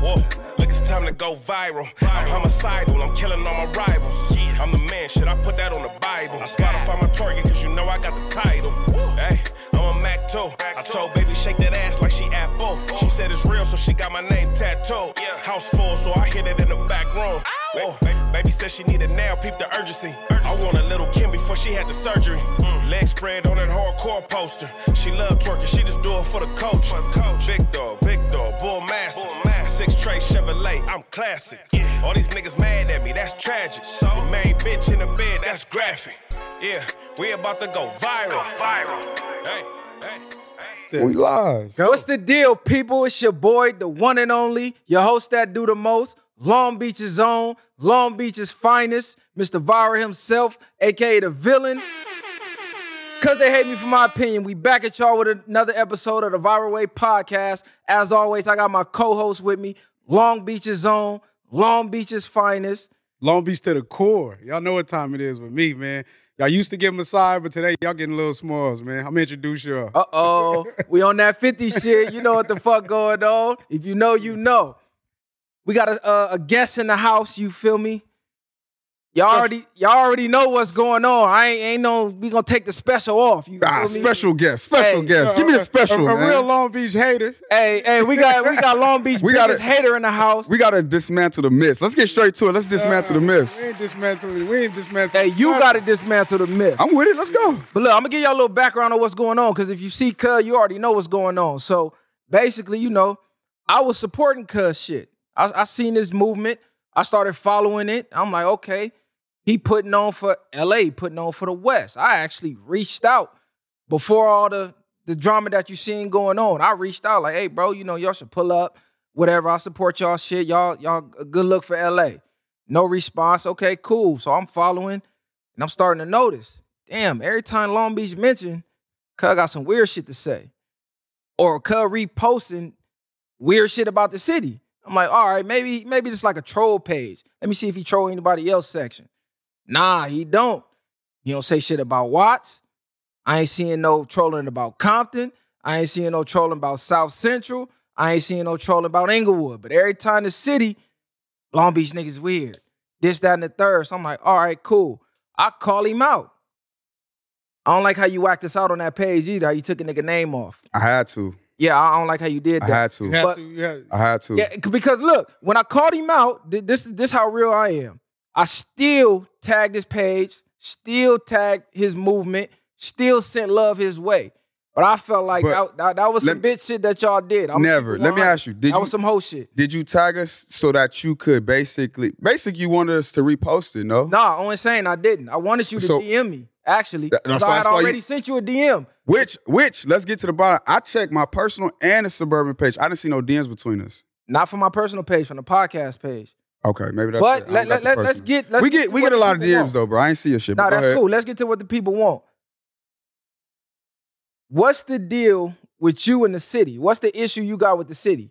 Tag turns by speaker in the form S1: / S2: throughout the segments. S1: Whoa, look, it's time to go viral. I'm homicidal, I'm killing all my rivals. I'm the man, shit, I put that on the Bible. I Spotify my target, cause you know I got the title. Hey, I'm a Mac too. I told baby, shake that ass like she Apple. She said it's real, so she got my name tattooed. House full, so I hit it in the back room. Whoa, ba- baby said she need it now, peep the urgency. Mm. I want a little Kim before she had the surgery. Leg spread on that hardcore poster. She love twerking, she just do it for the coach. Big dog, big dog, bull master. Six tray Chevrolet, I'm classic. All these niggas mad at me, that's tragic. The main bitch in the bed, that's graphic. Yeah, we about to go viral. viral. Hey, hey, hey.
S2: We live.
S3: What's the deal, people? It's your boy, the one and only, your host that do the most, Long Beach's own, Long Beach's finest, Mr. Vira himself, aka the villain. Cause they hate me for my opinion. We back at y'all with another episode of the Viral Way Podcast. As always, I got my co-host with me, Long Beach's own, Long Beach's finest.
S2: Long Beach to the core. Y'all know what time it is with me, man. Y'all used to get Messiah, but today y'all getting little smalls, man. I'm gonna introduce y'all.
S3: Uh oh, we on that 50 shit. You know what the fuck going on. If you know, you know. We got a, a, a guest in the house. You feel me? Y'all already y'all already know what's going on. I ain't, ain't no we gonna take the special off. You
S4: Ah,
S3: feel me?
S4: special guest, special
S3: Hey. uh,
S4: guest. Give me a special,
S2: a, a
S4: man.
S2: real Long Beach hater.
S3: Hey, hey, we got we got Long Beach we
S4: We got
S3: biggest
S4: a-
S3: hater in the house.
S4: we gotta dismantle the myths. Let's get straight to it. Let's dismantle the
S3: Uh,
S4: myths.
S2: We ain't dismantling. We ain't dismantling.
S3: hey, you
S2: nothing.
S3: gotta dismantle the myth.
S4: I'm with it. Let's go.
S3: But look, I'm gonna give y'all a little background on what's going on because if you see Cuz, you already know what's going on. So basically, you know, I was supporting Cuz shit. I, I seen this movement. I started following it. I'm like, okay, he putting on for LA, putting on for the West. I actually reached out before all the the drama that you seen going on. I reached out like, hey, bro, you know, y'all should pull up, whatever. I support y'all shit. Y'all, y'all a good look for LA. No response. Okay, cool. So I'm following and I'm starting to notice. Damn, every time Long Beach mentioned, Cuz got some weird shit to say. Or Cuz reposting weird shit about the city. I'm like, all right, maybe, maybe it's like a troll page. Let me see if he troll anybody else section. Nah, he don't. He don't say shit about Watts. I ain't seeing no trolling about Compton. I ain't seeing no trolling about South Central. I ain't seeing no trolling about Inglewood. But every time the city, Long Beach niggas weird. This, that, and the third. So I'm like, all right, cool. I call him out. I don't like how you whacked us out on that page either. How you took a nigga name off.
S4: I had to.
S3: Yeah, I don't like how you did
S4: I
S3: that.
S4: had
S2: You
S4: to.
S2: have
S3: But-
S2: to. You have,
S4: I had to.
S3: Yeah, c- because look, when I called him out, th- this this how real I am. I still tagged his page, still tagged his movement, still sent love his way. But I felt like
S4: But
S3: that, that, that was some
S4: lem-
S3: bitch shit that y'all did. I'm
S4: Never. Let me
S3: 100.
S4: ask you, did
S3: that
S4: you-
S3: was some whole shit.
S4: Did you tag us so that you could basically, basically, you wanted us to repost it? No.
S3: Nah, only saying I didn't. I wanted you to
S4: So-
S3: DM me actually.
S4: That-
S3: 'cause
S4: that's
S3: I
S4: why-
S3: had
S4: that's why you-
S3: already sent you a DM.
S4: Which, which? Let's get to the bottom. I checked my personal and the suburban page. I didn't see no DMs between us.
S3: Not from my personal page, from the podcast page.
S4: Okay, maybe that's. it. I
S3: But
S4: don't
S3: let,
S4: got
S3: let,
S4: the
S3: let, us
S4: personal.
S3: get let's
S4: we
S3: to
S4: get we
S3: what
S4: get a
S3: the
S4: lot of
S3: people
S4: DMs
S3: want.
S4: though, bro. I ain't see your shit.
S3: No,
S4: but go
S3: that's
S4: ahead.
S3: cool. Let's get to what the people want. What's the deal with you in the city? What's the issue you got with the city?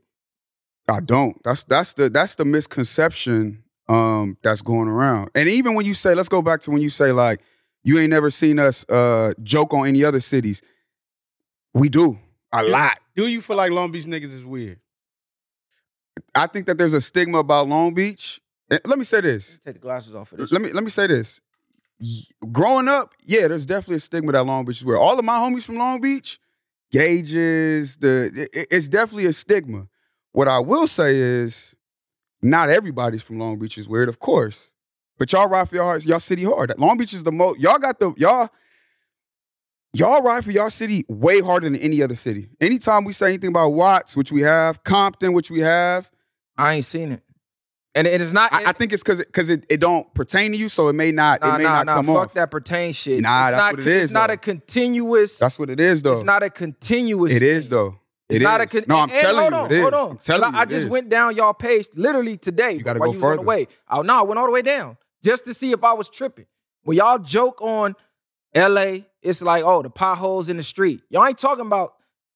S4: I don't. That's that's the that's the misconception um that's going around. And even when you say, let's go back to when you say like you ain't never seen us uh joke on any other cities. We do a lot.
S2: do you feel like Long Beach niggas is weird?
S4: I think that there's a stigma about Long Beach. Eh, Let me say this.
S3: Take the glasses off of this.
S4: Let me let me say this. Y- Growing up, yeah, there's definitely a stigma that Long Beach is where all of my homies from Long Beach, gauges, the it- it- it's definitely a stigma. What I will say is, not everybody's from Long Beach is weird, of course, but y'all ride for your hearts, y'all city hard. Long Beach is the most. Y'all got the y'all. Y'all ride for y'all city way harder than any other city. Anytime we say anything about Watts, which we have, Compton, which we have,
S3: I ain't seen it, and it is not.
S4: I, I think it's because because it, it don't pertain to you, so it may not
S3: nah,
S4: it may
S3: nah,
S4: not
S3: nah.
S4: come
S3: fuck
S4: off.
S3: that pertain shit.
S4: Nah,
S3: it's
S4: that's
S3: not,
S4: what it
S3: It's
S4: is,
S3: not
S4: though.
S3: a continuous.
S4: That's what it is, though.
S3: it's not a continuous.
S4: It is
S3: thing.
S4: though. It
S3: It's not
S4: is.
S3: a con-
S4: no, I'm
S3: and- and
S4: telling
S3: hold
S4: you,
S3: on,
S4: it is.
S3: hold on.
S4: I'm telling
S3: I,
S4: you,
S3: I
S4: it
S3: just
S4: is.
S3: went down y'all page literally today.
S4: You gotta
S3: while
S4: go
S3: was on the
S4: further.
S3: way. Oh no, I went all the way down just to see if I was tripping. When y'all joke on L.A., it's like oh the potholes in the street. Y'all ain't talking about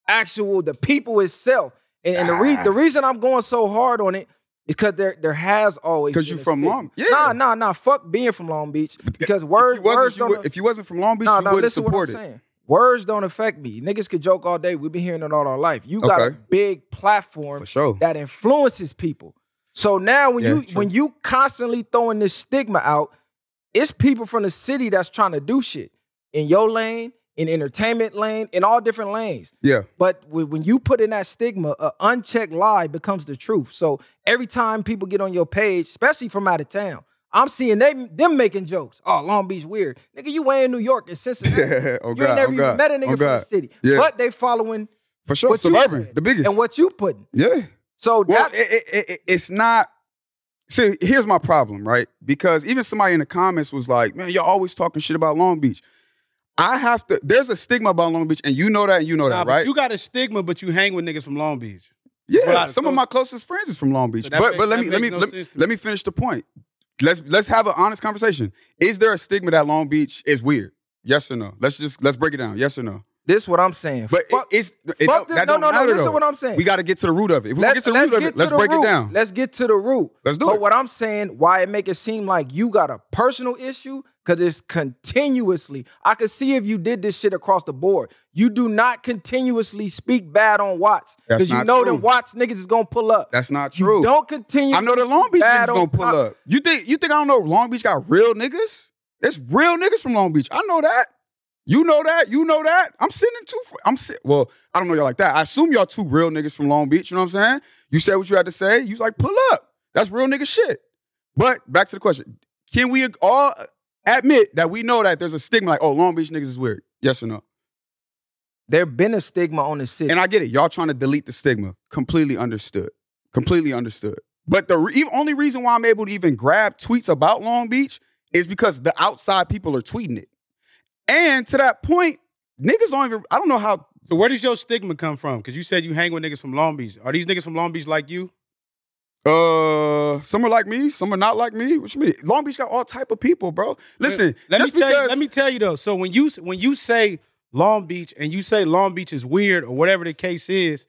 S3: actual the people itself. And, and the re- the reason I'm going so hard on it is because there there has always
S4: 'Cause
S3: been
S4: you
S3: a
S4: from
S3: stigma.
S4: Long- yeah.
S3: Nah, nah, nah. Fuck being from Long Beach because word
S4: If you wasn't,
S3: words
S4: you
S3: don't.
S4: would, if you wasn't from Long Beach,
S3: nah,
S4: you
S3: nah.
S4: wouldn't
S3: Listen to what
S4: support
S3: I'm
S4: it.
S3: saying. Words don't affect me. Niggas could joke all day. We've been hearing it all our life. You got
S4: Okay.
S3: a big platform
S4: for sure.
S3: that influences people. So now when
S4: Yeah,
S3: you
S4: true.
S3: when you constantly throwing this stigma out, it's people from the city that's trying to do shit in your lane, in entertainment lane, in all different lanes.
S4: Yeah.
S3: But wh- when you put in that stigma, an unchecked lie becomes the truth. So every time people get on your page, especially from out of town, I'm seeing they, them making jokes. Oh, Long Beach weird. Nigga, you way in New York and Cincinnati.
S4: oh
S3: you ain't
S4: God,
S3: never
S4: oh
S3: even
S4: God,
S3: met a nigga from
S4: oh
S3: the
S4: God.
S3: city.
S4: Yeah.
S3: But they following
S4: for sure.
S3: what you
S4: Suburban,
S3: said
S4: the biggest.
S3: and what you putting.
S4: yeah.
S3: So that
S4: Well, it, it, it, it's not. See, here's my problem, right? Because even somebody in the comments was like, "Man, you're always talking shit about Long Beach." I have to. There's a stigma about Long Beach, and you know that, and you know
S2: Nah,
S4: that,
S2: but
S4: right?
S2: You got a stigma, but you hang with niggas from Long Beach. what
S4: yeah.
S2: I-
S4: Some
S2: so-
S4: of my closest friends is from Long Beach,
S2: So that
S4: but
S2: makes-
S4: but let
S2: that
S4: me let me
S2: makes no
S4: let,
S2: sense to
S4: let
S2: me.
S4: me finish the point. Let's let's have an honest conversation. Is there a stigma that Long Beach is weird? Yes or no? Let's just let's break it down. Yes or no?
S3: this what I'm saying.
S4: But
S3: Fuck-
S4: it, it's it
S3: fuck
S4: don't,
S3: this-
S4: that
S3: no,
S4: don't
S3: no, no,
S4: matter
S3: listen
S4: though.
S3: what I'm saying.
S4: We got to get to the root of it. If we wanna get to the root of it,
S3: to
S4: let's
S3: the
S4: break
S3: root.
S4: it down.
S3: Let's get to the root.
S4: Let's do
S3: but
S4: it.
S3: what I'm saying, why it make it seem like you got a personal issue, because it's continuously. I could see if you did this shit across the board. You do not continuously speak bad on Watts.
S4: That's
S3: Because you
S4: not
S3: know
S4: true.
S3: them Watts niggas is gonna pull up.
S4: That's not
S3: You
S4: true.
S3: don't continue.
S4: I know the Long Beach niggas
S3: bad on
S4: gonna pull
S3: Pop-
S4: up. You think you think I don't know Long Beach got real niggas? It's real niggas from Long Beach. I know that. You know that. You know that. I'm sending two. fr- I'm si- well. I don't know y'all like that. I assume y'all two real niggas from Long Beach. You know what I'm saying? You said what you had to say. You was like pull up. That's real nigga shit. But back to the question: Can we all uh, admit that we know that there's a stigma like oh Long Beach niggas is weird? Yes or no?
S3: There been a stigma on the city.
S4: And I get it. Y'all trying to delete the stigma. Completely understood. Completely understood. But the re- e, only reason why I'm able to even grab tweets about Long Beach is because the outside people are tweeting it. And to that point, niggas don't even, I don't know how,
S2: So where does your stigma come from? Because you said you hang with niggas from Long Beach. Are these niggas from Long Beach like you?
S4: uh, some are like me, some are not like me. What you mean? Long Beach got all type of people, bro. Listen,
S2: let me
S4: just
S2: tell you,
S4: because-
S2: let me tell you though. So when you when you say Long Beach and you say Long Beach is weird or whatever the case is,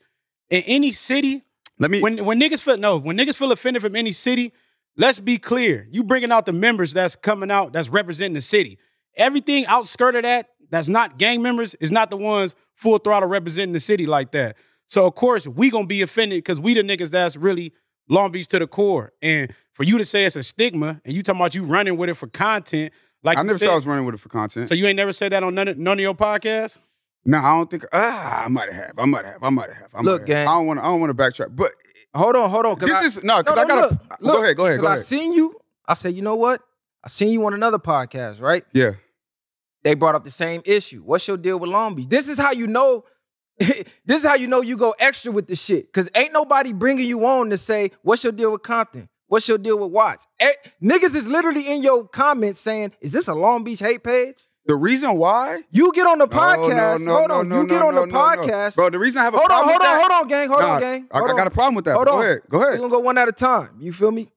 S2: in any city,
S4: let me,
S2: when when niggas feel no, when niggas feel offended from any city, let's be clear. You bringing out the members that's coming out, that's representing the city. Everything outskirt of that, that's not gang members, is not the ones full throttle representing the city like that. So of course we gonna be offended because we the niggas that's really Long Beach to the core. And for you to say it's a stigma, and you talking about you running with it for content, like
S4: I
S2: you
S4: never
S2: said,
S4: said I was running with it for content.
S2: So you ain't never said that on none of, none of your podcasts.
S4: no, I don't think, ah, I might have, I might have, I might have. I might
S3: Look,
S4: have.
S3: gang.
S4: I don't want to, I don't want to backtrack, but
S3: hold on, hold on. 'cause
S4: This
S3: I-
S4: is no, because
S3: No,
S4: I
S3: no,
S4: gotta.
S3: look,
S4: go
S3: look,
S4: ahead, go ahead, go
S3: 'cause
S4: ahead.
S3: I seen you. I said, you know what? I seen you on another podcast, right?
S4: yeah,
S3: they brought up the same issue. What's your deal with Long Beach? This is how you know. this is how you know you go extra with the shit. Cause ain't nobody bringing you on to say, "What's your deal with Compton? What's your deal with Watts?" Eh, niggas is literally in your comments saying, "Is this a Long Beach hate page?"
S4: the reason why
S3: You get on the
S4: Oh, No, no,
S3: podcast.
S4: no,
S3: hold
S4: no,
S3: on,
S4: no,
S3: you get
S4: no,
S3: on
S4: no,
S3: the
S4: no, no.
S3: podcast.
S4: bro. The reason I have a
S3: Hold on,
S4: problem
S3: hold
S4: with
S3: on,
S4: that,
S3: hold on, gang. Hold
S4: Nah,
S3: on, gang.
S4: I,
S3: Hold
S4: I
S3: on.
S4: got a problem with that.
S3: Hold
S4: but go
S3: on.
S4: ahead, go
S3: We're
S4: ahead.
S3: gonna go one at a time. You feel me?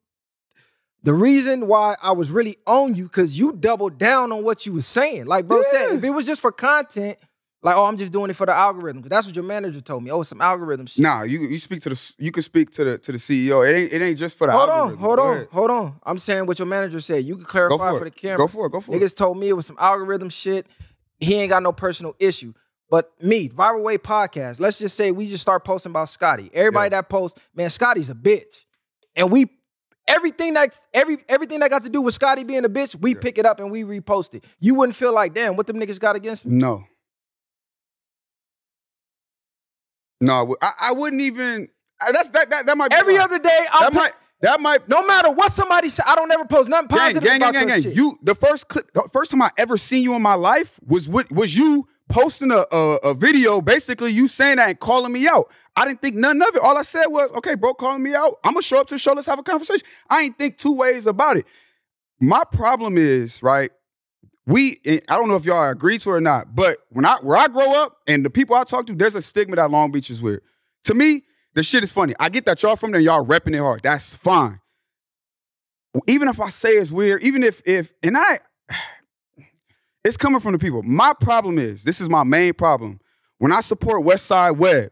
S3: The reason why I was really on you, because you doubled down on what you was saying. Like bro
S4: Yeah.
S3: said, if it was just for content, like, oh, I'm just doing it for the algorithm. 'cause That's what your manager told me. Oh, it's some algorithm shit.
S4: Nah, you you speak to the s- you can speak to the to the CEO. It ain't it ain't just for the
S3: hold on,
S4: algorithm.
S3: hold
S4: Go
S3: on,
S4: ahead.
S3: hold on. I'm saying what your manager said. You can
S4: Go
S3: clarify
S4: for,
S3: for the
S4: it.
S3: camera.
S4: Go for it. Go for it.
S3: Niggas told me it was some algorithm shit. He ain't got no personal issue. But me, Viral Way Podcast, let's just say we just start posting about Scotty. Everybody that posts, man, Scotty's a bitch. And we everything that every everything that got to do with Scotty being a bitch, we pick it up and we repost it. You wouldn't feel like, damn, what them niggas got against me?
S4: No. No, I wou- I, I wouldn't even. I- That's that that that might be
S3: Every
S4: why.
S3: other day, I'm
S4: that might that might
S3: no matter what somebody said, I don't ever post nothing positive about your shit.
S4: You the first clip, the first time I ever seen you in my life was with was you posting a, a a video, basically you saying that and calling me out. I didn't think nothing of it. All I said was, okay, bro, calling me out. I'm gonna show up to the show. Let's have a conversation. I ain't think two ways about it. My problem is right. We and I don't know if y'all agree to it or not, but when I where I grow up and the people I talk to, there's a stigma that Long Beach is weird. To me, the shit is funny. I get that y'all from there, y'all repping it hard. That's fine even if I say it's weird, even if if and I it's coming from the people. My problem is, this is my main problem. When I support West Side Web,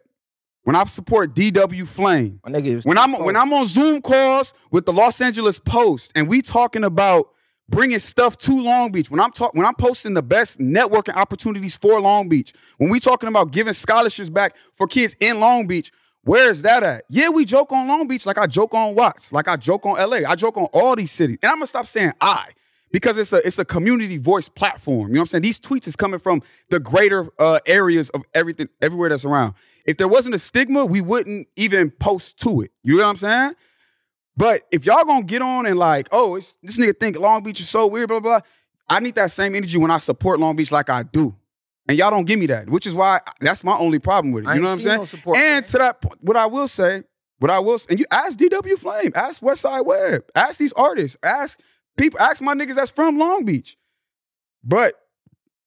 S4: when I support DW Flame,
S3: My nigga, it was
S4: when
S3: too
S4: I'm
S3: cold.
S4: when I'm on Zoom calls with the Los Angeles Post and we talking about bringing stuff to Long Beach. When I'm talking, when I'm posting the best networking opportunities for Long Beach. When we talking about giving scholarships back for kids in Long Beach, where is that at? Yeah, we joke on Long Beach like I joke on Watts, like I joke on LA. I joke on all these cities. And I'm gonna stop saying I because it's a it's a community voice platform. You know what I'm saying? These tweets is coming from the greater uh, areas of everything, everywhere that's around. If there wasn't a stigma, we wouldn't even post to it. You know what I'm saying? But if y'all gonna get on and like, oh, it's, this nigga think Long Beach is so weird, blah, blah, blah, I need that same energy when I support Long Beach like I do. And y'all don't give me that, which is why that's my only problem with it.
S3: I
S4: You
S3: ain't
S4: know what I'm
S3: seen
S4: saying?
S3: no support, man.
S4: and to that point, what I will say, what I will, s- and you ask DW Flame, ask Westside Web, ask these artists, ask people, ask my niggas that's from Long Beach. But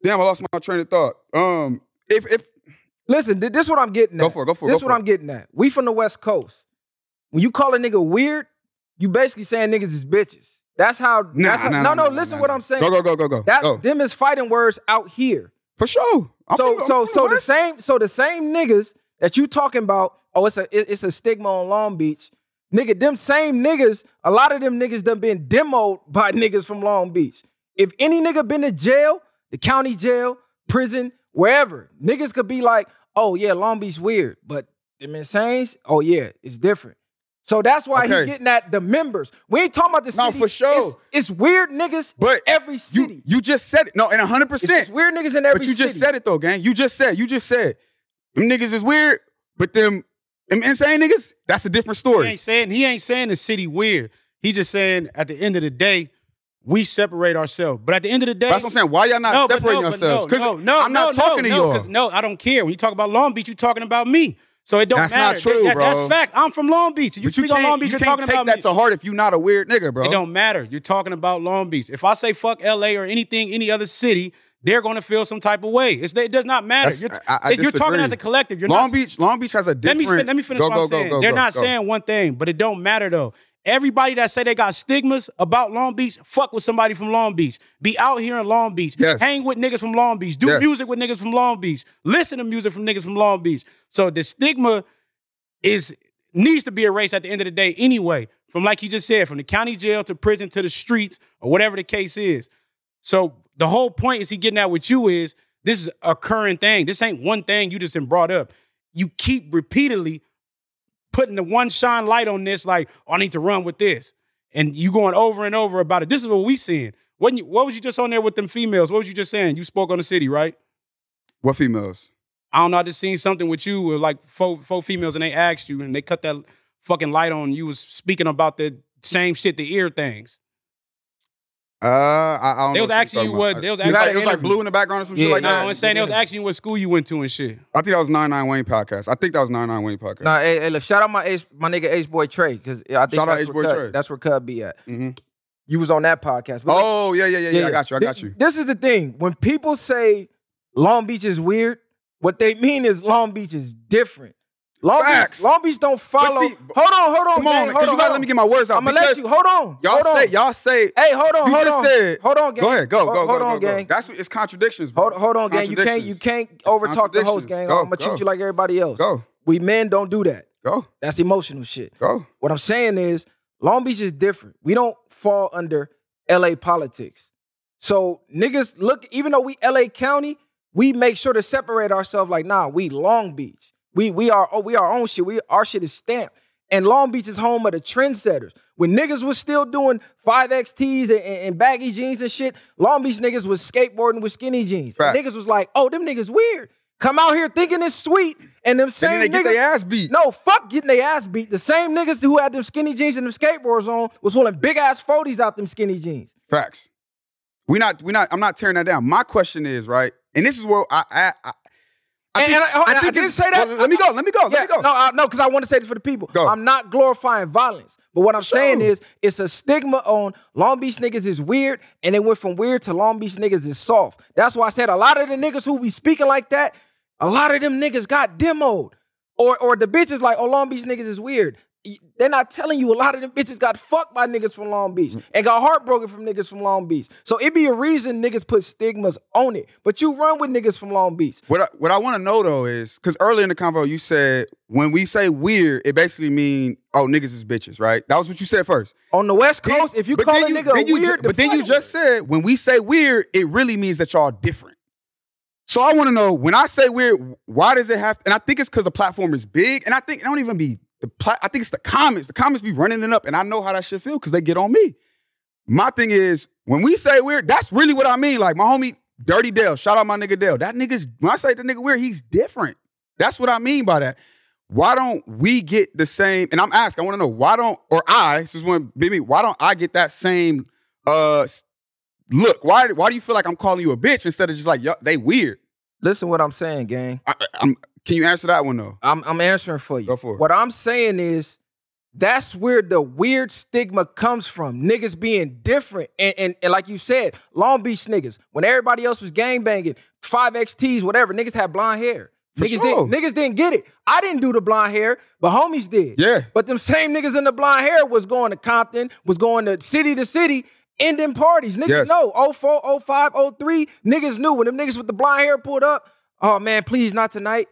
S4: damn, I lost my train of thought. Um, if if
S3: Listen, th- this is what I'm getting at.
S4: go for it, go for it.
S3: This
S4: go
S3: what
S4: for
S3: I'm getting at. We from the West Coast. When you call a nigga weird, you basically saying niggas is bitches. That's how.
S4: Nah,
S3: that's how-
S4: nah,
S3: no,
S4: nah,
S3: no.
S4: nah,
S3: listen,
S4: nah,
S3: what
S4: nah.
S3: I'm saying.
S4: Go go go go go.
S3: That's
S4: go.
S3: them is fighting words out here.
S4: for sure. I'm
S3: so
S4: from- I'm
S3: so
S4: from
S3: so the
S4: West.
S3: same so the same niggas that you talking about. Oh, it's a it- it's a stigma on Long Beach, nigga. Them same niggas. A lot of them niggas done been demoed by niggas from Long Beach. If any nigga been to jail, the county jail, prison, wherever, niggas could be like, oh yeah, Long Beach weird, but them insanes, oh yeah, it's different. So that's why
S4: Okay.
S3: he's getting at the members. We ain't talking about the
S4: No,
S3: city.
S4: for sure.
S3: It's, it's weird niggas
S4: But
S3: in every city.
S4: You you just said it. No, and 100.
S3: it's, it's
S4: percent
S3: weird niggas in every
S4: But you
S3: city.
S4: just said it though, gang. You just said. You just said. Them niggas is weird, but them, them insane niggas. That's a different
S2: He
S4: story.
S2: ain't saying he ain't saying the city weird. He just saying at the end of the day, we separate ourselves. But at the end of the day,
S4: That's what I'm saying. Why y'all not
S2: no, but
S4: separating
S2: no, but
S4: yourselves?
S2: No, no, no,
S4: I'm not
S2: no,
S4: talking
S2: no,
S4: to
S2: no,
S4: y'all.
S2: 'cause No, I don't care. When you talk about Long Beach, you talking about me. So it don't
S4: That's not
S2: matter.
S4: true,
S2: That- that-
S4: bro.
S2: That's fact. I'm from Long Beach. You
S4: but you
S2: speak on Long
S4: can't,
S2: Beach,
S4: you
S2: you're
S4: can't
S2: talking
S4: take
S2: about
S4: that
S2: me.
S4: to heart if you're not a weird nigga, bro.
S2: It don't matter. You're talking about Long Beach. If I say fuck LA or anything, any other city, they're going to feel some type of way. It's, it does not matter.
S4: That's-
S2: you're t-
S4: I- I
S2: you're talking
S4: disagree.
S2: as a collective. You're not,
S4: Long Beach, Long Beach has a
S2: Let
S4: different.
S2: me, fin- let me finish
S4: go,
S2: what
S4: go,
S2: I'm
S4: go,
S2: saying.
S4: Go,
S2: They're
S4: go,
S2: not
S4: go.
S2: saying one thing, but it don't matter though. Everybody that say they got stigmas about Long Beach, fuck with somebody from Long Beach. Be out here in Long Beach.
S4: Yes.
S2: Hang with niggas from Long Beach. Do
S4: Yes.
S2: music with niggas from Long Beach. Listen to music from niggas from Long Beach. So the stigma is needs to be erased at the end of the day anyway. From like you just said, from the county jail to prison to the streets or whatever the case is. So the whole point is he getting at with you is this is a current thing. This ain't one thing you just been brought up. You keep repeatedly putting the one shine light on this, like, oh, I need to run with this. And you going over and over about it. This is what we seeing. Wasn't you, what was you just on there with them females? What was you just saying? You spoke on the city, right?
S4: What females?
S2: I don't know. I just seen something with you with like four, four females and they asked you and they cut that fucking light on. You was speaking about the same shit, the ear things.
S4: Uh, I, I don't
S2: They
S4: know
S2: was
S4: what you're
S2: asking
S4: talking
S2: you
S4: about.
S2: what- they was
S4: It like,
S2: asking-
S4: it was like blue in the background or some shit
S3: Yeah,
S4: like
S2: No,
S4: that.
S2: I was saying they was asking you what school you went to and shit.
S4: I think that was Nine Nine Wayne podcast. I think that was Nine Nine Wayne podcast.
S3: Nah, hey, hey, look, shout out my H, my nigga H Boy Trey because I think
S4: Shout out
S3: that's,
S4: H-Boy
S3: where Cub,
S4: Trey.
S3: that's where Cub be at.
S4: Mhm.
S3: You was on that podcast. But look,
S4: Oh yeah, yeah, yeah, yeah. I got you. I
S3: Thi-
S4: got you.
S3: This is the thing: when people say Long Beach is weird, what they mean is Long Beach is different. Long
S4: Facts.
S3: Beach, Long Beach don't follow.
S4: see-
S3: hold on, hold on,
S4: Come on,
S3: gang,
S4: because
S3: hold
S4: you gotta let me get my words out.
S3: I'm gonna let
S4: because
S3: you. Hold on,
S4: Y'all
S3: hold
S4: say
S3: on.
S4: y'all say.
S3: Hey, hold on,
S4: you
S3: hold
S4: just
S3: on,
S4: said.
S3: hold on, gang.
S4: Go ahead, go,
S3: Hold-
S4: go, go,
S3: hold
S4: go,
S3: on,
S4: go.
S3: gang.
S4: That's what it's contradictions. Bro.
S3: Hold, hold on, gang. You can't, you can't overtalk the host, gang.
S4: Go,
S3: I'm gonna
S4: go.
S3: treat you like everybody else.
S4: Go,
S3: We men don't do that.
S4: go,
S3: That's emotional shit.
S4: go.
S3: What I'm saying is Long Beach is different. We don't fall under LA politics. So niggas look, even though we LA County, we make sure to separate ourselves like, nah, we Long Beach. We we are oh, we our own shit. We our shit is stamped. And Long Beach is home of the trendsetters. When niggas was still doing 5XTs and, and- and baggy jeans and shit, Long Beach niggas was skateboarding with skinny jeans. And
S4: Facts.
S3: Niggas was like, oh, them niggas weird. Come out here thinking it's sweet. And them
S4: Then
S3: same
S4: they get
S3: niggas
S4: their ass beat.
S3: no, fuck getting their ass beat. The same niggas who had them skinny jeans and them skateboards on was pulling big ass 40s out them skinny jeans.
S4: Facts. We not, we not. I'm not tearing that down. My question is right, and this is where I, I, I, I
S3: And-
S4: think,
S3: and I- I didn't
S4: it's-
S3: say that.
S4: Let, let me go. Let me go.
S3: Yeah,
S4: let me go.
S3: no, I, no, because I want to say this for the people.
S4: Go.
S3: I'm not glorifying violence, but what I'm
S4: Sure.
S3: saying is it's a stigma on Long Beach niggas is weird, and they went from weird to Long Beach niggas is soft. That's why I said a lot of the niggas who be speaking like that, a lot of them niggas got demoed, or or the bitches like, oh, Long Beach niggas is weird. they're not telling you a lot of them bitches got fucked by niggas from Long Beach
S4: Mm.
S3: and got heartbroken from niggas from Long Beach. So it be a reason niggas put stigmas on it. But you run with niggas from Long Beach.
S4: What I, what I want to know though is because earlier in the convo you said when we say weird, it basically mean oh niggas is bitches, right? That was what you said first.
S3: On the West Coast, if you
S4: But
S3: call a
S4: then
S3: nigga
S4: then
S3: a
S4: you ju-
S3: weird,
S4: but then you
S3: define
S4: just said when we say weird, it really means that y'all different. So I want to know when I say weird, why does it have? And I think it's because the platform is big, and I think it don't even be the plat. I think it's the comments. The comments be running it up, and I know how that shit feel because they get on me. My thing is when we say weird, that's really what I mean. Like my homie Dirty Dale, shout out my nigga Dale. That nigga's when I say the nigga weird, he's different. That's what I mean by that. Why don't we get the same? And I'm asking, I want to know why don't or I this is when Bimmy, why don't I get that same uh s- look? Why why do you feel like I'm calling you a bitch instead of just like yo, they weird?
S3: Listen what I'm saying, gang.
S4: I, I'm can you answer that one though?
S3: I'm I'm answering for you.
S4: Go for it.
S3: What I'm saying is that's where the weird stigma comes from. Niggas being different. And, and, and like you said, Long Beach niggas, when everybody else was gangbanging, 5XTs, whatever, niggas had blonde hair.
S4: For
S3: niggas,
S4: sure.
S3: didn't, niggas didn't get it. I didn't do the blonde hair, but homies did.
S4: Yeah.
S3: But them same niggas in the blonde hair was going to Compton, was going to city to city, ending parties. Niggas
S4: Yes.
S3: know. 04, 05, 03, niggas knew. When them niggas with the blonde hair pulled up, oh man, please not tonight.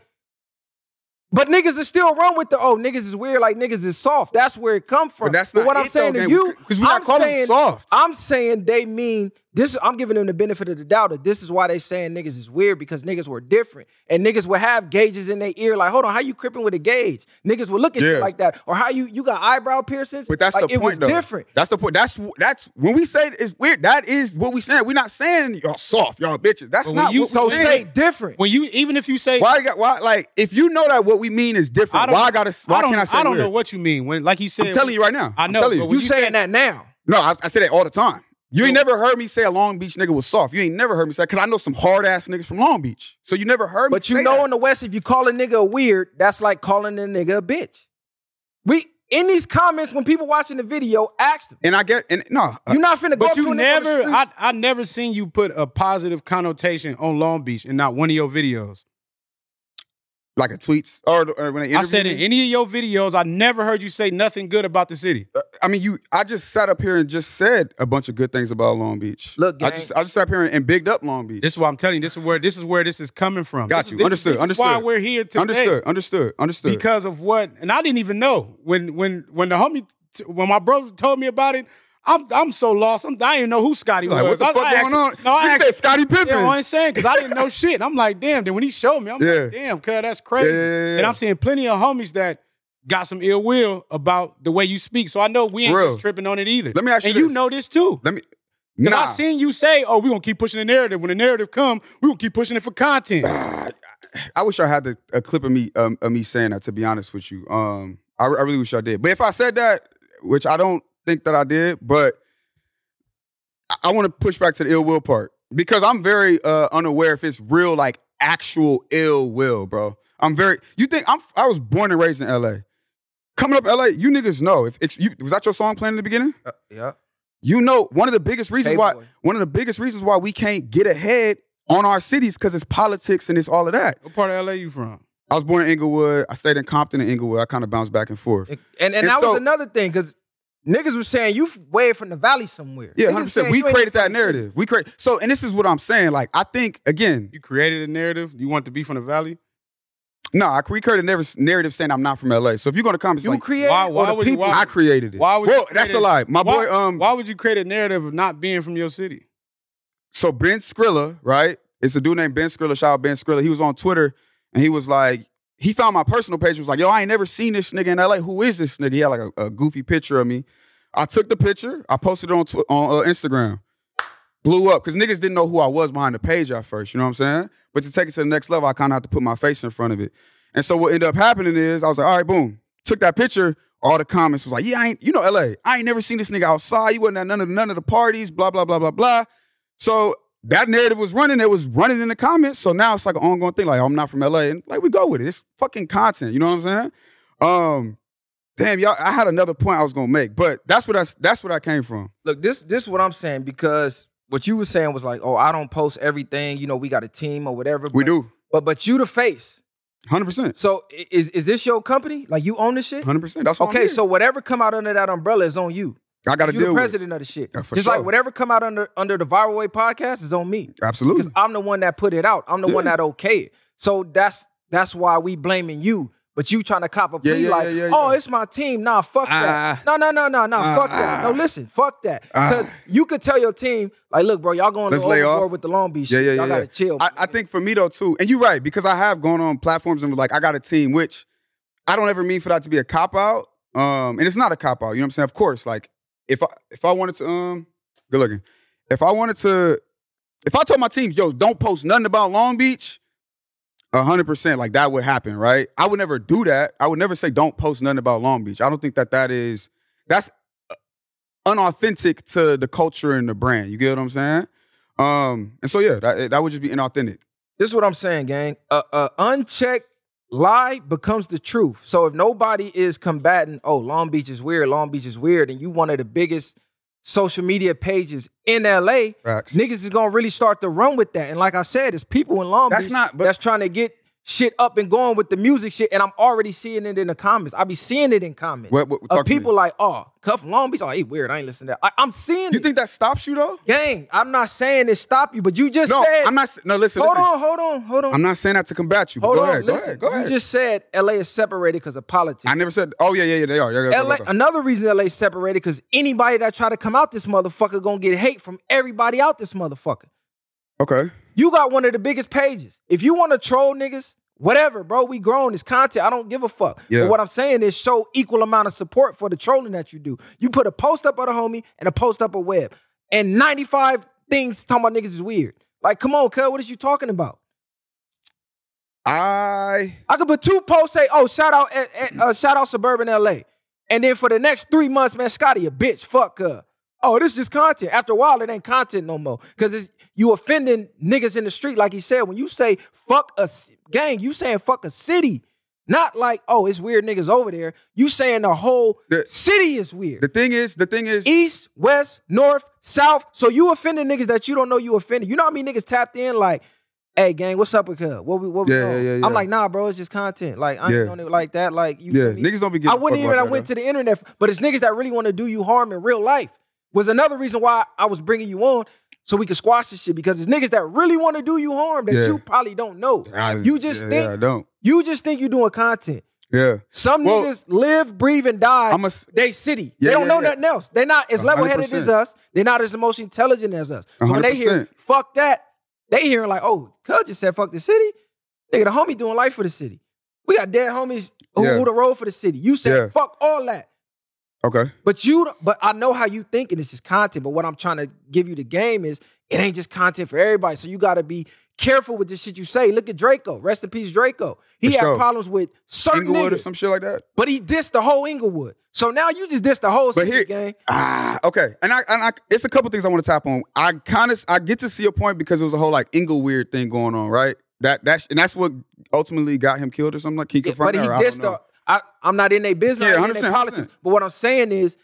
S3: But niggas is still run with the oh niggas is weird like niggas is soft. That's where it come from.
S4: But that's not
S3: what I'm
S4: it,
S3: saying
S4: though,
S3: to
S4: gang,
S3: you,
S4: because we not
S3: I'm
S4: calling them
S3: saying,
S4: soft.
S3: I'm saying they mean this. I'm giving them the benefit of the doubt that this is why they saying niggas is weird because niggas were different and niggas would have gauges in their ear like hold on how you cripping with a gauge? Niggas would look at
S4: Yeah.
S3: you like that or how you you got eyebrow piercings?
S4: But that's
S3: like,
S4: the
S3: it
S4: point
S3: was
S4: though.
S3: different.
S4: That's the point. That's that's when we say it's weird, that is what we saying. We're not saying y'all soft, y'all bitches. That's
S2: But when
S4: not
S2: you
S4: what
S3: So
S4: we
S2: Man.
S3: say different.
S2: When you even if you say
S4: Why? I got- Why? Like, if you know that what we mean is
S2: I
S4: different,
S2: don't,
S4: why I gotta? Why
S2: I don't,
S4: can't I say?
S2: I don't
S4: weird?
S2: know what you mean. When like he said
S4: I'm telling you right now.
S2: I
S4: I'm
S2: know,
S4: telling you.
S2: but
S3: You
S2: when you
S3: saying
S2: said-
S3: that now?
S4: No, I, I say that all the time. You ain't never heard me say a Long Beach nigga was soft. You ain't never heard me say because I know some hard ass niggas from Long Beach. So you never heard me.
S3: But you
S4: say
S3: know,
S4: that.
S3: in the West, if you call a nigga a weird, that's like calling a nigga a bitch. We in these comments when people watching the video, ask them.
S4: and I get and no, uh,
S3: You're not finna go up
S2: But
S3: to a nigga
S2: you
S3: on the
S2: never,
S3: street.
S2: I, I never seen you put a positive connotation on Long Beach in not one of your videos.
S4: like a tweets or, or when they
S2: I said
S4: interview
S2: in
S4: me.
S2: any of your videos, I never heard you say nothing good about the city.
S4: I mean, you. I just sat up here and just said a bunch of good things about Long Beach.
S3: Look,
S4: I
S3: gang.
S4: just I just sat up here and bigged up Long Beach.
S2: This is what I'm telling you. This is where this is where this is coming from.
S4: Got
S2: This-
S4: you.
S2: this is-
S4: Understood.
S2: this
S4: Understood.
S2: Is why we're here today.
S4: Understood. Understood. Understood.
S2: Because of what, and I didn't even know when when when the homie t- when my brother told me about it. I'm I'm so lost. I'm, I didn't know who Scotty was.
S4: like, what the
S2: I-
S4: fuck
S2: I
S4: going on?
S2: asked- No, I
S4: you
S2: asked,
S4: said Scottie Pippen.
S2: Yeah, you know what I'm saying? Because I didn't know shit. I'm like, damn. Then when he showed me, I'm
S4: Yeah.
S2: like, damn, cuz that's crazy.
S4: Yeah, yeah, yeah.
S2: And I'm seeing plenty of homies that got some ill will about the way you speak. So I know we ain't
S4: Real.
S2: just tripping on it either.
S4: Let me ask you
S2: And you
S4: this.
S2: know this too.
S4: Let me.
S2: Because
S4: Nah,
S2: I seen you say, oh, we're gonna keep pushing the narrative. When the narrative come, we gonna keep pushing it for content.
S4: I wish I had the, a clip of me um, of me saying that. To be honest with you, um, I, I really wish I did. But if I said that, which I don't think that I did, but I, I want to push back to the ill will part because I'm very uh, unaware if it's real, like actual ill will, bro. I'm very. You think I'm? I was born and raised in L.A. Coming up, in L.A. You niggas know if it's, you, was that your song playing in the beginning.
S3: Uh, yeah.
S4: You know, one of the biggest reasons
S3: Hey,
S4: why
S3: boy.
S4: one of the biggest reasons why we can't get ahead on our cities because it's politics and it's all of that.
S2: What part of LA you from?
S4: I was born in Inglewood. I stayed in Compton and Inglewood. I kind of bounced back and forth.
S3: And and, that
S4: so-
S3: was another thing because niggas was saying you f- way from the valley somewhere.
S4: Yeah,
S3: Niggas
S4: hundred percent.
S3: saying
S4: We
S3: you ain't
S4: created
S3: from
S4: that
S3: the city.
S4: narrative. We create so, and this is what I'm saying. Like, I think again,
S2: You created a narrative. You want to be from the valley?
S4: no, I we created a narr- narrative saying I'm not from LA. So if you're gonna come, it's
S3: You
S4: like
S3: created
S2: why-
S3: or
S2: why
S3: the
S2: would you-
S3: people.
S4: I created it.
S2: Why would
S4: Whoa,
S2: you
S4: that's
S2: create
S4: a lie. My
S2: why-
S4: boy, um,
S2: why would you create a narrative of not being from your city?
S4: so Ben Skrilla, right? It's a dude named Ben Skrilla. Shout out Ben Skrilla. He was on Twitter and he was like, he found my personal page. He was like, yo, I ain't never seen this nigga in LA. Who is this nigga? He had like a, a goofy picture of me. I took the picture. I posted it on Twi- on uh, Instagram. Blew up because niggas didn't know who I was behind the page at first. You know what I'm saying? But to take it to the next level, I kind of had to put my face in front of it. And so what ended up happening is I was like, all right, boom. Took that picture. All the comments was like, yeah, I ain't, you know, LA. I ain't never seen this nigga outside. You wasn't at none of none of the parties. Blah blah blah blah blah. So that narrative was running. It was running in the comments. So now it's like an ongoing thing. Like "Oh, I'm not from LA, and like we go with it. It's fucking content. You know what I'm saying? Um, damn y'all. I had another point I was gonna make, but that's what I that's what I came from.
S3: Look, this this is what I'm saying because what you were saying was like, oh, I don't post everything. You know, we got a team or whatever.
S4: We
S3: but-
S4: do.
S3: But but you the face.
S4: Hundred percent.
S3: So i- is is this your company? Like you own this shit?
S4: Hundred percent. That's why I'm
S3: Okay,
S4: here.
S3: so whatever come out under that umbrella is on you.
S4: I got to
S3: You
S4: deal
S3: the
S4: with it.
S3: president of the shit.
S4: Yeah, for
S3: Just
S4: sure.
S3: like whatever come out under under the Viral Way podcast is on me.
S4: Absolutely.
S3: Because I'm the one that put it out. I'm the one
S4: Yeah.
S3: that okay it. So that's that's why we blaming you. But you trying to cop a plea
S4: Yeah, yeah,
S3: like,
S4: yeah, yeah,
S3: oh,
S4: yeah. Ah.
S3: it's my team. Nah, fuck that. No, no, no, no, no, fuck that. No, listen, fuck that. Because you could tell your team, like, look, bro, y'all going to
S4: Let's lay off.
S3: overboard with the Long Beach
S4: Yeah,
S3: shit.
S4: yeah, yeah.
S3: y'all
S4: yeah.
S3: gotta chill.
S4: I, I think for me though too, and you're right because I have gone on platforms and was like, I got a team, which I don't ever mean for that to be a cop out. Um, and it's not a cop out. You know what I'm saying? Of course, like if I if I wanted to, um, good looking. If I wanted to, if I told my team, yo, don't post nothing about Long Beach. hundred percent, like that would happen, right? I would never do that. I would never say don't post nothing about Long Beach. I don't think that that is that's uh, unauthentic to the culture and the brand. You get what I'm saying? Um, and so yeah, that, that would just be inauthentic.
S3: this is what I'm saying, gang. A, a unchecked lie becomes the truth. So if nobody is combating, oh, Long Beach is weird, Long Beach is weird, and you one of the biggest social media pages in LA,
S4: Facts.
S3: niggas is gonna really start to run with that. And like I said, it's people in Long
S4: That's
S3: Beach
S4: not- but-
S3: that's trying to get shit up and going with the music shit. And I'm already seeing it in the comments. I be seeing it in comments.
S4: What- what- talk
S3: of
S4: to me.
S3: people like, oh, Cuff Long Beach, oh, he weird. I ain't listening to that. I, am seeing
S4: You
S3: it.
S4: think that stops you though?
S3: gang, I'm not saying it stop you, but you just
S4: No,
S3: said
S4: I'm not. s- No, listen.
S3: Hold
S4: listen.
S3: on, hold on, hold on.
S4: I'm not saying that to combat you. But
S3: Hold
S4: go
S3: on,
S4: ahead.
S3: listen.
S4: Go ahead. Go ahead.
S3: You just said LA is separated because of politics.
S4: I never said. Oh yeah, yeah, yeah. They are. Yeah, go, go,
S3: LA,
S4: go, go.
S3: another reason LA separated because anybody that try to come out this motherfucker gonna get hate from everybody out this motherfucker.
S4: Okay.
S3: You got one of the biggest pages. If you want to troll niggas, whatever, bro. We grown. It's content. I don't give a fuck.
S4: Yeah.
S3: But what I'm saying is show equal amount of support for the trolling that you do. You put a post up of the homie and a post up of web, and 95 things talking about niggas is weird. Like, come on, cuz, what is you talking about?
S4: I
S3: I could put two posts say, "Oh, shout out, eh, eh, uh, shout out suburban LA," and then for the next three months, man, Scotty a bitch. Fuck her. Oh, this is just content. After a while, it ain't content no more because you offending niggas in the street. Like he said, when you say "fuck a c- gang," you saying "fuck a city," not like "oh, it's weird niggas over there." You saying the whole
S4: The-
S3: city is weird.
S4: the thing is the thing is
S3: East, west, north, south. So you offending niggas that you don't know you offended. You know how many niggas tapped in like, hey gang, what's up with her? What we what we
S4: Yeah,
S3: on?"
S4: yeah, yeah, yeah.
S3: I'm like, nah, bro, it's just content. Like I ain't
S4: Yeah.
S3: on it like that. Like you feel
S4: yeah.
S3: me?
S4: Niggas don't be
S3: I
S4: getting.
S3: wouldn't even I went to the internet, but it's niggas that really want to do you harm in real life. Was another reason why I was bringing you on so we could squash this shit because it's niggas that really want to do you harm that
S4: Yeah.
S3: you probably don't know. you just
S4: yeah,
S3: think
S4: Yeah, I don't.
S3: you just think you doing content.
S4: Yeah.
S3: Some
S4: Well,
S3: niggas live, breathe, and die
S4: I'm a. s-
S3: they city.
S4: Yeah,
S3: they don't
S4: yeah,
S3: know
S4: yeah.
S3: nothing else. They're not as
S4: A
S3: level
S4: hundred
S3: headed as
S4: percent.
S3: us. They're not as most intelligent as us.
S4: A
S3: So when
S4: hundred
S3: they hear
S4: percent.
S3: fuck that, they hear like, oh, Cuz just said fuck the city. Nigga, the homie doing life for the city. We got dead homies who,
S4: Yeah.
S3: who the road for the city. You said
S4: Yeah.
S3: fuck all that.
S4: Okay.
S3: But you but I know how you think and it's just content. But what I'm trying to give you the game is it ain't just content for everybody. So you gotta be careful with the shit you say. Look at Draco. Rest in peace, Draco. He
S4: For
S3: had
S4: sure.
S3: problems with certain
S4: Inglewood or
S3: niggas,
S4: some shit like that.
S3: but he dissed the whole Inglewood. So now you just dissed the whole
S4: But
S3: city
S4: here-
S3: gang.
S4: Ah, okay. And I and I, it's a couple things I want to tap on. I kind of I get to see a point because it was a whole like Ingle weird thing going on, right? That that's and that's what ultimately got him killed or something. Like, can you
S3: Yeah,
S4: confirm
S3: but he
S4: that? or I don't
S3: dissed
S4: know.
S3: the. I, I'm not in their business.
S4: Yeah,
S3: I'm in their
S4: 100%,
S3: politics.
S4: 100%.
S3: But what I'm saying is,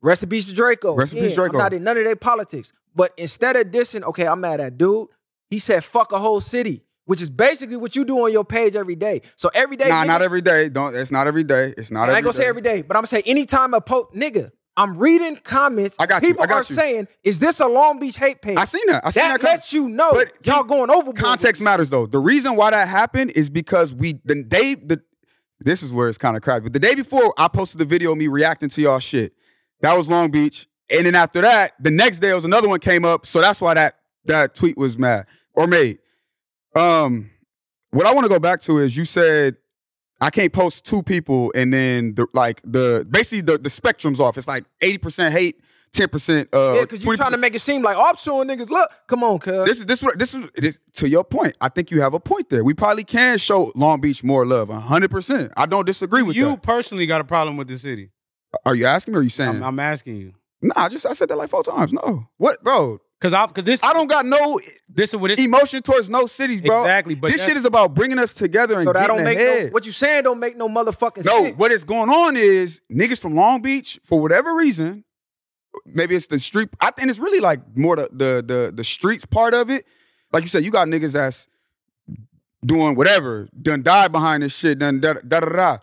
S3: recipes to Draco.
S4: Rest in peace,
S3: Again,
S4: Draco.
S3: I'm not in none of their politics. But instead of dissing, okay, I'm mad at dude. He said, "Fuck a whole city," which is basically what you do on your page every day. So every day,
S4: Nah,
S3: niggas-
S4: not every day. Don't. It's not every day. It's not.
S3: I ain't
S4: every
S3: gonna say
S4: day.
S3: every day, but I'm gonna say anytime a post nigga. I'm reading comments.
S4: I got you,
S3: People
S4: I got
S3: are
S4: you.
S3: saying, "Is this a Long Beach hate page?"
S4: I seen that. I seen
S3: that
S4: that. con-
S3: lets you know
S4: But
S3: y'all going overboard. with
S4: Context matters though. The reason why that happened is because we the day the this is where it's kind of cracked. But the day before I posted the video of me reacting to y'all shit. That was Long Beach. And then after that, the next day it was another one came up. So that's why that that tweet was mad or made. Um what I want to go back to is you said I can't post two people and then the like the basically the, the spectrum's off. It's like 80% hate, 10% uh
S3: Yeah, because you're
S4: 20%
S3: trying to make it seem like oh, I'm showing niggas. Look, come on, cuz.
S4: this is this what this is this, to your point. I think you have a point there. We probably can show Long Beach more love, hundred percent. I don't disagree with
S2: You
S4: that.
S2: personally got a problem with the city.
S4: Are you asking me? Or are you saying?
S2: I'm, I'm asking you
S4: nah, I just I said that like four times. No, what, bro?
S2: because I because this
S4: I don't got no
S2: this is what it's
S4: emotion towards no cities, bro.
S2: Exactly, but
S4: this
S2: that-
S4: shit is about bringing us together and
S3: So that
S4: getting
S3: don't make no.
S4: ahead.
S3: What you saying don't make no motherfucking
S4: no,
S3: sense.
S4: what is going on is niggas from Long Beach, for whatever reason, maybe it's the street. I think it's really like more the the the, the streets part of it. Like you said, you got niggas that's doing whatever, done died behind this shit, done da da da da.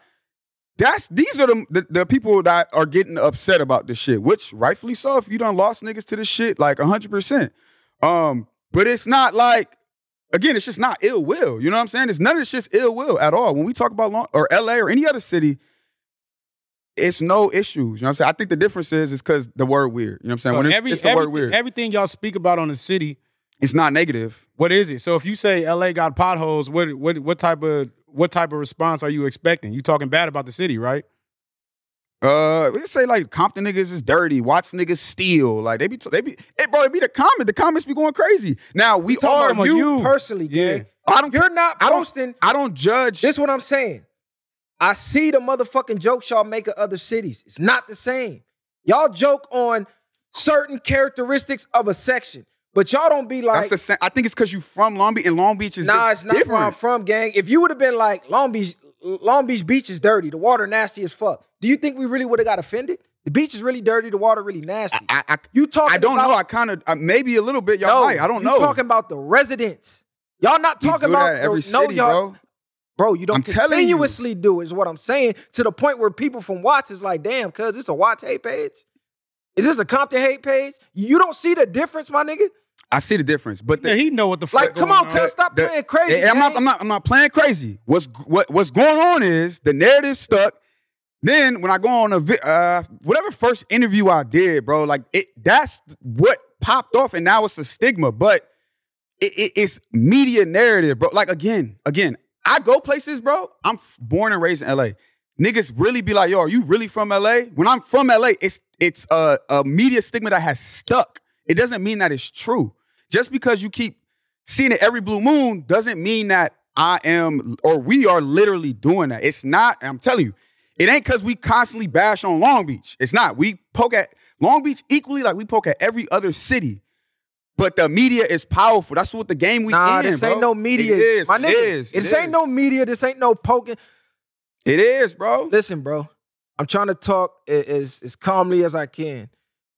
S4: That's these are the, the the people that are getting upset about this shit, which rightfully so. If you done lost niggas to this shit, like hundred percent. Um, but it's not like again, it's just not ill will. You know what I'm saying? It's none of this shit's ill will at all. When we talk about Long or LA or any other city, it's no issues. You know what I'm saying? I think the difference is is because the word weird. You know what I'm saying?
S2: So
S4: when it's,
S2: every-
S4: it's the
S2: everything-
S4: word weird,
S2: Everything y'all speak about on the city,
S4: it's not negative.
S2: what is it? So if you say LA got potholes, what what what type of what type of response are you expecting? You talking bad about the city, right?
S4: Uh, we say like Compton niggas is dirty, Watts niggas steal. Like they be, they be, it, bro, it be the comment. The comments be going crazy. Now we are,
S2: about
S4: you,
S2: you.
S3: personally, gang.
S4: I don't,
S3: You're not
S4: I don't-
S3: posting.
S4: I don't judge.
S3: This is what I'm saying. I see the motherfucking jokes y'all make of other cities. It's not the same. Y'all joke on certain characteristics of a section, but y'all don't be like,
S4: that's the same. I think it's because you from Long Beach, and Long Beach is
S3: nah,
S4: just
S3: it's not
S4: different.
S3: where I'm from, gang. If you would have been like, Long Beach, Long Beach beach is dirty, the water nasty as fuck. Do you think we really would have got offended? The beach is really dirty, the water really nasty.
S4: I, I,
S3: you talking?
S4: I don't
S3: about,
S4: know. I kind of uh, maybe a little bit. Y'all
S3: No,
S4: might. I don't
S3: you
S4: know.
S3: Talking about the residents. Y'all not
S4: You
S3: talking
S4: do
S3: about
S4: that at every
S3: no,
S4: city,
S3: y'all,
S4: bro.
S3: Bro, you don't
S4: I'm telling you.
S3: continuously do is what I'm saying to the point where people from Watts is like, damn, cuz it's a Watts hate page. Is this a Compton hate page? You don't see the difference, my nigga.
S4: I see the difference, but the,
S2: Yeah, he know what the fuck.
S3: Like, come
S2: going
S3: on, cuz stop
S4: the-
S3: playing crazy.
S4: Yeah, I'm not.
S3: gang.
S4: I'm not. I'm not playing crazy. What's what What's going on is the narrative stuck. Then when I go on a vi- uh, whatever first interview I did, bro, like it. That's what popped off, and now it's a stigma. But it, it- it's media narrative, bro. Like again, again, I go places, bro. I'm f- born and raised in LA. Niggas really be like, yo, are you really from LA? When I'm from LA, it's it's a, a media stigma that has stuck. It doesn't mean that it's true. Just because you keep seeing it every blue moon doesn't mean that I am or we are literally doing that. It's not, I'm telling you, it ain't because we constantly bash on Long Beach. It's not. We poke at Long Beach equally like we poke at every other city. But the media is powerful. That's what the game we
S3: Nah,
S4: in,
S3: this
S4: bro.
S3: ain't no media.
S4: It is.
S3: my
S4: it
S3: nigga,
S4: is,
S3: this
S4: it
S3: ain't
S4: is.
S3: no media. This ain't no poking.
S4: It is, bro.
S3: Listen, bro, I'm trying to talk a- as, as calmly as I can.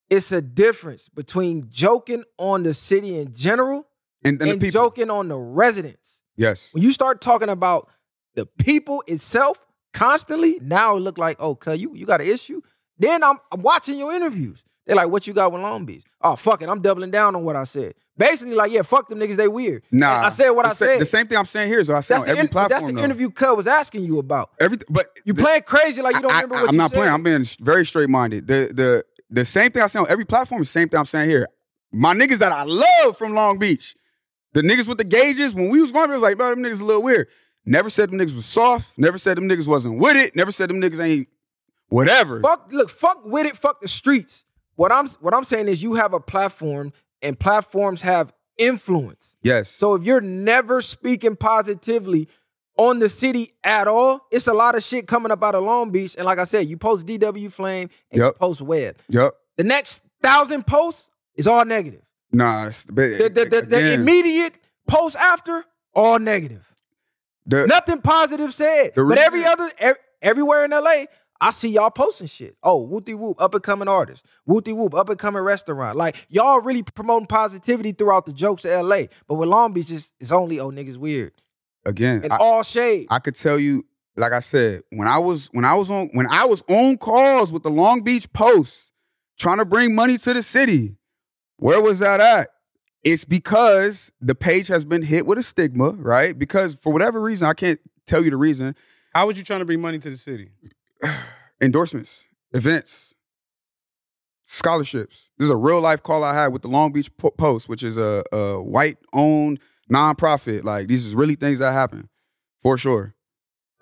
S3: It's a difference between joking on the city in general
S4: And, and,
S3: and,
S4: the people.
S3: joking on the residents.
S4: Yes.
S3: When you start talking about the people itself constantly, now it look like, oh, cuz you, you got an issue. Then I'm, I'm watching your interviews. They're like, what you got with Long Beach? Oh, fuck it. I'm doubling down on what I said. Basically, like, yeah, fuck them niggas, they weird.
S4: Nah.
S3: I said what
S4: the
S3: I
S4: sa-
S3: said.
S4: The same thing I'm saying here is what I said
S3: That's
S4: on
S3: the,
S4: every
S3: in-
S4: platform.
S3: that's the
S4: though.
S3: interview Cuz was asking you about.
S4: Everyth- but
S3: You
S4: the-
S3: playing crazy like you don't
S4: I,
S3: remember what
S4: am
S3: you
S4: not
S3: said.
S4: playing. I'm being very straight minded. The the the same thing I say on every platform is the same thing I'm saying here. My niggas that I love from Long Beach, the niggas with the gauges, when we was going, it was like, bro, them niggas a little weird. Never said them niggas was soft. Never said them niggas wasn't with it. Never said them niggas ain't whatever.
S3: Fuck, look, fuck with it. Fuck the streets. What I'm what I'm saying is you have a platform, and platforms have influence.
S4: Yes.
S3: So if you're never speaking positively on the city at all, it's a lot of shit coming up out of Long Beach. And like I said, you post DW Flame and you
S4: Yep.
S3: post Web.
S4: yep.
S3: The next thousand posts is all negative.
S4: Nah. It's, but
S3: The, the, the, the
S4: again,
S3: immediate post after all negative.
S4: the-
S3: Nothing positive said.
S4: Uh, The
S3: But
S4: reason-
S3: every other ev- everywhere in LA, I see y'all posting shit. Oh, whoopty whoop, up and coming artist. Whoopty whoop, up and coming restaurant. Like y'all really promoting positivity throughout the jokes of LA. But with Long Beach, it's, it's only oh niggas weird
S4: again,
S3: and
S4: I-
S3: all shade.
S4: I could tell you, like I said, when I was when I was on when I was on calls with the Long Beach Post trying to bring money to the city, where was that at? It's because the page has been hit with a stigma, right? Because for whatever reason, I can't tell you the reason.
S2: How would you trying to bring money to the city?
S4: Endorsements, events, scholarships. This is a real life call I had with the Long Beach Po- Post, which is a, a white owned nonprofit. Like these is really things that happen, for sure.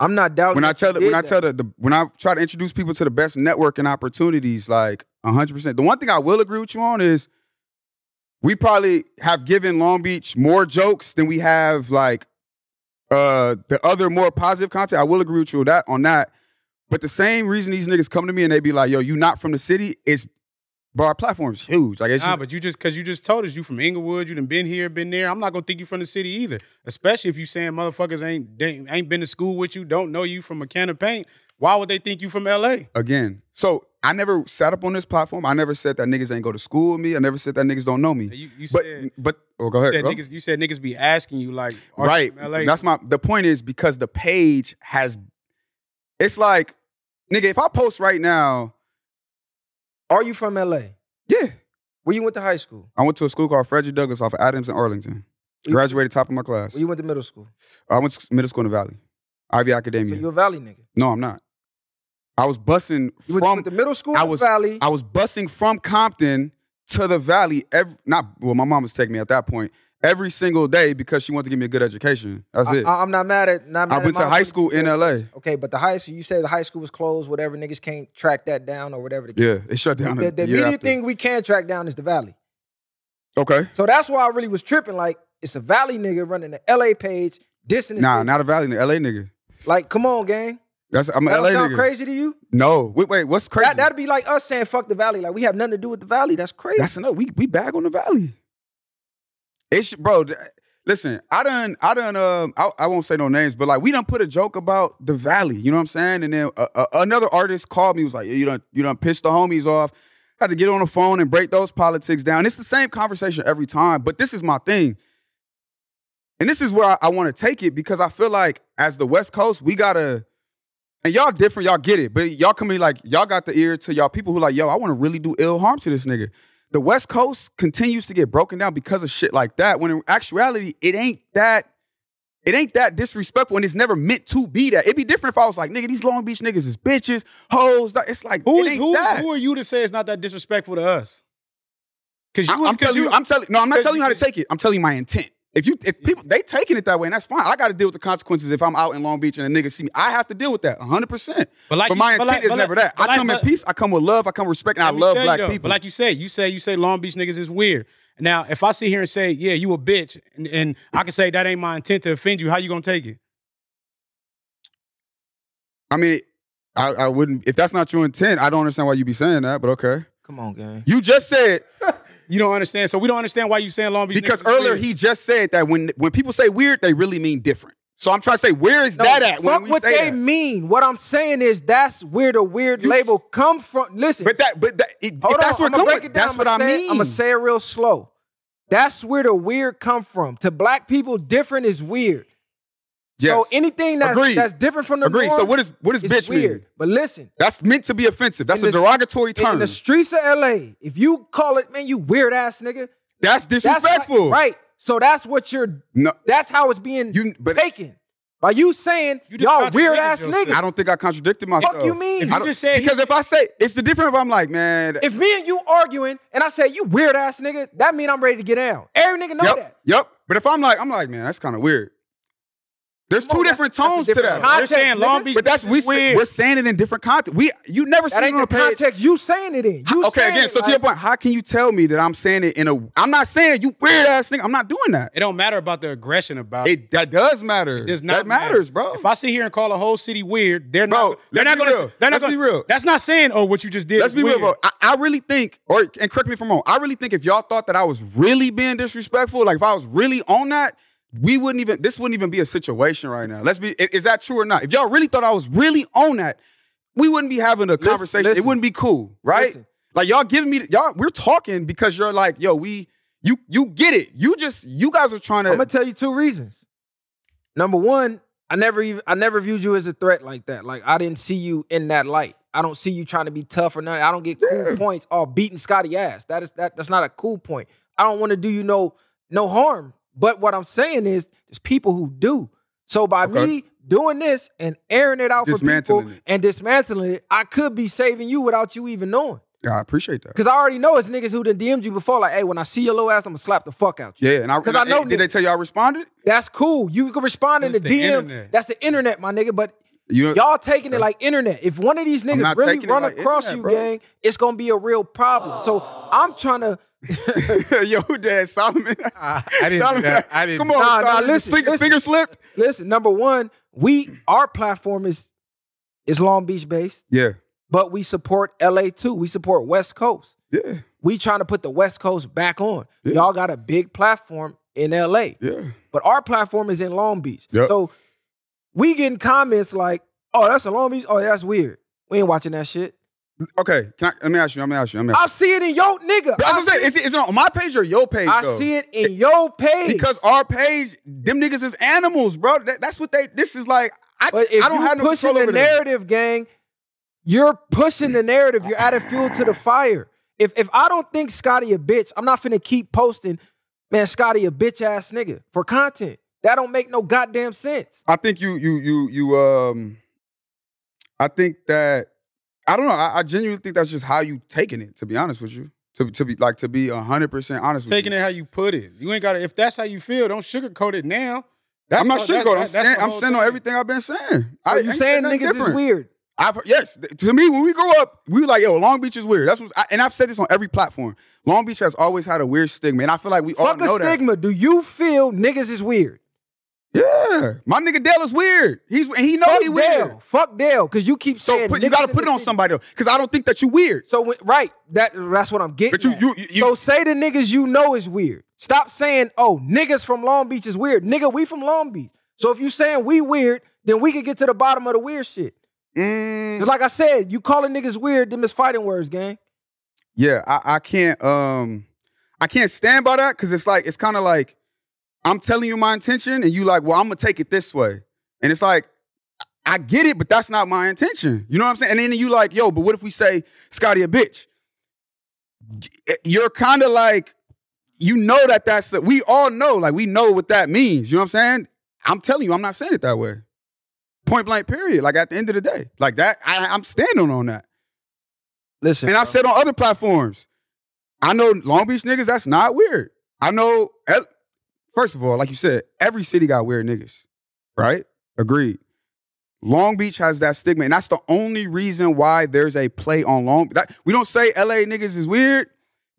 S3: I'm not
S2: Oh,
S3: doubting.
S4: when I
S3: that
S4: tell
S3: you
S4: the, when
S3: did
S4: I
S3: that.
S4: tell the, the when I try to introduce people to the best networking opportunities, like hundred percent. The one thing I will agree with you on is we probably have given Long Beach more jokes than we have like uh the other more positive content. I will agree with you on that on that. But the same reason these niggas come to me and they be like, "Yo, you not from the city?" Is bro, our platform's huge. Like it's
S2: Nah,
S4: just,
S2: but you just because you just told us you from Inglewood, you done been here, been there. I'm not gonna think you from the city either, especially if you saying motherfuckers ain't they ain't been to school with you, don't know you from a can of paint. Why would they think you from LA?
S4: Again, so I never sat up on this platform. I never said that niggas ain't go to school with me. I never said that niggas don't know me.
S2: You, you
S4: but
S2: said,
S4: but oh, go ahead.
S2: said
S4: bro.
S2: niggas, you said niggas be asking you like, are you
S4: right.
S2: from LA?
S4: That's my the point is because the page has it's like, nigga, if I post right now,
S3: Are you from LA?
S4: yeah.
S3: Where you went to high school?
S4: I went to a school called Frederick Douglass off of Adams and Arlington.
S3: You-
S4: Graduated top of my class.
S3: Where you went to middle school?
S4: I went to middle school in the Valley. Ivy
S3: So
S4: Academia.
S3: you a Valley nigga.
S4: no, I'm not. I was busing
S3: You went, you
S4: from
S3: went to middle school
S4: I
S3: in the
S4: was-
S3: Valley.
S4: I was busing from Compton to the Valley. Every, not well, my mom was taking me at that point every single day because she wanted to give me a good education. That's it. I,
S3: I, am not mad at not mad at
S4: went to
S3: my-
S4: high school in LA.
S3: Okay, but the high school you said the high school was closed, whatever niggas can't track that down or whatever. The,
S4: Yeah, it shut down.
S3: the,
S4: a
S3: the
S4: year
S3: immediate
S4: after.
S3: thing we can track down is the Valley.
S4: Okay.
S3: So that's why I really was tripping. Like it's a Valley nigga running the LA page, dissing. his
S4: Nah,
S3: nigga.
S4: not a Valley nigga. LA nigga.
S3: Like come on, gang.
S4: That's I'm an
S3: That
S4: LA
S3: don't sound
S4: nigga.
S3: crazy to you?
S4: No, wait, wait. What's crazy?
S3: That, that'd be like us saying fuck the Valley. Like we have nothing to do with the Valley. That's crazy.
S4: That's enough. We we back on the valley. It's bro. th- Listen, I done, I done. Um, I, I won't say no names, but like we done put a joke about the valley. You know what I'm saying? And then uh, uh, another artist called me. Was like, you done, you done pissed the homies off. Had to get on the phone and break those politics down. It's the same conversation every time, but this is my thing. And this is where I, I want to take it because I feel like as the West Coast, we gotta, and y'all different, y'all get it, but y'all can be like, y'all got the ear to y'all people who like, yo, I want to really do ill harm to this nigga. The West Coast continues to get broken down because of shit like that. When in actuality, it ain't that, it ain't that disrespectful, and it's never meant to be that. It'd be different if I was like, nigga, these Long Beach niggas is bitches, hoes. It's like,
S2: Who
S4: it
S2: is
S4: ain't
S2: who,
S4: that.
S2: who are you to say it's not that disrespectful to us? Because
S4: I, am telling you, I'm telling. No, I'm not
S2: because
S4: telling you how to
S2: you-
S4: take it. I'm telling you my intent. If you, if people, they taking it that way, and that's fine. I got to deal with the consequences if I'm out in Long Beach and a nigga see me. I have to deal with that 100. percent
S2: But like
S4: But
S2: you-
S4: my
S2: but
S4: intent
S2: like-
S4: is
S2: but
S4: never
S2: like-
S4: that.
S2: but
S4: I
S2: like-
S4: come
S2: but-
S4: in peace. I come with love. I come with respect, and I
S2: Let me
S4: love
S2: tell you
S4: black
S2: though,
S4: people.
S2: But like you say, you say you say Long Beach niggas is weird. Now, if I sit here and say, yeah, you a bitch, and, and I can say that ain't my intent to offend you, how you gonna take it?
S4: I mean, I, I wouldn't. If that's not your intent, I don't understand why you be saying that. But okay,
S3: come on, gang.
S4: you just said
S2: You don't understand. So we don't understand why you saying Long Beach.
S4: because
S2: niggas is
S4: earlier
S2: weird.
S4: he just said that when when people say weird, they really mean different. So I'm trying to say, where is
S3: No,
S4: that at? When
S3: fuck
S4: we
S3: what
S4: say
S3: they
S4: that?
S3: mean. What I'm saying is that's where the weird
S4: You-
S3: label come from. Listen,
S4: But that, but that, it, if that's where it
S3: I'ma
S4: come
S3: break
S4: from,
S3: it down.
S4: that's what I
S3: I'ma say it-
S4: mean.
S3: I'ma say it real slow. That's where the weird come from. To black people, different is weird.
S4: Yes.
S3: So anything that's,
S4: Agreed.
S3: that's different from the
S4: Agreed.
S3: norm
S4: So what is what is
S3: is
S4: bitch
S3: weird.
S4: mean?
S3: But listen,
S4: That's meant to be offensive. That's
S3: In
S4: a
S3: the-
S4: derogatory
S3: in
S4: term.
S3: the streets of LA, if you call it, man, you weird ass nigga.
S4: that's
S3: That's like-
S4: disrespectful.
S3: right. So that's what you're.
S4: No,
S3: That's how it's being
S4: You- but-
S3: taken. By you saying
S2: You just
S3: y'all
S2: contradicted
S3: weird ass
S2: yourself.
S3: niggas.
S4: I don't think I contradicted myself.
S3: Fuck you mean?
S2: If
S4: I
S2: you
S4: don't-
S2: just said
S4: because if I say it's the different if I'm like, man,
S3: If me and you arguing and I say you weird ass nigga, that mean I'm ready to get down. Every nigga know
S4: yep,
S3: that.
S4: yep. But if I'm like, I'm like, man, that's kind of weird. There's
S3: Come
S4: two
S3: on, that's-
S4: different
S3: that's a
S4: tones
S3: different
S4: to that.
S3: context,
S2: They're saying Long
S3: nigga.
S2: Beach
S4: But that's
S2: niggas
S4: we
S2: is weird.
S4: we're saying it in different content. We you never
S3: That
S4: seen it
S3: ain't
S4: on
S3: the
S4: a page.
S3: context you saying it in. You
S4: okay,
S3: saying
S4: again.
S3: it
S4: So to
S3: like-
S4: your point, how can you tell me that I'm saying it in a? I'm not saying you weird ass nigga. I'm not doing that.
S2: it don't matter about the aggression about it.
S4: It that does matter.
S2: does not
S4: that matters,
S2: matter.
S4: bro.
S2: If I sit here and call a whole city weird, they're
S4: Bro,
S2: not. They're
S4: let's
S2: not
S4: be
S2: gonna.
S4: real.
S2: They're not
S4: Let's
S2: gonna,
S4: be real.
S2: That's not saying, oh, what you just did.
S4: Let's
S2: is
S4: be real,
S2: weird.
S4: bro. I, I really think, or and correct me if I'm wrong. I really think if y'all thought that I was really being disrespectful, like if I was really on that, we wouldn't even. This wouldn't even be a situation right now. Let's be. i- Is that true or not? If y'all really thought I was really on that, we wouldn't be having a conversation.
S3: listen.
S4: it wouldn't be cool, right?
S3: Listen.
S4: Like y'all giving me y'all. We're talking because you're like, yo, we. You you get it. You just you guys are trying to.
S3: I'm gonna tell you two reasons. Number one, I never even I never viewed you as a threat like that. Like I didn't see you in that light. I don't see you trying to be tough or nothing. I don't get cool points off beating Scotty ass. That is that that's not a cool point. I don't want to do you no no harm. But what I'm saying is there's people who do. So by
S4: Okay.
S3: me doing this and airing it out for people
S4: Dismantling it.
S3: and dismantling it, I could be saving you without you even knowing.
S4: yeah, I appreciate that.
S3: Cause I already know it's niggas who done DM'd you before, like, hey, when I see your little ass, I'm gonna slap the fuck out you.
S4: Yeah, and I,
S3: 'Cause I know
S4: did they
S3: niggas.
S4: tell you I responded?
S3: That's cool. You can respond in the,
S2: It's the
S3: DM.
S2: internet.
S3: That's the internet, my nigga. But
S4: You know,
S3: y'all taking it like internet. If one of these niggas
S4: not
S3: really
S4: taking it
S3: run
S4: like
S3: across
S4: internet,
S3: you,
S4: bro.
S3: gang, it's gonna be a real problem. So I'm trying to
S4: yo, Dad Solomon.
S5: I, I didn't do
S4: Solomon,
S5: that. I didn't.
S4: Come on,
S3: Nah, nah,
S4: Solomon.
S3: listen,
S4: Finger-
S3: listen.
S4: finger slipped.
S3: listen. Number one, we our platform is is Long Beach based,
S4: Yeah.
S3: but we support LA too. We support West Coast.
S4: Yeah.
S3: We trying to put the West Coast back on. Y'all got a big platform in LA.
S4: Yeah.
S3: but our platform is in Long Beach.
S4: Yep.
S3: So we getting comments like, Oh, that's a Long Beach. Oh, that's weird. We ain't watching that shit.
S4: Okay, can I, let me ask you. Let me ask you. Let me ask
S3: I see it in your nigga.
S4: you. I was gonna say, is it, is it on my page or your page?
S3: I
S4: though?
S3: see it in your page.
S4: Because our page, them niggas is animals, bro. That- that's what they. This is like I.
S3: but if
S4: I don't
S3: you
S4: have no
S3: pushing
S4: control
S3: the
S4: over them.
S3: narrative, gang, you're pushing the narrative. You're adding fuel to the fire. If if I don't think Scotty a bitch, I'm not finna keep posting, man, Scotty a bitch ass nigga for content. That don't make no goddamn sense.
S4: I think you you you you um. I think that I don't know. I, I genuinely think that's just how you taking it. To be honest with you, to to be like to be hundred percent honest
S2: Taking
S4: with you.
S2: it how you put it. You ain't got to. If that's how you feel, don't sugarcoat it now. That's
S4: I'm not
S2: all-
S4: sure.
S2: that's-
S4: Gold. I'm
S2: that- that's
S4: saying
S2: the
S4: I'm
S2: whole
S4: saying on
S2: thing.
S4: everything I've been saying.
S3: So
S4: I
S3: you
S4: ain't
S3: saying
S4: nothing
S3: niggas is
S4: different.
S3: weird?
S4: I've heard- yes. th- To me, when we grew up, we were like, yo, Long Beach is weird. That's what, I, and I've said this on every platform. Long Beach has always had a weird stigma, and Oh, I feel like we all
S3: Fuck a
S4: know that.
S3: stigma. Do you feel niggas is weird?
S4: Yeah, my nigga Dale is weird. He's and he know
S3: Fuck
S4: he weird.
S3: Dale. Fuck Dale, because you keep
S4: So
S3: saying
S4: put, you
S3: niggas
S4: got
S3: in
S4: to put it
S3: the
S4: on
S3: city.
S4: somebody else because I don't think that you weird.
S3: So when, right, that that's what I'm getting.
S4: But you-
S3: at.
S4: you- you- you-
S3: so say the niggas you know is weird. Stop saying, oh, niggas from Long Beach is weird. Nigga, we from Long Beach. So if you saying we weird, then we could get to the bottom of the weird shit.
S4: Mm,
S3: 'Cause like I said, you calling niggas weird, them is fighting words, gang.
S4: yeah, I, I can't. Um, I can't stand by that because it's like it's kind of like I'm telling you my intention, and you like, well, I'm gonna take it this way, and it's like I get it, but that's not my intention. You know what I'm saying? And then you like, yo, but what if we say Scotty a bitch? You're kind of like, you know that that's we all know, like we know what that means. You know what I'm saying? I'm telling you, I'm not saying it that way. Point blank, period. Like at the end of the day, like that, I, I'm standing on that.
S3: Listen,
S4: And I've said on other platforms, I know Long Beach niggas, that's not weird. I know, el- first of all, like you said, every city got weird niggas, right? Agreed. Long Beach has that stigma, and that's the only reason why there's a play on Long That, we don't say LA niggas is weird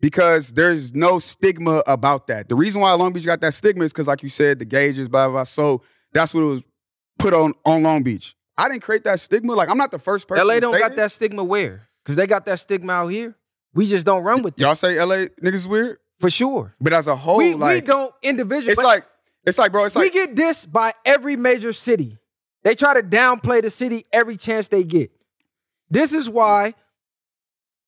S4: because there's no stigma about that. The reason why Long Beach got that stigma is because, like you said, the gauges, blah, blah, blah. So that's what it was put on on Long Beach. I didn't create that stigma. Like, I'm not the first person.
S3: LA
S4: to
S3: don't
S4: say
S3: got
S4: this.
S3: that stigma where? Because they got that stigma out here. We just don't run with it
S4: Y'all say LA niggas is weird?
S3: for sure.
S4: But as a whole,
S3: we, we
S4: like
S3: don't individually.
S4: it's like it's like bro, it's
S3: we
S4: like
S3: get dissed by every major city. They try to downplay the city every chance they get. This is why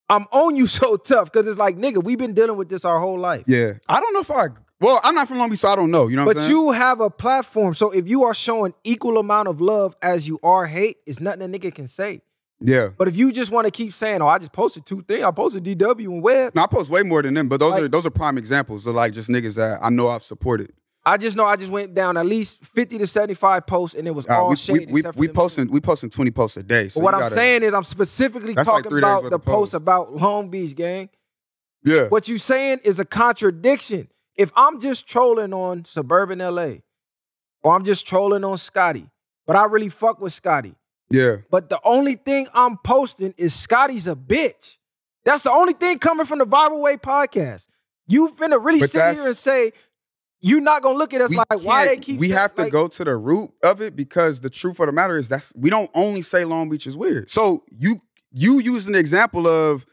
S3: I'm on you so tough because it's like, nigga, we've been dealing with this our whole life.
S4: yeah. I don't know if I well, I'm not from Long Beach, so I don't know. You know what I'm
S3: But
S4: saying?
S3: you have a platform, so if you are showing equal amount of love as you are hate, it's nothing a nigga can say.
S4: yeah.
S3: But if you just want to keep saying, "Oh, I just posted two things. I posted DW and Web,"
S4: No, I post way more than them, but those
S3: Like-
S4: are those are prime examples of like just niggas that I know I've supported.
S3: I just know I just went down at least fifty to seventy-five posts, and it was
S4: Uh,
S3: all
S4: we,
S3: shade.
S4: we, we,
S3: except for
S4: we
S3: them two.
S4: posting we posting 20 posts a day. So
S3: But what
S4: you
S3: I'm
S4: gotta-
S3: saying is, I'm specifically
S4: That's like
S3: talking
S4: three days
S3: about
S4: worth
S3: the
S4: of posts.
S3: post about Long Beach, gang.
S4: Yeah.
S3: What you saying is a contradiction. If I'm just trolling on suburban LA, or I'm just trolling on Scotty, but I really fuck with Scotty,
S4: Yeah.
S3: but the only thing I'm posting is Scotty's a bitch. That's the only thing coming from the Viral Way podcast. You finna really
S4: But
S3: sit here
S4: that's-
S3: and say you not gonna look at us
S4: We
S3: like why they
S4: can't-
S3: keep.
S4: we
S3: saying,
S4: have to
S3: like-
S4: go to the root of it because the truth of the matter is that's we don't only say Long Beach is weird. So you you use an example of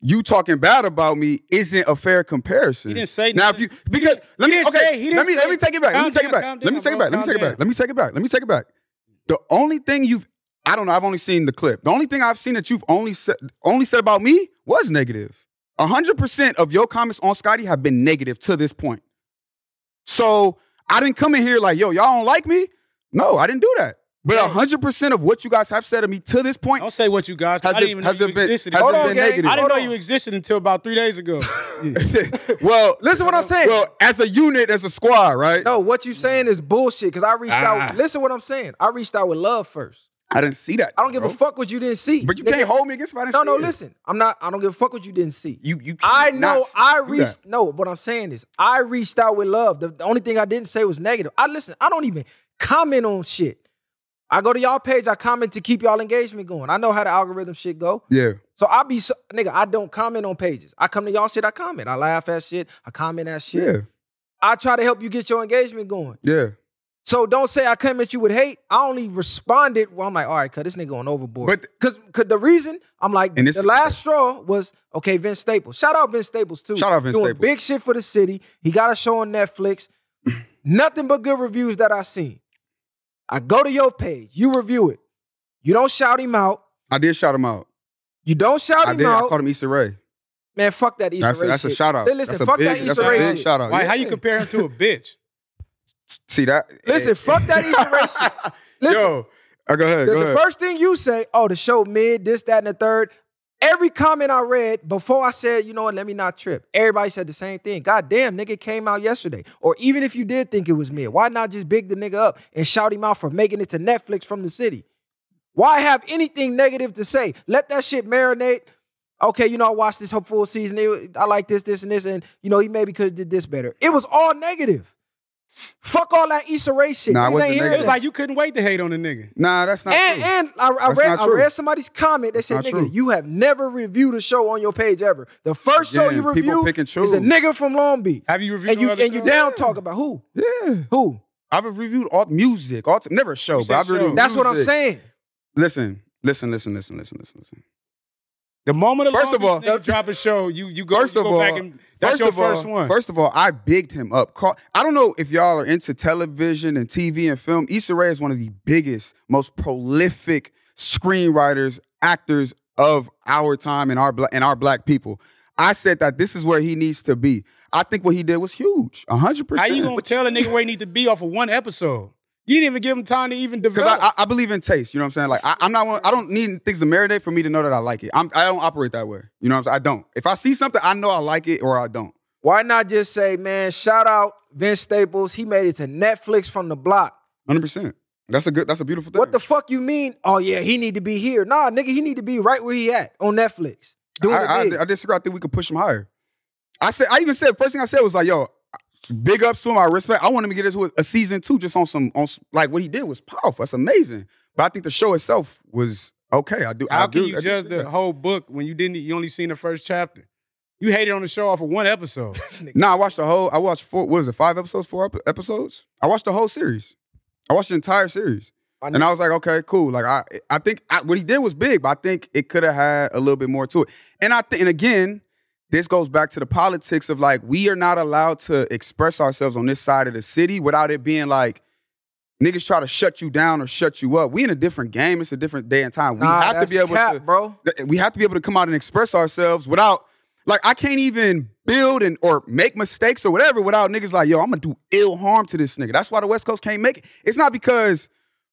S4: you talking bad about me isn't a fair comparison.
S2: He didn't say
S4: now if you
S2: nothing.
S4: because let me
S2: didn't
S4: okay
S2: say- he didn't
S4: let me
S2: say-
S4: let me take it back let me
S2: Calm
S4: take it
S2: down,
S4: back
S2: calm
S4: let me
S2: down,
S4: take it
S2: bro,
S4: back let me
S2: calm
S4: take it
S2: down.
S4: back let me take it back let me take it back. The only thing you've I don't know I've only seen the clip. The only thing I've seen that you've only said only said about me was negative. hundred percent of your comments on Scotty have been negative to this point. So I didn't come in here like, yo, y'all don't like me. No, I didn't do that. But hundred percent of what you guys have said of me to this point,
S2: Don't say what you guys. 'cause
S4: Has
S2: I
S4: it-
S2: didn't even know
S4: has
S2: you
S4: it been-
S2: existed.
S4: has
S2: Hold
S4: it
S2: on,
S4: been
S2: gang.
S4: negative?
S2: I didn't
S3: Hold on.
S2: know you existed until about three days ago.
S4: well,
S3: Listen what I'm saying.
S4: well, as a unit, as a squad, right?
S3: No, what you saying is bullshit. Because I reached
S4: Ah.
S3: out. Listen, what I'm saying. I reached out with love first.
S4: I didn't see that.
S3: I don't give a
S4: bro.
S3: fuck what you didn't see.
S4: But you
S3: Nigga,
S4: can't hold me against if I didn't
S3: No,
S4: see
S3: no.
S4: it.
S3: Listen, I'm not. I don't give a fuck what you didn't see.
S4: You you can't
S3: I
S4: not
S3: know.
S4: s-
S3: I
S4: do that.
S3: reached. No, what I'm saying is, I reached out with love. The, the only thing I didn't say was negative. I listen. I don't even comment on shit. I go to y'all page. I comment to keep y'all engagement going. I know how the algorithm shit go.
S4: Yeah.
S3: So I be so, nigga. I don't comment on pages. I come to y'all shit. I comment. I laugh at shit. I comment at shit.
S4: Yeah.
S3: I try to help you get your engagement going.
S4: Yeah.
S3: So don't say I come at you with hate. I only responded. Well, I'm like, all right, cut this nigga on overboard.
S4: But-
S3: because the reason I'm like,
S4: And this-
S3: the last straw was okay. Vince Staples. Shout out Vince Staples too.
S4: Shout out Vince
S3: Doing
S4: Staples.
S3: Big shit for the city. He got a show on Netflix. Nothing but good reviews that I seen. I go to your page. You review it. You don't shout him out.
S4: I did shout him out.
S3: You don't shout
S4: I
S3: him
S4: did. I
S3: out.
S4: called him Issa Rae.
S3: Man, fuck that Issa
S4: That's, a,
S3: Rae
S4: that's a
S3: shit.
S4: shout out.
S3: Hey, Listen,
S4: that's a
S3: fuck
S4: big,
S3: that
S4: that's
S3: Issa
S4: a
S3: Rae
S4: big
S3: shit.
S4: shout out.
S2: Why?
S4: Yeah.
S2: How you compare him to a bitch?
S4: See that?
S3: Listen, fuck that Issa Rae shit. Listen,
S4: Yo, uh, go ahead.
S3: the,
S4: go
S3: the
S4: ahead.
S3: first thing you say, oh, the show mid, this, that, and the third. Every comment I read before I said, you know what, let me not trip. Everybody said the same thing. God damn, nigga came out yesterday. Or even if you did think it was mid, why not just big the nigga up and shout him out for making it to Netflix from the city? Why have anything negative to say? Let that shit marinate. Okay, you know, I watched this whole full season. It- I like this, this, and this, and you know, he maybe could have did this better. It was all negative. Fuck all that Issa Rae shit.
S4: Nah, it
S3: Niggas
S4: wasn't
S3: ain't hearing
S2: It was
S4: negative.
S3: that.
S2: like you couldn't wait to hate on a nigga.
S4: Nah, that's not
S3: And,
S4: true.
S3: and I, I
S4: That's
S3: read
S4: not
S3: I
S4: true.
S3: read somebody's comment that said,
S4: not
S3: "Nigga,
S4: true.
S3: you have never reviewed a show on your page ever. The first show
S4: Again,
S3: you
S4: people
S3: review
S4: pick and
S3: is a
S4: choose.
S3: nigga from Long Beach,
S2: Have you reviewed
S3: and you
S2: other
S3: and you
S2: shows?
S3: down talk about who
S4: yeah.
S3: who.
S4: I've reviewed all music, all never a show,
S2: You
S4: but I've
S2: said show.
S4: reviewed
S3: That's what I'm
S4: music.
S3: saying.
S4: Listen, listen, listen, listen, listen, listen, listen.
S2: The moment a
S4: First
S2: Long
S4: of all-
S2: Beach nigga drop a show, you you go,
S4: First
S2: you
S4: of
S2: go
S4: all,
S2: back and that's
S4: first
S2: your
S4: of all,
S2: first one.
S4: First of all, I bigged him up. Call, I don't know if y'all are into television and TV and film. Issa Rae is one of the biggest, most prolific screenwriters, actors of our time and our bla- and our black people. I said that this is where he needs to be. I think what he did was huge, hundred
S2: How
S4: percent.
S2: you gonna tell a nigga where he need to be off of one episode? You didn't even give him time to even
S4: Because
S2: develop.
S4: I, I, I believe in taste. You know what I'm saying? Like I, I'm not. One, I don't need things to marinate for me to know that I like it. I'm, I don't operate that way. You know what I'm saying? I don't. If I see something, I know I like it or I don't.
S3: Why not just say, man, shout out Vince Staples. He made it to Netflix from the block.
S4: Hundred percent. That's a good. That's a beautiful thing.
S3: What the fuck you mean? Oh yeah, he need to be here. Nah, nigga, he need to be right where he at on Netflix doing
S4: I,
S3: it big.
S4: I, I disagree. I think we could push him higher. I said. I even said. First thing I said was like, "Yo, big ups to him. I respect. I want him to get into a season two, just on some on s- like what he did was powerful. That's amazing. But I think the show itself was okay. I do. I
S2: How can
S4: do- I
S2: you
S4: do
S2: judge
S4: think
S2: the
S4: that.
S2: whole book when you didn't? You only seen the first chapter. You hated on the show off of one episode.
S4: Nah, I watched the whole. I watched four. What was it? Five episodes? Four ep- episodes? I watched the whole series. I watched the entire series,
S3: I
S4: and I was like, okay, cool. Like I, I think I, what he did was big, but I think it could have had a little bit more to it. And I think, and again, this goes back to the politics of like we are not allowed to express ourselves on this side of the city without it being like. Niggas try to shut you down or shut you up. We in a different game. It's a different day and time. We
S3: Nah,
S4: have to
S3: that's
S4: be able
S3: cap,
S4: to
S3: bro.
S4: th- we have to be able to come out and express ourselves without like I can't even build and or make mistakes or whatever without niggas like, yo, I'm gonna do ill harm to this nigga. That's why the West Coast can't make it. It's not because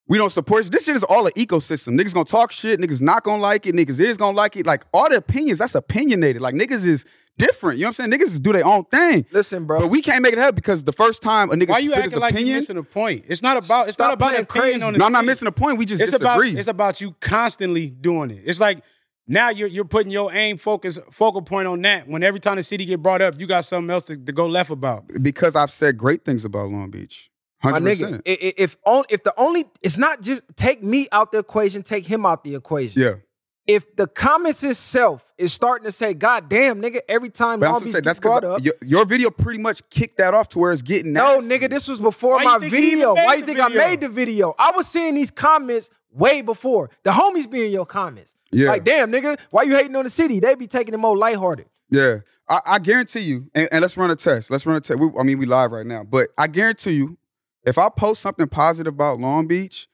S4: we don't support this shit is all an ecosystem. Niggas gonna talk shit, niggas not gonna like it, niggas is gonna like it. Like all the opinions, that's opinionated. Like niggas is different. You know what I'm saying? Niggas is do their own thing.
S3: Listen, bro.
S4: But we can't make it happen because the first time a nigga
S2: Why you
S4: spit his
S2: acting like you
S4: opinion.
S2: missing a point? It's not about. It's
S3: Stop
S2: not about
S3: playing
S2: opinion
S3: crazy.
S2: on the
S4: no, I'm not
S2: shit.
S4: missing the point. We just
S2: It's about.
S4: disagree.
S2: It's about you constantly doing it. It's like now you're you're putting your aim focus focal point on that. When every time the city get brought up, you got something else to, to go left about.
S4: because I've said great things about Long Beach.
S3: My
S4: Hundred
S3: nigga,
S4: percent.
S3: i- i- if on, if the only it's not just take me out the equation, take him out the equation.
S4: Yeah.
S3: If the comments itself is starting to say, "God damn, nigga," every time
S4: But
S3: Long
S4: I'm
S3: Beach
S4: saying
S3: gets
S4: that's
S3: brought
S4: because
S3: up.
S4: your, your video pretty much kicked that off to where it's getting.
S3: no,
S4: nasty.
S3: nigga, this was before
S2: Why you
S3: my
S2: think he even
S3: video.
S2: made
S3: Why you
S2: the
S3: think
S2: video?
S3: I made the video? I was seeing these comments way before the homies be in your comments.
S4: Yeah.
S3: Like, damn, nigga, why you hating on the city? They be taking it more lighthearted.
S4: Yeah, I, I guarantee you. And, and let's run a test. Let's run a test. We, I mean, we live right now, but I guarantee you, if I post something positive about Long Beach,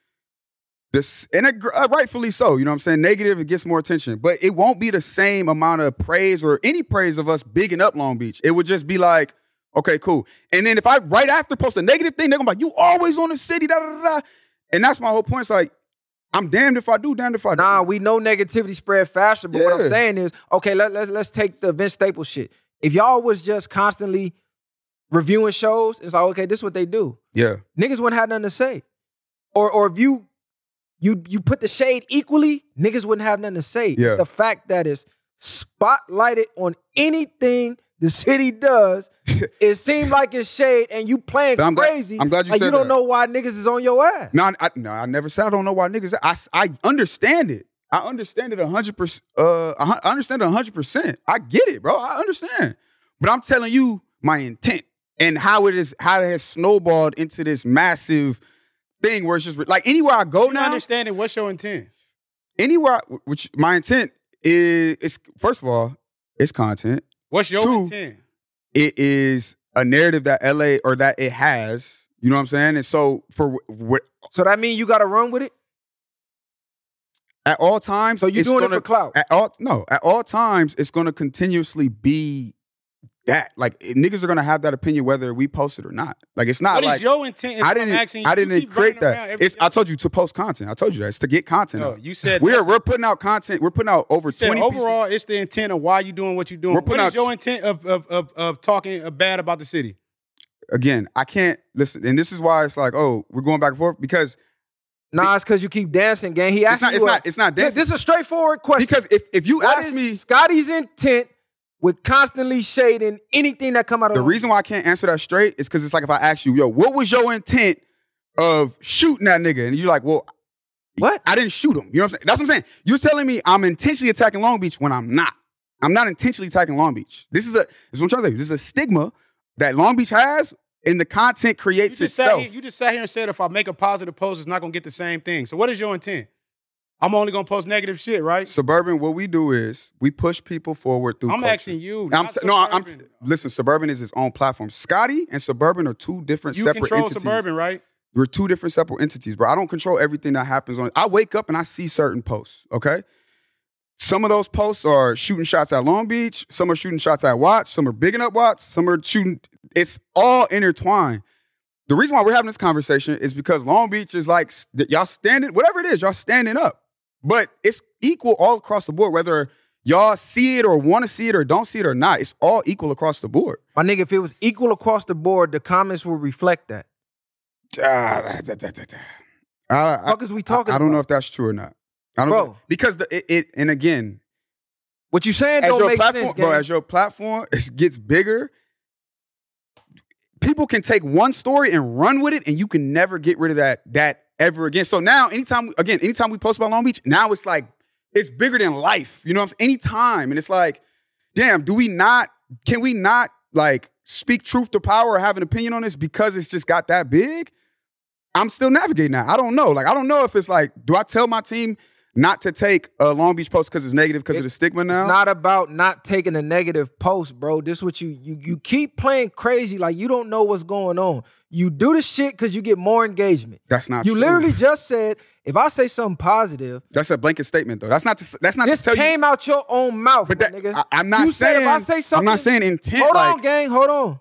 S4: this and it, uh, rightfully so. You know what I'm saying? Negative, it gets more attention, but it won't be the same amount of praise or any praise of us bigging up Long Beach. It would just be like. Okay, cool. And then if I right after post a negative thing, they're gonna be like, you always on the city, da da da. da." And that's my whole point. It's like, I'm damned if I do, damned if I do.
S3: Nah, we know negativity spread faster, but what I'm
S4: Yeah.
S3: saying is, okay, let, let's let's take the Vince Staples shit. If y'all was just constantly reviewing shows, it's like, okay, this is what they do.
S4: yeah.
S3: Niggas wouldn't have nothing to say. Or or if you you you put the shade equally, niggas wouldn't have nothing to say.
S4: Yeah.
S3: It's the fact that it's spotlighted on anything the city does. it seemed like it's shade, and you playing
S4: But I'm glad-
S3: crazy.
S4: I'm glad you
S3: like
S4: said
S3: you don't
S4: that.
S3: know why niggas is on your ass.
S4: No, I, no, I never said I don't know why niggas. I, I understand it. I understand it hundred percent. Uh, I hun- I understand it hundred percent. I get it, bro. I understand. But I'm telling you my intent and how it is, how it has snowballed into this massive thing where it's just like anywhere I go
S2: You
S4: now,
S2: understanding what's your intent?
S4: anywhere I- which my intent is, is first of all, it's content.
S2: What's your
S4: Two.
S2: intent?
S4: it is a narrative that LA or that it has. You know what I'm saying? And so for what
S3: So that mean you gotta run with it?
S4: at all times.
S3: So you
S4: it's
S3: doing it
S4: gonna-
S3: for clout.
S4: At all, no, at all times, it's going to continuously be that. Like it- niggas are going to have that opinion whether we post it or not. Like it's not
S2: What is
S4: like
S2: your intent? Is
S4: I
S2: what
S4: didn't.
S2: I'm asking you.
S4: I
S2: You
S4: didn't
S2: keep
S4: create
S2: running around
S4: that.
S2: every-
S4: It's. I told you to post content. I told you that. It's to get content.
S2: No,
S4: out.
S2: you said
S4: we're we're putting out content. We're putting out over
S2: you said
S4: twenty. pieces-
S2: overall, it's the intent of why you doing what you doing.
S4: We're
S2: What
S4: putting
S2: is
S4: out-
S2: your intent of of of, of talking bad about the city?
S4: again, I can't listen. And this is why it's like, oh, we're going back and forth because
S3: Nah, it's because you keep dancing, gang. He
S4: it's
S3: asked
S4: not.
S3: you
S4: It's
S3: a-
S4: not. It's not
S3: Look,
S4: dancing.
S3: This is a straightforward question.
S4: Because if if you
S3: What
S4: ask
S3: is
S4: me,
S3: Scotty's intent with constantly shading anything that come out of
S4: the reason why I can't answer that straight is because it's like if I ask you, yo, what was your intent of shooting that nigga? And you're like, well,
S3: What?
S4: I didn't shoot him. You know what I'm saying? That's what I'm saying. You're telling me I'm intentionally attacking Long Beach when I'm not. I'm not intentionally attacking Long Beach. This is a this is what I'm trying to say. This is a stigma that Long Beach has, and the content
S2: You
S4: creates
S2: just, sat
S4: itself.
S2: here, you just sat here and said if I make a positive post, it's not gonna get the same thing. So what is your intent? I'm only gonna post negative shit, right?
S4: Suburban, what we do is we push people forward through.
S2: I'm
S4: culture.
S2: asking you.
S4: I'm
S2: not
S4: t- no, I'm
S2: Suburban.
S4: listen. Suburban is its own platform. Scotty and Suburban are two different
S2: you
S4: separate
S2: control
S4: entities.
S2: suburban, right?
S4: We're two different separate entities, bro. I don't control everything that happens on. I wake up and I see certain posts. Okay, some of those posts are shooting shots at Long Beach. Some are shooting shots at Watts. Some are bigging up Watts. Some are shooting. It's all intertwined. The reason why we're having this conversation is because Long Beach is like s- y'all standing, whatever it is, y'all standing up. But it's equal all across the board, whether y'all see it or want to see it or don't see it or not. It's all equal across the board.
S3: my nigga, if it was equal across the board, the comments will reflect that.
S4: Ah, da, da, da, da, da. I- I-
S3: Fuck is we talking?
S4: I don't know
S3: about?
S4: if that's true or not. I don't
S3: Bro.
S4: know. because the, it, it and again,
S3: what you saying
S4: as
S3: don't
S4: your
S3: make
S4: platform,
S3: sense, gang.
S4: bro, as your platform is- gets bigger, people can take one story and run with it, and you can never get rid of that that ever again. So now, anytime again, anytime we post about Long Beach, now it's like it's bigger than life. You know what I'm saying? Anytime, and it's like, damn, do we not? Can we not like speak truth to power or have an opinion on this because it's just got that big? I'm still navigating that. I don't know. Like, I don't know if it's like, do I tell my team not to take a Long Beach post because it's negative because of the stigma now?
S3: It's not about not taking a negative post, bro. This what you you you keep playing crazy like you don't know what's going on. You do the shit because you get more engagement.
S4: That's not
S3: you
S4: true.
S3: literally just said if I say something positive,
S4: That's a blanket statement though. That's not to, s- that's not
S3: this
S4: to tell
S3: came out your own mouth,
S4: you. But that,
S3: my nigga.
S4: I, am not
S3: you
S4: saying.
S3: Said if I say
S4: I'm
S3: something,
S4: not saying intent.
S3: Hold
S4: like,
S3: on, gang. Hold on.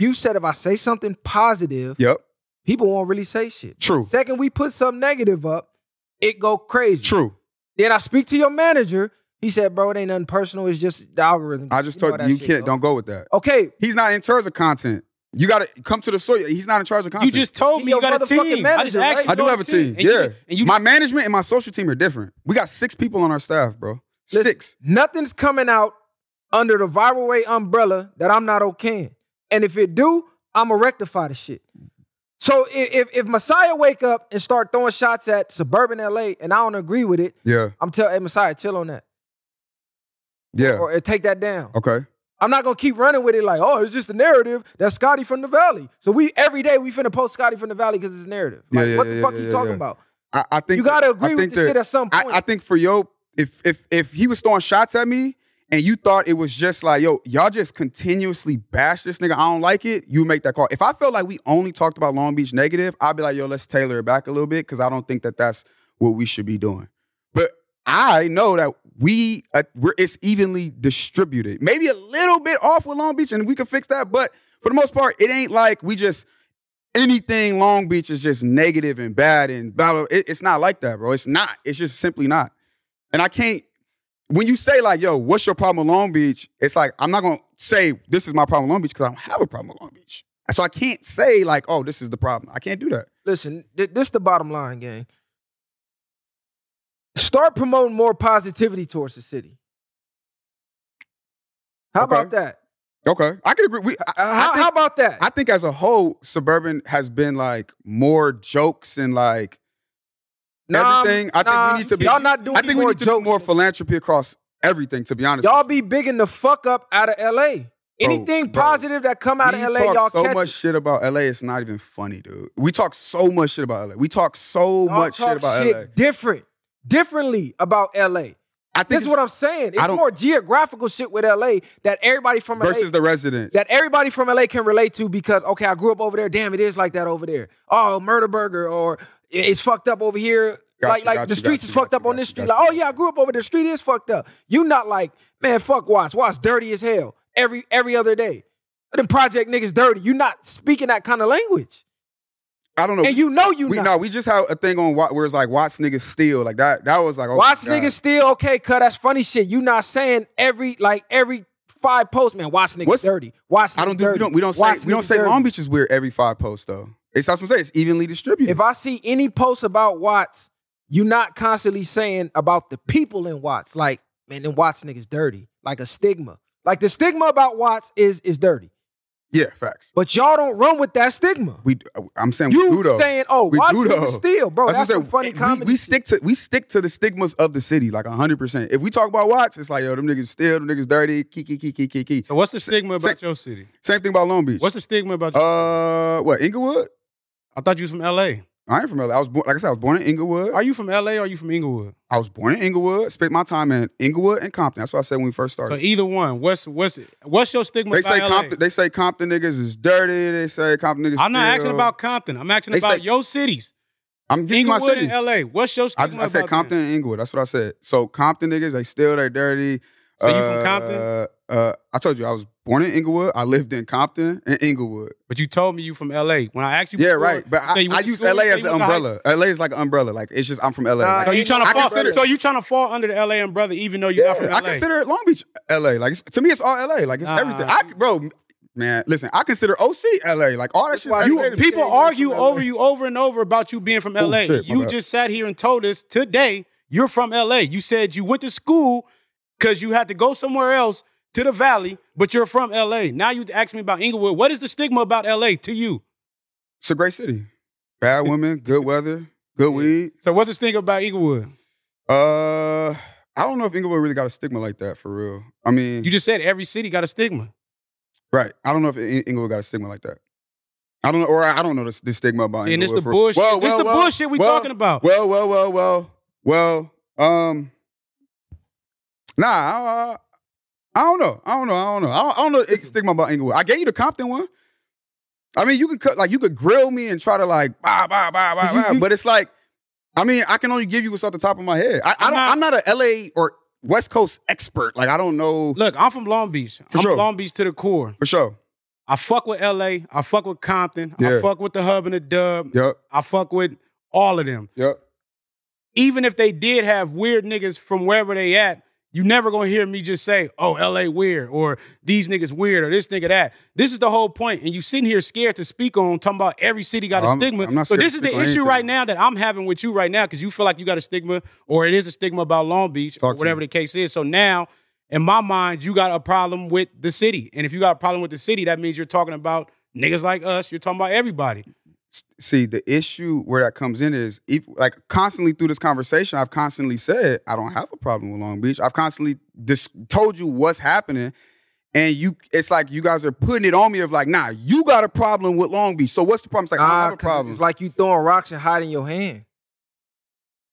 S3: you said if I say something positive,
S4: Yep.
S3: people won't really say shit.
S4: True.
S3: Second, we put something negative up, it go crazy.
S4: True.
S3: Then I speak to your manager. He said, "Bro, it ain't nothing personal. It's just the algorithm."
S4: I just
S3: know
S4: told
S3: that
S4: you you
S3: shit,
S4: can't.
S3: bro.
S4: Don't go with that.
S3: Okay,
S4: He's not in charge of content. You got to come to the soil. He's not in charge of
S2: You
S4: content.
S2: just told
S3: He
S2: me you
S3: your
S2: got a
S3: motherfucking
S2: team. I just
S3: manager,
S2: asked
S3: right?
S2: you
S4: I do
S2: about
S4: have a team.
S2: And you-
S4: Yeah.
S2: and you
S4: my management and my social team are different. We got six people on our staff, bro.
S3: Listen,
S4: six.
S3: Nothing's coming out under the viral way umbrella that I'm not okay. in. And if it do, I'ma rectify the shit. So i- if if Messiah wake up and start throwing shots at suburban LA and I don't agree with it,
S4: Yeah.
S3: I'm telling hey, Messiah, chill on that.
S4: Yeah.
S3: Or, or take that down.
S4: Okay.
S3: I'm not gonna keep running with it like, oh, it's just a narrative. That's Scotty from the Valley. So we every day we finna post Scotty from the Valley because it's a narrative.
S4: Yeah,
S3: Like,
S4: yeah,
S3: what
S4: yeah,
S3: the
S4: yeah,
S3: fuck you
S4: yeah,
S3: talking
S4: yeah.
S3: about?
S4: I, I think
S3: You gotta
S4: that-
S3: agree
S4: I
S3: with
S4: think
S3: this
S4: that-
S3: shit at some
S4: I-
S3: point.
S4: I, think for yo, if if if he was throwing shots at me and you thought it was just like yo, y'all just continuously bash this nigga. I don't like it. You make that call. If I felt like we only talked about Long Beach negative, I'd be like yo, let's tailor it back a little bit because I don't think that that's what we should be doing. But I know that we uh, we're it's evenly distributed. Maybe a little bit off with Long Beach, and we can fix that. But for the most part, it ain't like we just anything Long Beach is just negative and bad and blah blah. It- it's not like that, bro. It's not. It's just simply not. And I can't. When you say like, "Yo, what's your problem with Long Beach?" It's like I'm not gonna say this is my problem with Long Beach because I don't have a problem with Long Beach. So I can't say like, "Oh, this is the problem." I can't do that.
S3: listen, th- this the bottom line, gang. Start promoting more positivity towards the city. How
S4: Okay.
S3: about that?
S4: Okay, I can agree. We, I,
S3: Uh, how,
S4: I, think,
S3: how about that?
S4: I think as a whole, suburban has been like more jokes and like
S3: Nah,
S4: everything. I think
S3: nah,
S4: we need to be.
S3: Y'all not doing
S4: I think we
S3: more
S4: need to
S3: jokes.
S4: do more philanthropy across everything. To be honest,
S3: y'all be bigging the fuck up out of L.A. Anything
S4: bro.
S3: positive that come out of
S4: we
S3: L.A.
S4: talk
S3: y'all
S4: so
S3: catch
S4: much
S3: it.
S4: shit about LA. It's not even funny, dude. We talk so much shit about LA. We talk so
S3: Y'all
S4: much
S3: talk
S4: shit about
S3: shit
S4: LA.
S3: different, differently about L.A.
S4: I think
S3: This
S4: it's
S3: is what I'm saying. It's
S4: I don't-
S3: more geographical shit with L.A. that everybody from L.A.
S4: versus the residents.
S3: that everybody from LA can relate to because okay, I grew up over there. Damn, it is like that over there. Oh, murder burger, or it's fucked up over here.
S4: Gotcha,
S3: like like
S4: gotcha,
S3: the streets
S4: gotcha,
S3: is fucked
S4: gotcha,
S3: up on this
S4: gotcha,
S3: street.
S4: gotcha.
S3: Like, oh yeah, I grew up over there. The street is fucked up. You not like, man, fuck Watts. Watts dirty as hell every every other day. Them project niggas dirty. You not speaking that kind of language,
S4: I don't know.
S3: and you know you
S4: Oh, we
S3: not.
S4: no, we just had a thing on Wa- where it's like watch niggas steal like that. That was like oh,
S3: watch
S4: God.
S3: niggas still okay, cut. That's funny shit. You not saying every like every five posts, man. Watch niggas
S4: What's-
S3: dirty. Watch.
S4: I don't
S3: niggas
S4: do. We
S3: dirty.
S4: don't. We don't say.
S3: Watch
S4: We don't
S3: niggas
S4: say
S3: dirty.
S4: Long Beach is weird every five posts though. It's that's what I'm saying. It's evenly distributed.
S3: If I see any posts about Watts, you not constantly saying about the people in Watts. Like, man, them Watts niggas dirty. Like a stigma. Like the stigma about Watts is is dirty.
S4: yeah, facts.
S3: But y'all don't run with that stigma.
S4: We. I'm saying
S3: You
S4: we do though.
S3: saying, oh,
S4: We
S3: Watts
S4: do, though.
S3: niggas steal, bro. That's,
S4: what I'm
S3: some funny
S4: We-
S3: comedy.
S4: We, stick to we stick to the stigmas of the city like 100. percent If we talk about Watts, it's like yo, them niggas still, them niggas dirty, kiki kiki kiki kiki.
S2: So what's the stigma
S4: say-
S2: about your city?
S4: Same thing about Long Beach.
S2: What's the stigma about? Your,
S4: uh what Inglewood?
S2: I thought you was from L.A.
S4: I ain't from LA. I was born like I said, I was born in Inglewood.
S2: Are you from L.A. or are you from Inglewood?
S4: I was born in Inglewood. Spent my time in Inglewood and Compton. That's what I said when we first started.
S2: So either one. What's what's what's your stigma
S4: They
S2: about
S4: say
S2: LA?
S4: Compton. They say Compton niggas is dirty. They say Compton niggas.
S2: I'm not
S4: steal.
S2: asking about Compton. I'm asking
S4: They
S2: about
S4: say-
S2: your cities.
S4: I'm giving my
S2: Inglewood
S4: cities.
S2: and LA. What's your
S4: I,
S2: stigma
S4: just, I said
S2: about
S4: Compton
S2: them?
S4: and Inglewood. That's what I said. So Compton niggas, they still they dirty.
S2: So you from Compton?
S4: Uh, uh, I told you I was born in Inglewood. I lived in Compton and Inglewood.
S2: But you told me you from LA. When I asked you
S4: yeah,
S2: before,
S4: right. But
S2: you
S4: I,
S2: said you
S4: I
S2: went to
S4: use
S2: school,
S4: LA
S2: you said
S4: as
S2: you
S4: an
S2: went to high Uh,
S4: umbrella. LA is like an umbrella. Like it's just I'm from LA.
S3: Nah,
S4: Like,
S2: So
S3: I
S2: you trying to fall?
S4: consider-
S2: So you trying to fall under the LA umbrella, even though you're
S4: yeah,
S2: not from LA?
S4: I consider it Long Beach LA. Like it's, to me, it's all LA. Like it's
S2: Nah.
S4: everything. I bro, man, listen. I consider OC LA. Like all that shit.
S3: why
S2: You-
S3: I said it.
S2: people
S3: Yeah, you're
S2: argue
S3: from
S2: over
S3: LA.
S2: you over and over about you being from
S4: Oh,
S2: LA.
S4: shit, my
S2: you
S4: bad.
S2: just sat here and told us today you're from LA. You said you went to school because you had to go somewhere else to the valley, but you're from LA. Now you ask me about Inglewood. What is the stigma about LA to you?
S4: It's a great city. Bad women, good weather, good weed.
S2: So what's the stigma about Inglewood?
S4: Uh, I don't know if Inglewood really got a stigma like that for real. I mean,
S2: You just said every city got a stigma.
S4: right? I don't know if In- Inglewood got a stigma like that. I don't know, or I I don't know the, the stigma about.
S2: See, and it's the
S4: Inglewood for-
S2: bullshit.
S4: Well,
S2: This
S4: well,
S2: the
S4: well,
S2: bullshit we
S4: well,
S2: talking about.
S4: Well, well, well, well, well. Um, nah, I, I don't know. I don't know. I don't know. I don't, I don't know. It's a stigma about Inglewood. I gave you the Compton one. I mean, you can cut like you could grill me and try to like bah bah bah bah,
S3: 'Cause you-
S4: bah,
S3: you-
S4: but it's like, I mean, I can only give you what's off the top of my head. I, I
S2: I'm
S4: don't.
S2: not-
S4: I'm not a LA or West Coast expert. Like I don't know
S2: Look, I'm from Long Beach.
S4: For
S2: I'm
S4: sure.
S2: Long Beach to the core.
S4: for sure.
S2: I fuck with LA. I fuck with Compton.
S4: Yeah.
S2: I fuck with the Hub and the Dub.
S4: Yep.
S2: I fuck with all of them.
S4: Yep.
S2: Even if they did have weird niggas from wherever they at, you never gonna hear me just say, "Oh, LA weird," or "These niggas weird," or "This nigga that." This is the whole point, and you sitting here scared to speak on talking about every city got a
S4: I'm-
S2: stigma.
S4: I'm not
S2: so
S4: scared
S2: this
S4: to
S2: is the
S4: speak on
S2: issue
S4: anything.
S2: right now that I'm having with you right now because you feel like you got a stigma, or it is a stigma about Long Beach,
S4: Talk
S2: or
S4: to
S2: whatever
S4: me.
S2: the case is. So now, in my mind, you got a problem with the city, and if you got a problem with the city, that means you're talking about niggas like us. You're talking about everybody.
S4: see the issue where that comes in is if, like constantly through this conversation i've constantly said i don't have a problem with long beach i've constantly dis- told you what's happening and you it's like you guys are putting it on me of like nah you got a problem with long beach so what's the problem it's like i don't
S3: Nah,
S4: have a
S3: Ah, 'cause
S4: problem
S3: It's like you throwing rocks and hiding your hand.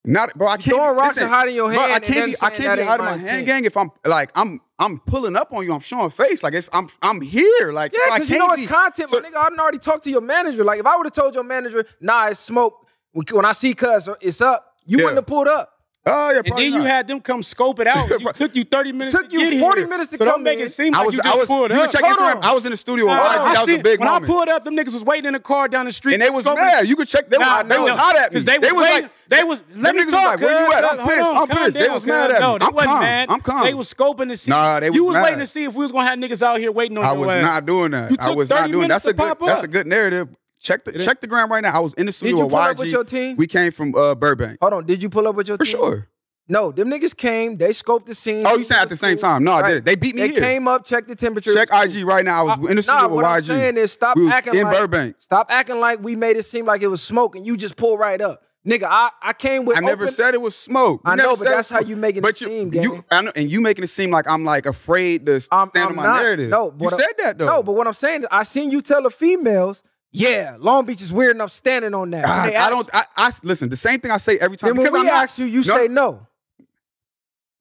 S4: not bro i can't
S3: Throwing rocks
S4: listen,
S3: and hiding your
S4: bro,
S3: hand.
S4: i
S3: and then
S4: can't be i
S3: saying that
S4: can't be
S3: ain't
S4: out of my hand
S3: intent.
S4: gang if i'm like i'm i'm pulling up on you i'm showing face like it's i'm i'm here like so
S3: Yeah,
S4: i
S3: because
S4: can't
S3: you know it's
S4: be-
S3: content,
S4: so-
S3: but nigga, I done already talked to your manager. Like, if I would have told your manager, nah, it's smoke. When when I see cuz, it's up. You
S4: Yeah.
S3: wouldn't have pulled up.
S4: oh yeah
S2: And
S4: probably
S2: then you
S4: not.
S2: had them come scope it out. It took you 30 minutes.
S3: Took
S2: to
S3: you
S2: get
S3: 40
S2: here.
S3: minutes to
S2: so
S3: come
S2: don't make
S3: in.
S2: it seem
S4: I
S2: like
S4: was,
S2: you
S4: I
S2: just
S4: was,
S2: pulled
S4: you
S2: up.
S4: can check
S3: Hold
S4: Instagram.
S3: on.
S4: I was in the studio. with
S2: Nah,
S4: YG.
S2: I
S4: that was a
S2: see-
S4: big
S2: when
S4: moment.
S2: I pulled up, them niggas was waiting in the car down the street.
S4: and they was
S2: scoping-
S4: mad. You could check. They
S2: Nah,
S4: was, they
S2: no,
S4: was
S2: no.
S4: not at me.
S2: 'Cause They was, waiting- They was. Let
S4: them
S2: me
S4: niggas
S2: talk.
S4: Was like, where you
S2: cuz,
S4: at? I'm
S2: hold
S4: pissed.
S2: on,
S4: I'm
S2: calm
S4: pissed. They
S2: down,
S4: was mad
S2: cuz.
S4: at me.
S2: No, they
S4: I'm
S2: wasn't
S4: calm.
S2: mad.
S4: I'm calm.
S2: They was scoping to see.
S4: Nah, they
S2: You
S4: was
S2: was
S4: mad.
S2: waiting to see if we was gonna have niggas out here waiting on
S4: I
S2: your
S4: was
S2: ass.
S4: not doing
S2: You
S4: that. I
S2: took
S4: was not
S2: 30
S4: doing.
S2: minutes
S4: That's a
S2: to
S4: good.
S2: pop
S4: That's
S2: up.
S4: a good narrative. Check the
S2: It ain't-
S4: check the gram right now. I was in the studio
S3: you
S4: with
S3: pull up with your
S4: YG.
S3: team? Oh,
S4: We came from uh, Burbank
S3: Hold on, did you pull up with your
S4: for
S3: team?
S4: sure.
S3: No, them niggas came, they scoped the scene.
S4: Oh, you saying at the same time? No, I didn't. They beat me
S3: They
S4: here.
S3: came up, checked the temperature.
S4: Check IG right now. I was in the
S3: Nah,
S4: studio with
S3: what I'm saying
S4: YG.
S3: is stop
S4: We was
S3: acting
S4: in
S3: like
S4: Burbank.
S3: stop acting like we made it seem like it was smoke and you just pull right up. Nigga, I, I came with
S4: I never
S3: open-
S4: said it was smoke. You
S3: I know, but
S4: never said it
S3: that's
S4: was
S3: how you make it
S4: But
S3: seem,
S4: you,
S3: gang.
S4: you, I know, and you making it seem like I'm like afraid to
S3: I'm-
S4: stand
S3: I'm
S4: on my
S3: not.
S4: narrative.
S3: No,
S4: you
S3: but- uh,
S4: said that though.
S3: No, but what I'm saying is I seen you tell the females, yeah, Long Beach is weird enough standing on that.
S4: God,
S3: When they
S4: Ah, I
S3: ask-
S4: don't. I, I listen. The same thing I say every time
S3: Then when
S4: because
S3: we
S4: I'm not.
S3: ask you, you
S4: No.
S3: say no.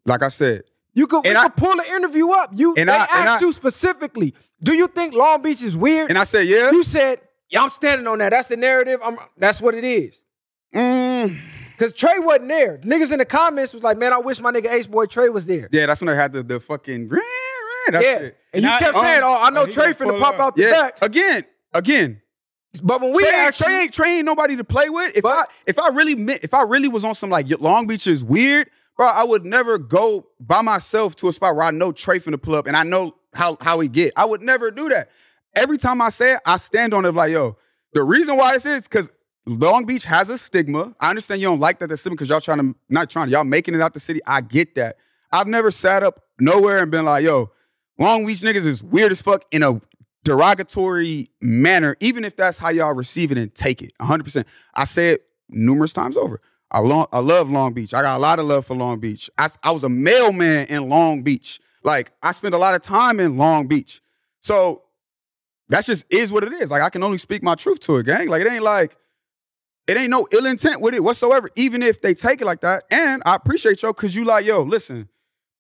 S4: like I said,
S3: You could, we
S4: And I-
S3: could pull the interview up. You
S4: And
S3: they
S4: I- and
S3: asked
S4: I-
S3: you specifically, do you think Long Beach is weird?
S4: and I said, yeah.
S3: you said, yeah, I'm standing on that. That's the narrative. I'm that's what it is.
S4: Mm,
S3: Cause Trey wasn't there. Niggas in the comments was like, man, I wish my nigga H Boy Trey was there.
S4: Yeah, that's when they had the, the fucking ring, ring. That's
S3: yeah.
S4: it.
S3: And you
S2: Now-
S3: kept
S4: um,
S2: oh,
S3: saying, oh, I know
S2: oh, he
S3: Trey
S2: gonna
S3: finna
S2: pull
S3: pop
S2: up.
S3: out the
S4: Yeah.
S3: back.
S4: Again, again.
S3: But when we
S4: We Trey, ain't-
S3: actually
S4: Trey, ain't- Trey ain't nobody to play with. If I
S3: But-
S4: if I really meant, if I really was on some like Long Beach is weird, bro, I would never go by myself to a spot where I know Trey finna pull up and I know how how he get. I would never do that. Every time I say it, I stand on it like, yo, the reason why this is because Long Beach has a stigma. I understand you don't like that the stigma because y'all trying to not trying to, y'all making it out the city. I get that. I've never sat up nowhere and been like, yo, Long Beach niggas is weird as fuck in a derogatory manner, even if that's how y'all receive it and take it. 100%. I say it numerous times over. I, long, I love Long Beach. I got a lot of love for Long Beach. I, s- I was a mailman in Long Beach. Like, I spent a lot of time in Long Beach. So that's just is what it is. Like, I can only speak my truth to it, gang. Like, it ain't like, it ain't no ill intent with it whatsoever, even if they take it like that. And I appreciate y'all because you like, yo, listen,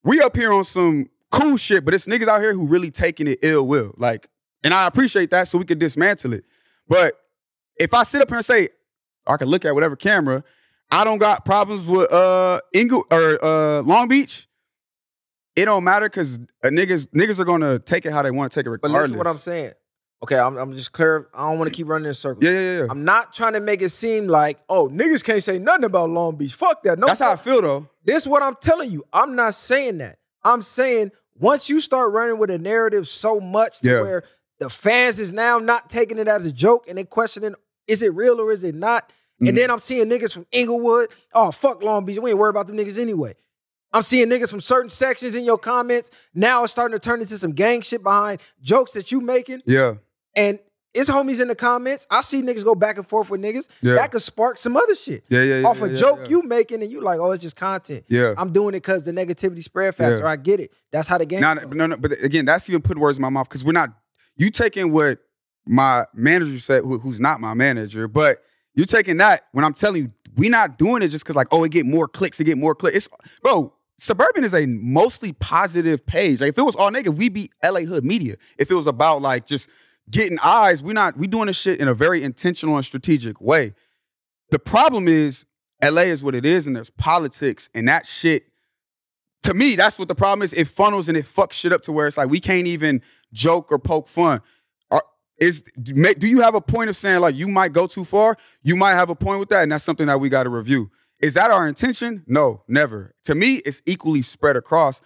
S4: we up here on some cool shit, but it's niggas out here who really taking it ill will. Like, and I appreciate that so we could dismantle it. But if I sit up here and say, I can look at whatever camera, I don't got problems with uh Ingle or uh Long Beach. It don't matter because niggas niggas are gonna take it how they want to take it
S3: But
S4: regardless.
S3: listen to what I'm saying. Okay, I'm, I'm just clear. I don't want to keep running in circles.
S4: Yeah, yeah, yeah.
S3: I'm not trying to make it seem like, oh, niggas can't say nothing about Long Beach. Fuck that. No,
S4: That's how I feel though.
S3: This is what I'm telling you. I'm not saying that. I'm saying once you start running with a narrative so much to
S4: Yeah.
S3: where the fans is now not taking it as a joke and they questioning, is it real or is it not?
S4: Mhm.
S3: And then I'm seeing niggas from Inglewood. Oh, fuck Long Beach. We ain't worried about them niggas anyway. I'm seeing niggas from certain sections in your comments. Now it's starting to turn into some gang shit behind jokes that you making.
S4: Yeah,
S3: And it's homies in the comments. I see niggas go back and forth with niggas.
S4: Yeah.
S3: That could spark some other shit.
S4: yeah, yeah. yeah
S3: Off
S4: yeah,
S3: a
S4: yeah,
S3: joke
S4: yeah.
S3: you making and you like, oh, it's just content.
S4: Yeah.
S3: I'm doing it because the negativity spread faster.
S4: Yeah.
S3: I get it. That's how the game.
S4: No,
S3: goes.
S4: no, no. But again, that's even put words in my mouth because we're not. You taking what my manager said, who, who's not my manager, but you taking that when I'm telling you, we not doing it just because like, oh, it get more clicks, it get more clicks. It's bro, suburban is a mostly positive page. Like if it was all negative, we'd be LA hood media. If it was about like just getting eyes, we not we doing this shit in a very intentional and strategic way. The problem is LA is what it is, and there's politics, and that shit to me, that's what the problem is. It funnels and it fucks shit up to where it's like we can't even joke or poke fun. Are, is do ma- do you have a point of saying like you might go too far? You might have a point with that, and that's something that we got to review. Is that our intention? No, never. To me, it's equally spread across.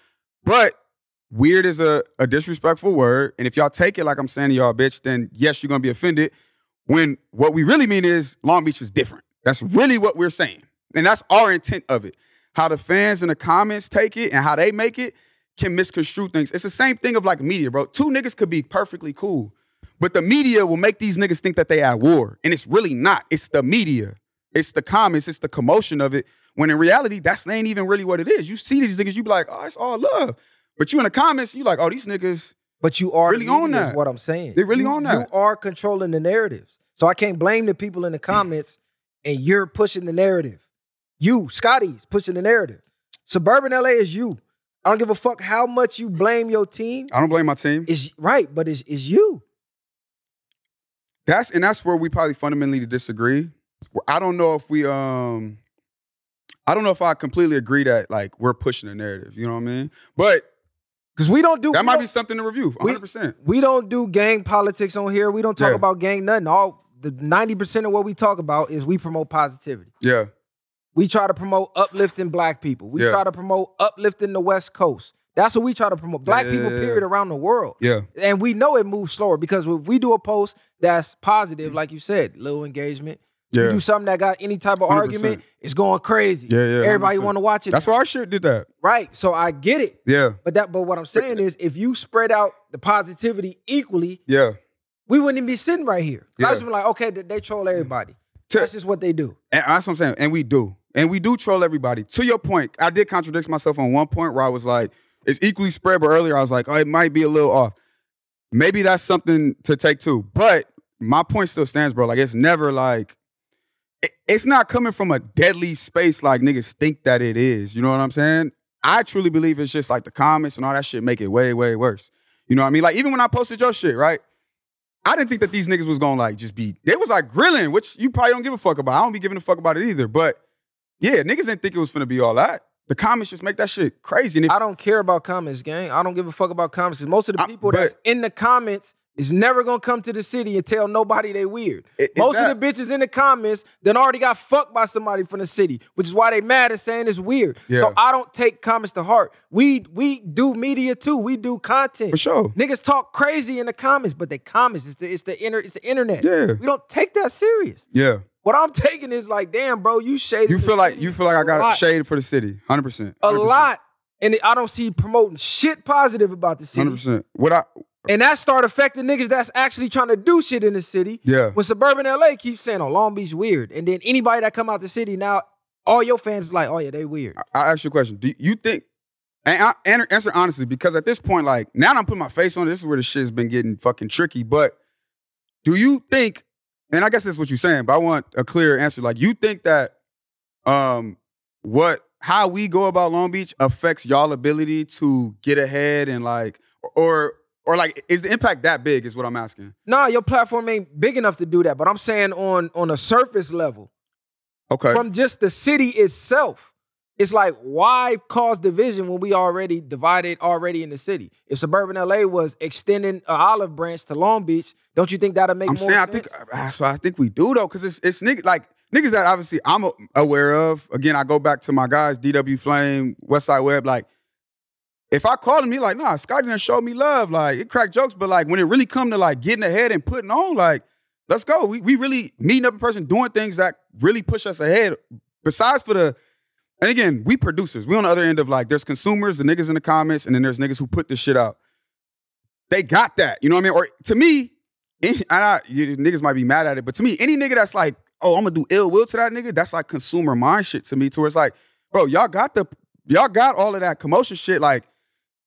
S4: But weird is a, a disrespectful word, and if y'all take it like I'm saying to y'all, bitch, then yes, you're gonna be offended. When what we really mean is Long Beach is different. That's really what we're saying, and that's our intent of it how the fans in the comments take it and how they make it can misconstrue things. It's the same thing of like media, bro. Two niggas could be perfectly cool, but the media will make these niggas think that they at war, and it's really not. It's the media, it's the comments, it's the commotion of it. When in reality, that's ain't even really what it is. You see these niggas, you be like, oh, it's all love. But you in the comments, you like, oh, these niggas,
S3: But you are
S4: Really on
S3: leading is
S4: that.
S3: What I'm saying,
S4: They really
S3: You-
S4: on that.
S3: You are controlling the narratives, so I can't blame the people in the comments. And you're pushing the narrative. You, Scotty's pushing the narrative. Suburban LA is you. I don't give a fuck how much you blame your team.
S4: I don't blame my team.
S3: Is right, but it's, it's you.
S4: That's and that's where we probably fundamentally disagree. Where I don't know if we um I don't know if I completely agree that like we're pushing a narrative, you know what I mean? But
S3: Because we don't do
S4: that
S3: we
S4: might
S3: don't-
S4: be something to review,
S3: we-
S4: 100%.
S3: we don't do gang politics on here. We don't talk
S4: Yeah.
S3: about gang nothing. All the 90% of what we talk about is we promote positivity.
S4: Yeah.
S3: We try to promote uplifting black people. We
S4: Yeah.
S3: try to promote uplifting the West Coast. That's what we try to promote. Black
S4: Yeah,
S3: people,
S4: yeah, yeah.
S3: period, around the world.
S4: Yeah.
S3: And we know it moves slower because if we do a post that's positive, like you said, little engagement. You
S4: Yeah.
S3: do something that got any type of
S4: 100%.
S3: argument, it's going crazy.
S4: Yeah, yeah,
S3: Everybody
S4: 100%.
S3: want to watch it.
S4: That's why our shit did that.
S3: right. So I get it.
S4: Yeah.
S3: But that but what I'm saying is if you spread out the positivity equally,
S4: Yeah.
S3: we wouldn't even be sitting right here.
S4: Yeah.
S3: I just been like, okay, they, they troll everybody.
S4: To-
S3: That's just what they do.
S4: And that's what I'm saying. And we do. And we do troll everybody. To your point, I did contradict myself on one point where I was like, it's equally spread, but earlier I was like, oh, it might be a little off. Maybe that's something to take too. But my point still stands, bro. Like, it's never like, it- it's not coming from a deadly space like niggas think that it is. You know what I'm saying? I truly believe it's just like the comments and all that shit make it way, way worse. You know what I mean? Like, even when I posted your shit, right? I didn't think that these niggas was gonna like just be. They was like grilling, which you probably don't give a fuck about. I don't be giving a fuck about it either. But Yeah, niggas didn't think it was gonna be all that. The comments just make that shit crazy. And if,
S3: I don't care about comments, gang. I don't give a fuck about comments because most of the
S4: I-
S3: people
S4: but-
S3: that's in the comments is never gonna come to the city and tell nobody they weird.
S4: I- if
S3: most
S4: that-
S3: of the bitches in the comments that already got fucked by somebody from the city, which is why they mad and saying it's weird.
S4: Yeah.
S3: So I don't take comments to heart. We we do media too. We do content
S4: for sure.
S3: Niggas talk crazy in the comments, but they comments it's the it's the inner it's the internet.
S4: Yeah.
S3: we don't take that serious.
S4: Yeah.
S3: What I'm taking is like, damn, bro, you shaded.
S4: You
S3: the
S4: feel like
S3: city
S4: you feel like I
S3: a lot
S4: got shaded for the city. 100%.
S3: a lot, and I don't see promoting shit positive about the city.
S4: 100%. What I
S3: And that start affecting niggas that's actually trying to do shit in the city.
S4: Yeah.
S3: When suburban LA keeps saying, "Oh, Long Beach weird," and then anybody that come out the city now, all your fans is like, "Oh yeah, they weird."
S4: I ask you a question. Do you think? And I and answer honestly, because at this point, like now that I'm putting my face on it, this is where the shit's been getting fucking tricky. But do you think? And I guess that's what you're saying, but I want a clear answer. Like, you think that um what how we go about Long Beach affects y'all ability to get ahead and like or or like is the impact that big? Is what I'm asking.
S3: Nah, your platform ain't big enough to do that. But I'm saying on on a surface level,
S4: Okay.
S3: from just the city itself. It's like, why cause division when we already divided already in the city? If suburban LA was extending an olive branch to Long Beach, don't you think that'll make
S4: I'm
S3: more
S4: saying I
S3: sense?
S4: think uh, that's what I think we do though, because it's it's niggas like niggas that obviously I'm a- aware of. Again, I go back to my guys, DW Flame, Westside Web. Like, if I called him, he like, nah, Scotty done showed me love. Like, it cracked jokes, but like when it really come to like getting ahead and putting on, like, let's go. We we really meeting up in person, doing things that really push us ahead. Besides for the and again, we producers. We on the other end of like there's consumers, the niggas in the comments, and then there's niggas who put this shit out. They got that, you know what I mean? Or to me, any, and I, you niggas might be mad at it, but to me, any nigga that's like, oh, I'm gonna do ill will to that nigga, that's like consumer mind shit to me. To where it's like, bro, y'all got the, y'all got all of that commotion shit. Like,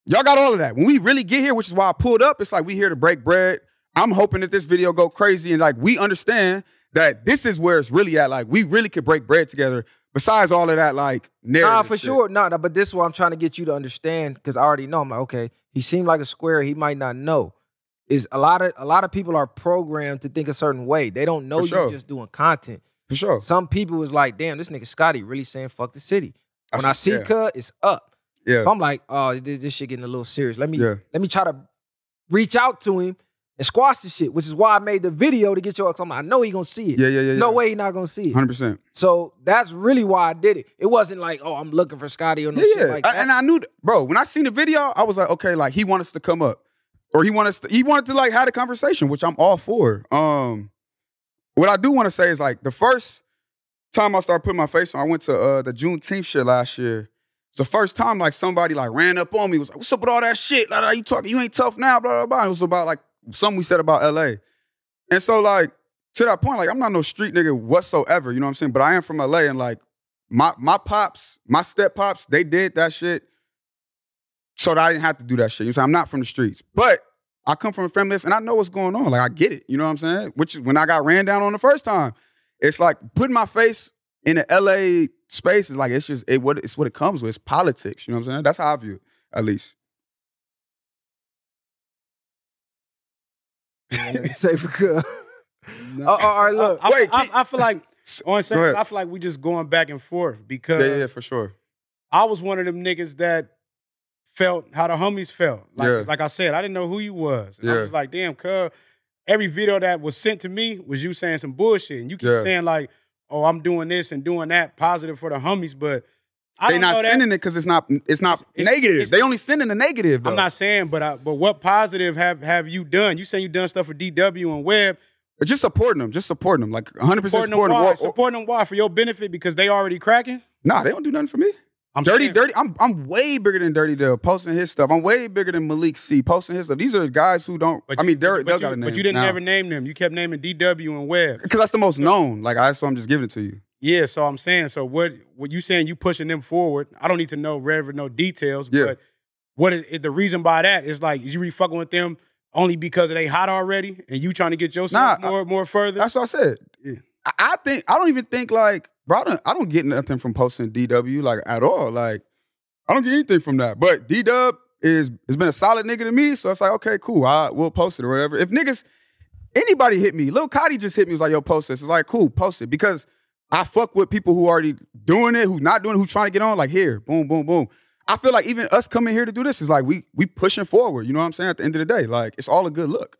S4: y'all got all of that. When we really get here, which is why I pulled up, it's like we here to break bread. I'm hoping that this video go crazy and like we understand that this is where it's really at. Like we really could break bread together. Besides all of that, like narrative.
S3: Nah, for
S4: shit.
S3: sure. Nah, nah, but this is what I'm trying to get you to understand because I already know. I'm like, okay, he seemed like a square. He might not know. Is a lot of a lot of people are programmed to think a certain way. They don't know
S4: For sure.
S3: you just doing content.
S4: For sure.
S3: Some people is like, damn, this nigga Scotty really saying fuck the city. When I,
S4: That's-
S3: see
S4: yeah.
S3: cut, it's up.
S4: Yeah.
S3: So I'm like, oh, this, this shit getting a little serious. Let me
S4: Yeah.
S3: let me try to reach out to him and squash the shit, which is why I made the video to get your. Cause I'm like, I know he gonna see it.
S4: Yeah, yeah, yeah.
S3: No way he not gonna see it.
S4: Hundred percent.
S3: So that's really why I did it. It wasn't like, oh, I'm looking for Scotty or no
S4: Yeah,
S3: shit
S4: yeah.
S3: like
S4: I-
S3: that.
S4: and I knew, th- bro. When I seen the video, I was like, okay, like he wanted us to come up, or he wanted us to, he wanted to like have a conversation, which I'm all for. Um, what I do want to say is like the first time I started putting my face on, I went to uh the Juneteenth shit last year. It's the first time like somebody like ran up on me was like, "What's up with all that shit? Like, you talking? You ain't tough now." Blah blah blah. It was about like something we said about L.A. And so like to that point, like I'm not no street nigga whatsoever. You know what I'm saying? But I am from L.A. and like my my pops, my step pops, they did that shit. So that I didn't have to do that shit. You know what I'm saying? I'm not from the streets. But I come from a family that's- and I know what's going on. Like I get it. You know what I'm saying? Which is when I got ran down on the first time. It's like putting my face in the LA space is like it's just it what it's what it comes with. It's politics. You know what I'm saying? That's how I view it, at least.
S3: Say for good. Oh, all right, look.
S2: I,
S4: Wait,
S2: I,
S4: keep-
S2: I feel like on
S4: ahead.
S2: second, I feel like we just going back and forth
S4: Yeah,
S2: because
S4: yeah, yeah, for sure.
S2: I was one of them niggas that felt how the homies felt. Like,
S4: Yeah.
S2: like I said, I didn't know who you was. And I
S4: Yeah.
S2: was like, damn, cuz every video that was sent to me was you saying some bullshit. And you keep
S4: Yeah.
S2: saying like, oh, I'm doing this and doing that, positive for the homies, but I
S4: They
S2: don't
S4: not
S2: know that.
S4: sending it because it's not it's not
S2: It's-
S4: negative.
S2: it's-
S4: they only sending the negative though.
S2: I'm not saying, but I, but what positive have have you done? You saying you done stuff with DW and Web,
S4: just supporting them. Just supporting them. Like 100 percent
S2: supporting them why?
S4: supporting oh them. Or- or-
S2: supporting them why for your benefit because they already cracking.
S4: Nah, they don't do nothing for me.
S2: I'm
S4: Dirty,
S2: saying-
S4: dirty. I'm I'm way bigger than Dirty Dale posting his stuff. I'm way bigger than Malik C posting his stuff. These are guys who don't.
S2: But
S4: I
S2: you-
S4: mean, they're,
S2: but
S4: they'll
S2: you,
S4: got a name.
S2: But you didn't ever name them. You kept naming DW and Web.
S4: because that's the most known. Like I, so I'm just giving it to you.
S2: Yeah, so I'm saying, so what? What you saying? You pushing them forward? I don't need to know Rev no details,
S4: Yeah.
S2: but what is, is the reason by that? Is like you really fucking with them only because they hot already, and you trying to get yourself
S4: Nah, I-
S2: more more further.
S4: That's what I said.
S2: Yeah.
S4: I, I think I don't even think like bro. I don't, I don't get nothing from posting DW like at all. Like I don't get anything from that. But D Dub is has been a solid nigga to me. So it's like okay, cool. I will post it or whatever. If niggas anybody hit me, Lil Cotty just hit me was like yo post this. It's like cool, post it because I fuck with people who already doing it, who not doing it, who trying to get on. Like here, boom, boom, boom. I feel like even us coming here to do this is like we we pushing forward. You know what I'm saying? At the end of the day, like it's all a good look.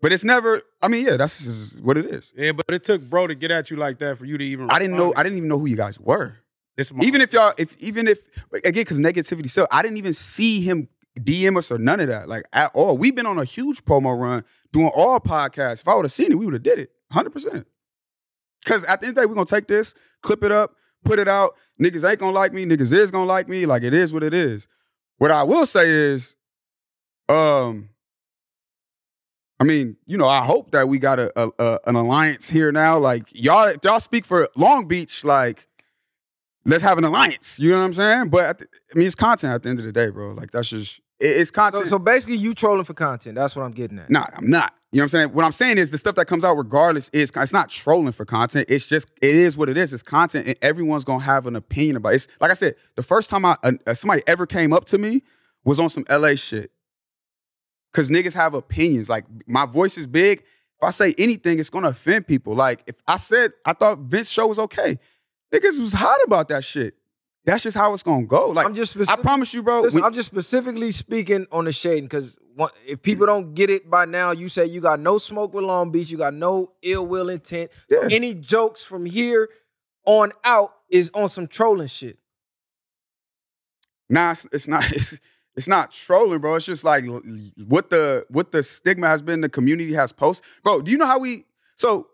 S4: But it's never. I mean, yeah, that's just what it is.
S2: Yeah, but it took bro to get at you like that for you to even.
S4: I didn't know.
S2: respond.
S4: I didn't even know who you guys were.
S2: This my-
S4: Even if y'all, if even if again, because negativity. So I didn't even see him DM us or none of that, like at all. We've been on a huge promo run doing all podcasts. If I would have seen it, we would have did it, hundred percent. Because at the end of the day, we're gonna take this, clip it up, put it out. Niggas ain't gonna like me. Niggas is gonna like me. Like it is what it is. What I will say is, um, I mean, you know, I hope that we got a, a, a an alliance here now. Like y'all, if y'all speak for Long Beach, like let's have an alliance. You know what I'm saying? But at the- I mean, it's content at the end of the day, bro. Like that's just it- it's
S3: So,
S4: content.
S3: so basically, you trolling for content. That's what I'm getting at.
S4: Nah, I'm not. You know what I'm saying? What I'm saying is the stuff that comes out regardless is it's not trolling for content. It's just it is what it is. It's content, and everyone's gonna have an opinion about it. It's like I said, the first time I uh, somebody ever came up to me was on some LA shit. Cause niggas have opinions. Like my voice is big. If I say anything, it's gonna offend people. Like if I said I thought Vince's show was okay, niggas was hot about that shit. That's just how it's gonna go. Like
S3: I'm just
S4: I
S3: specific-
S4: promise you, bro.
S3: Listen,
S4: when-
S3: I'm just specifically speaking on the shading because if people don't get it by now, you say you got no smoke with Long Beach, you got no ill will intent. So
S4: Yeah.
S3: Any jokes from here on out is on some trolling shit.
S4: Nah, it's, it's not. It's, it's not trolling, bro. It's just like l- l- what the what the stigma has been. The community has post, bro. Do you know how we? So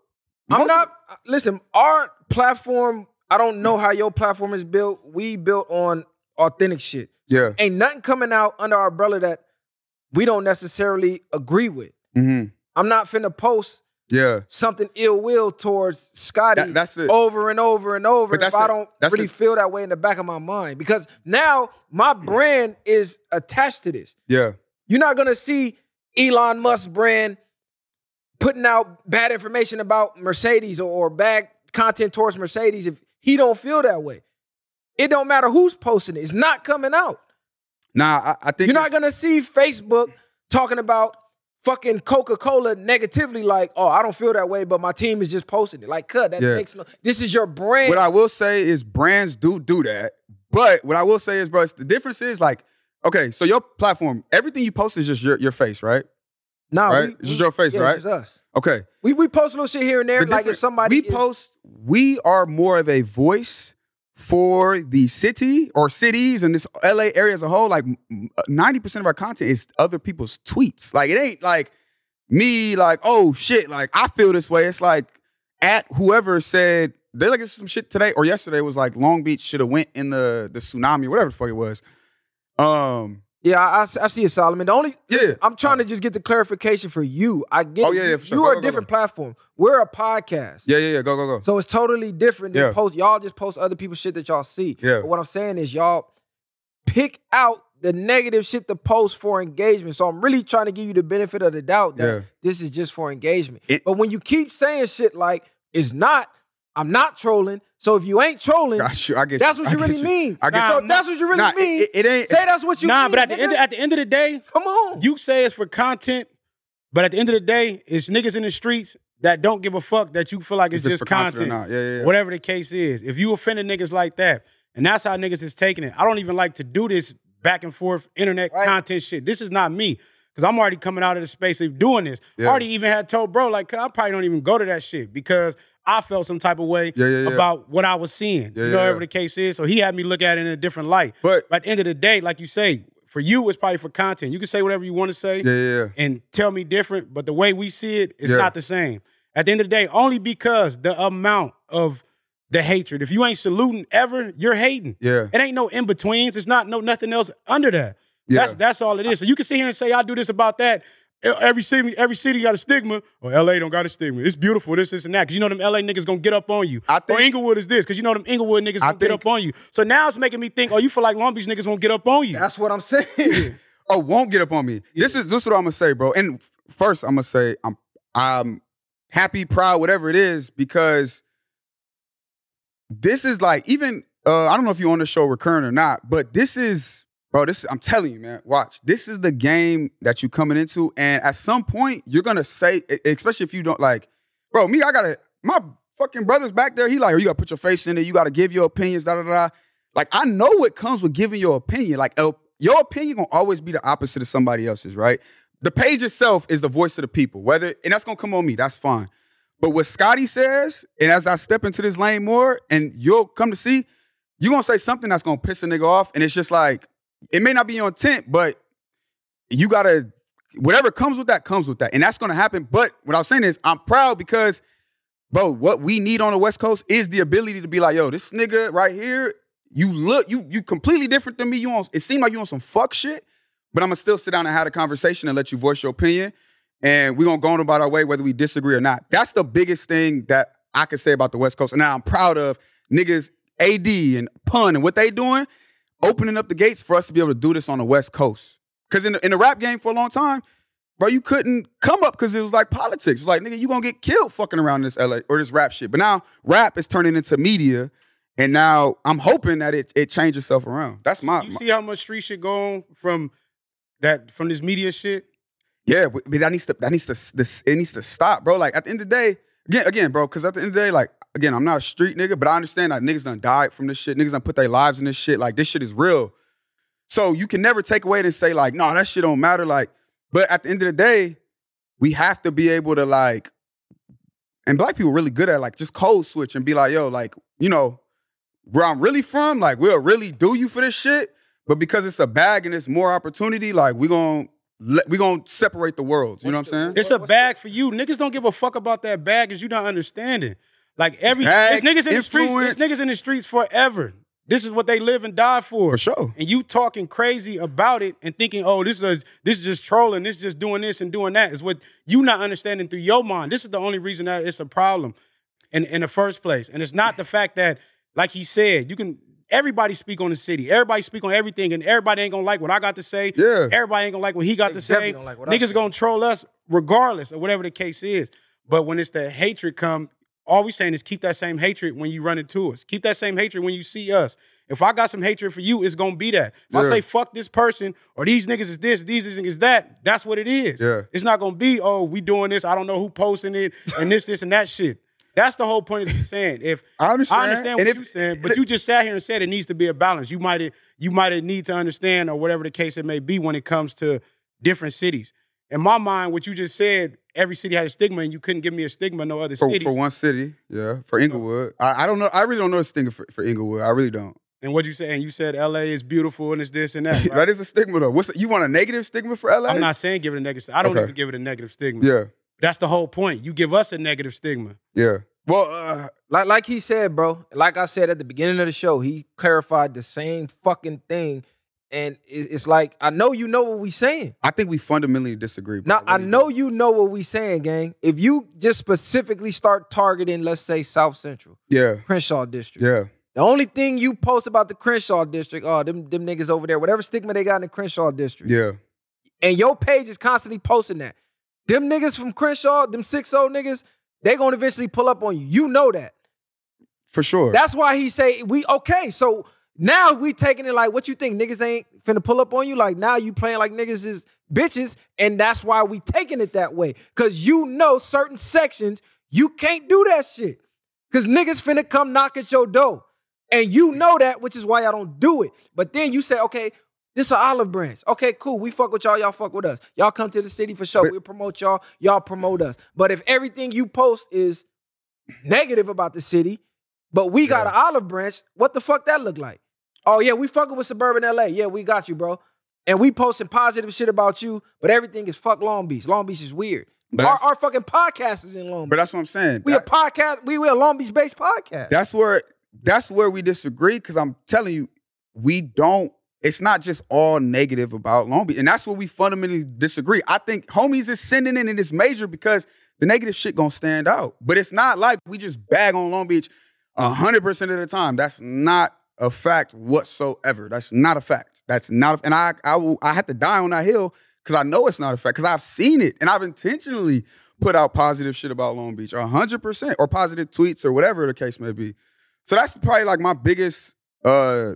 S3: I'm
S4: most-
S3: not uh, listen, our platform, I don't know how your platform is built. We built on authentic shit.
S4: Yeah.
S3: Ain't nothing coming out under our umbrella that we don't necessarily agree with.
S4: hmm
S3: I'm not finna post
S4: Yeah.
S3: something ill will towards Scotty
S4: That- that's it.
S3: over and over and over
S4: But
S3: if
S4: that's
S3: I
S4: it.
S3: don't
S4: That's
S3: really
S4: it.
S3: feel that way in the back of my mind. Because now my brand is attached to this.
S4: Yeah.
S3: You're not gonna see Elon Musk brand putting out bad information about Mercedes or, or bad content towards Mercedes if he don't feel that way. It don't matter who's posting it, it's not coming out.
S4: Nah, I, I think
S3: You're not
S4: it's-
S3: gonna see Facebook talking about fucking Coca Cola negatively, like, oh, I don't feel that way, but my team is just posting it. Like, cut, that
S4: Yeah.
S3: makes no. This is your brand.
S4: What I will say is brands do do that, but what I will say is, bro, it's, the difference is like, okay, so your platform, everything you post is just your your face, right?
S3: nah,
S4: right? It's just your face,
S3: yeah,
S4: right?
S3: It's just us.
S4: Okay.
S3: We we post little shit here and there,
S4: The
S3: like if
S4: difference-
S3: somebody
S4: we
S3: is-
S4: post, we are more of a voice for the city or cities and this LA area as a whole. Like ninety percent of our content is other people's tweets. Like it ain't like me, like oh shit, like I feel this way. It's like at whoever said they like some shit today or yesterday was like Long Beach should have went in the the tsunami or whatever the fuck it was. Um.
S3: Yeah, I, I s- I see it, Solomon. The only
S4: Yeah.
S3: listen, I'm trying to just get the clarification for you. I get
S4: Oh, yeah,
S3: you-
S4: yeah, for sure.
S3: you
S4: Go,
S3: are
S4: go,
S3: a
S4: go,
S3: different platform. We're a podcast.
S4: Yeah. Yeah. Yeah. Go. Go. Go.
S3: So it's totally different than
S4: Yeah.
S3: post. Y'all just post other people's shit that y'all see.
S4: Yeah.
S3: But what I'm saying is y'all pick out the negative shit to post for engagement. So I'm really trying to give you the benefit of the doubt that
S4: Yeah.
S3: this is just for engagement.
S4: It-
S3: but when you keep saying shit like it's not, I'm not trolling. So if you ain't trolling,
S4: Got you. I get.
S3: that's
S4: you.
S3: what
S4: I
S3: you
S4: get
S3: really
S4: you.
S3: mean.
S4: I get
S2: Nah,
S4: you.
S3: So if that's what you really
S4: Nah,
S3: mean.
S4: It, it ain't.
S3: Say that's what you
S2: nah,
S3: mean.
S2: but at the
S3: nigga.
S2: end at the end of the day,
S3: Come on.
S2: you say it's for content, but at the end of the day, it's niggas in the streets that don't give a fuck that you feel like it's
S4: If it's
S2: just
S4: for content or
S2: content.
S4: not. Yeah, yeah, yeah.
S2: Whatever the case is. If you offended niggas like that, and that's how niggas is taking it. I don't even like to do this back and forth internet
S3: Right.
S2: content shit. This is not me. Cause I'm already coming out of the space of doing this. I already even had told bro, like, I probably don't even go to that shit because I felt some type of way
S4: Yeah, yeah, yeah.
S2: about what I was seeing.
S4: Yeah,
S2: you
S4: yeah,
S2: know,
S4: yeah.
S2: whatever the case is. So he had me look at it in a different light.
S4: But-
S2: at the end of the day, like you say, for you, it's probably for content. You can say whatever you want to say
S4: Yeah, yeah, yeah.
S2: and tell me different, but the way we see it is
S4: Yeah.
S2: not the same. At the end of the day, only because the amount of the hatred. If you ain't saluting ever, you're hating.
S4: Yeah.
S2: It ain't no in betweens. It's not no nothing else under that. That's
S4: Yeah.
S2: that's all it is. So you can sit here and say I do this about that. E- Every city, every city got a stigma. Or LA don't got a stigma. It's beautiful. This, this, and that. Cause you know them LA niggas gonna get up on you.
S4: I think-
S2: or Inglewood is this. Cause you know them Inglewood niggas
S4: I
S2: gonna get
S4: think-
S2: up on you. So now it's making me think. Oh, you feel like Long Beach niggas won't get up on you?
S3: That's what I'm saying.
S4: Oh, won't get up on me. This is this is what I'm gonna say, bro. And first, I'm gonna say I'm I'm happy, proud, whatever it is, because this is like even uh, I don't know if you're on the show recurring or not, but this is bro. This I'm telling you, man. Watch, this is the game that you coming into, and at some point you're gonna say, e- especially if you don't like, bro. Me, I gotta my fucking brothers back there, he like, oh, you gotta put your face in it, you gotta give your opinions, da da da. da." Like, I know what comes with giving your opinion. Like, el- your opinion gonna always be the opposite of somebody else's, right? The page itself is the voice of the people. Whether and that's gonna come on me, that's fine. But what Scotty says, and as I step into this lane more, and you'll come to see, you're gonna say something that's gonna piss a nigga off. And it's just like, it may not be your intent, but you gotta, whatever comes with that, comes with that. And that's gonna happen. But what I was saying is, I'm proud because, bro, what we need on the West Coast is the ability to be like, yo, this nigga right here, you look, you you completely different than me. You on it seemed like you on some fuck shit, but I'm gonna still sit down and have a conversation and let you voice your opinion. And we're gonna go on about our way whether we disagree or not. That's the biggest thing that I could say about the West Coast. And I'm proud of niggas AD and pun and what they doing, opening up the gates for us to be able to do this on the West Coast. Cause in the, in the rap game for a long time, bro, you couldn't come up because it was like politics. It was like, nigga, you gonna get killed fucking around this LA or this rap shit. But now rap is turning into media. And now I'm hoping that it, it changes itself around. That's my,
S2: You
S4: my-
S2: see how much street shit go on from that from this media shit?
S4: yeah. But that needs to that needs to this it needs to stop, bro. Like at the end of the day, again, again, bro. Because at the end of the day, like again, I'm not a street nigga, but I understand that niggas done died from this shit. Niggas done put their lives in this shit. Like this shit is real. So you can never take away and say like, no, that shit don't matter. Like, but at the end of the day, we have to be able to like, and black people really good at like just code switch and be like, yo, like you know, where I'm really from, like we'll really do you for this shit. But because it's a bag and it's more opportunity, like we gon' let we gon' separate the worlds. You know what I'm saying?
S2: It's a bag for you. Niggas don't give a fuck about that bag because you not understanding. Like every
S4: Bag,
S2: there's niggas in the streets, there's
S4: influence.
S2: niggas in the streets forever. This is what they live and die for.
S4: For sure.
S2: And you talking crazy about it and thinking, oh, this is this is just trolling, this is just doing this and doing that is what you not understanding through your mind. This is the only reason that it's a problem in, in the first place. And it's not the fact that, like he said, you can everybody speak on the city, everybody speak on everything, and everybody ain't gonna like what I got to say.
S4: Yeah.
S2: Everybody ain't gonna like what he got
S3: They
S2: to
S3: definitely
S2: say.
S3: don't like what I
S2: Niggas
S3: say.
S2: gonna troll us regardless of whatever the case is. But when it's the hatred come, all we saying is keep that same hatred when you run into us. Keep that same hatred when you see us. If I got some hatred for you, it's gonna be that. If I
S4: Yeah.
S2: say fuck this person or these niggas is this, these niggas is that, that's what it is.
S4: Yeah.
S2: It's not gonna be, oh, we doing this, I don't know who posting it, and this, this, and that shit. That's the whole point of you saying. If
S4: I understand.
S2: what
S4: And if-
S2: you're saying, but you just sat here and said it needs to be a balance. You might you might need to understand or whatever the case it may be when it comes to different cities. In my mind, what you just said, every city has a stigma, and you couldn't give me a stigma in no other
S4: For,
S2: cities.
S4: for one city, yeah. For Inglewood, I, I don't know. I really don't know this thing for, for Inglewood. I really don't.
S2: And what you saying? You said L.A. is beautiful and it's this and that. right?
S4: that is a stigma though. What's you want a negative stigma for LA?
S2: I'm not saying give it a negative. I don't
S4: Okay.
S2: even give it a negative stigma.
S4: Yeah,
S2: That's the whole point. You give us a negative stigma.
S4: yeah. Well, uh,
S3: Like like he said, bro. Like I said at the beginning of the show, he clarified the same fucking thing, and it- it's like I know you know what we saying.
S4: I think we fundamentally disagree. bro.
S3: Now I
S4: really
S3: know
S4: do.
S3: you know what we saying, gang. If you just specifically start targeting, let's say South Central,
S4: Yeah,
S3: Crenshaw District,
S4: yeah.
S3: the only thing you post about the Crenshaw District, oh them them niggas over there, whatever stigma they got in the Crenshaw District,
S4: Yeah,
S3: and your page is constantly posting that. Them niggas from Crenshaw, them six old niggas, they gonna eventually pull up on you. You know that.
S4: for sure.
S3: That's why he say we okay. So now we taking it like what you think niggas ain't finna pull up on you. Like now you playing like niggas is bitches, and that's why we taking it that way. Cause you know certain sections you can't do that shit. Cause niggas finna come knock at your door, and you know that, which is why I don't do it. But then you say, okay. This an olive branch. Okay, cool. We fuck with y'all. Y'all fuck with us. Y'all come to the city for sure.
S4: But-
S3: we'll promote y'all. Y'all promote us. But if everything you post is negative about the city, but we got an olive branch. What the fuck that look like? Oh yeah, we fucking with suburban LA. Yeah, we got you, bro. And we posting positive shit about you, but everything is fuck Long Beach. Long Beach is weird.
S4: But
S3: Our,
S4: that's-
S3: our fucking podcast is in Long
S4: but
S3: Beach.
S4: that's what I'm saying.
S3: We
S4: That-
S3: a podcast. We we a Long Beach based podcast.
S4: That's where that's where we disagree because I'm telling you, we don't. It's not just all negative about Long Beach, and that's where we fundamentally disagree. I think homies is sending in and it's major because the negative shit gonna stand out. But it's not like we just bag on Long Beach hundred percent of the time. That's not a fact whatsoever. That's not a fact. That's not. A, and I I will I have to die on that hill because I know it's not a fact because I've seen it and I've intentionally put out positive shit about Long Beach, hundred percent, or positive tweets or whatever the case may be. So that's probably like my biggest uh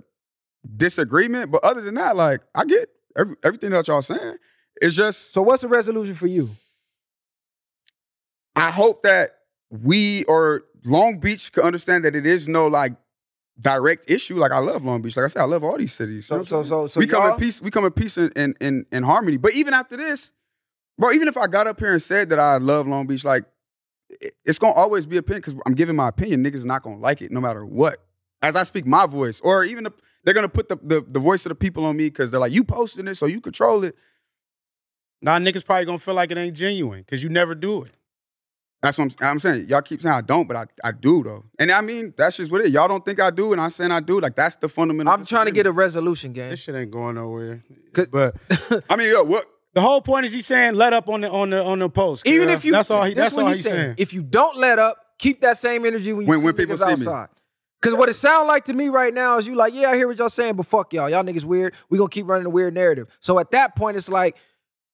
S4: disagreement. But other than that, like I get every, everything that y'all saying. It's just
S3: so what's the resolution for you?
S4: I hope that we or Long Beach could understand that it is no like direct issue. Like I love Long Beach. Like I said, I love all these cities. You know
S3: So
S4: what
S3: so so so
S4: we come
S3: y'all-
S4: in peace. We come in peace and in, in, in harmony. But even after this, bro, even if I got up here and said that I love Long Beach, like it- it's gonna always be opinion because I'm giving my opinion. Niggas not gonna like it no matter what. As I speak my voice, or even the, they're gonna put the, the the voice of the people on me because they're like, you posting this, so you control it.
S2: Now niggas probably gonna feel like it ain't genuine because you never do it.
S4: That's what I'm, I'm saying. Y'all keep saying I don't, but I, I do though. And I mean, that's just what it. is. Y'all don't think I do, and I'm saying I do. Like that's the fundamental.
S3: I'm trying to get a
S4: disagreement.
S3: resolution, gang.
S2: This shit ain't going nowhere.
S3: Good.
S2: But
S4: I mean, yo, what?
S2: the whole point is he's saying let up on the on the on the post.
S3: Even
S2: Kev.
S3: if you
S2: that's all he
S3: this
S2: that's
S3: what
S2: all
S3: he
S2: he's saying.
S3: If you don't let up, keep that same energy when you
S4: When-
S3: see
S4: when people
S3: niggas
S4: see me.
S3: outside. Cause what it sound like to me right now is you like, yeah, I hear what y'all saying, but fuck y'all. Y'all niggas weird. We gonna keep running a weird narrative. So at that point, it's like,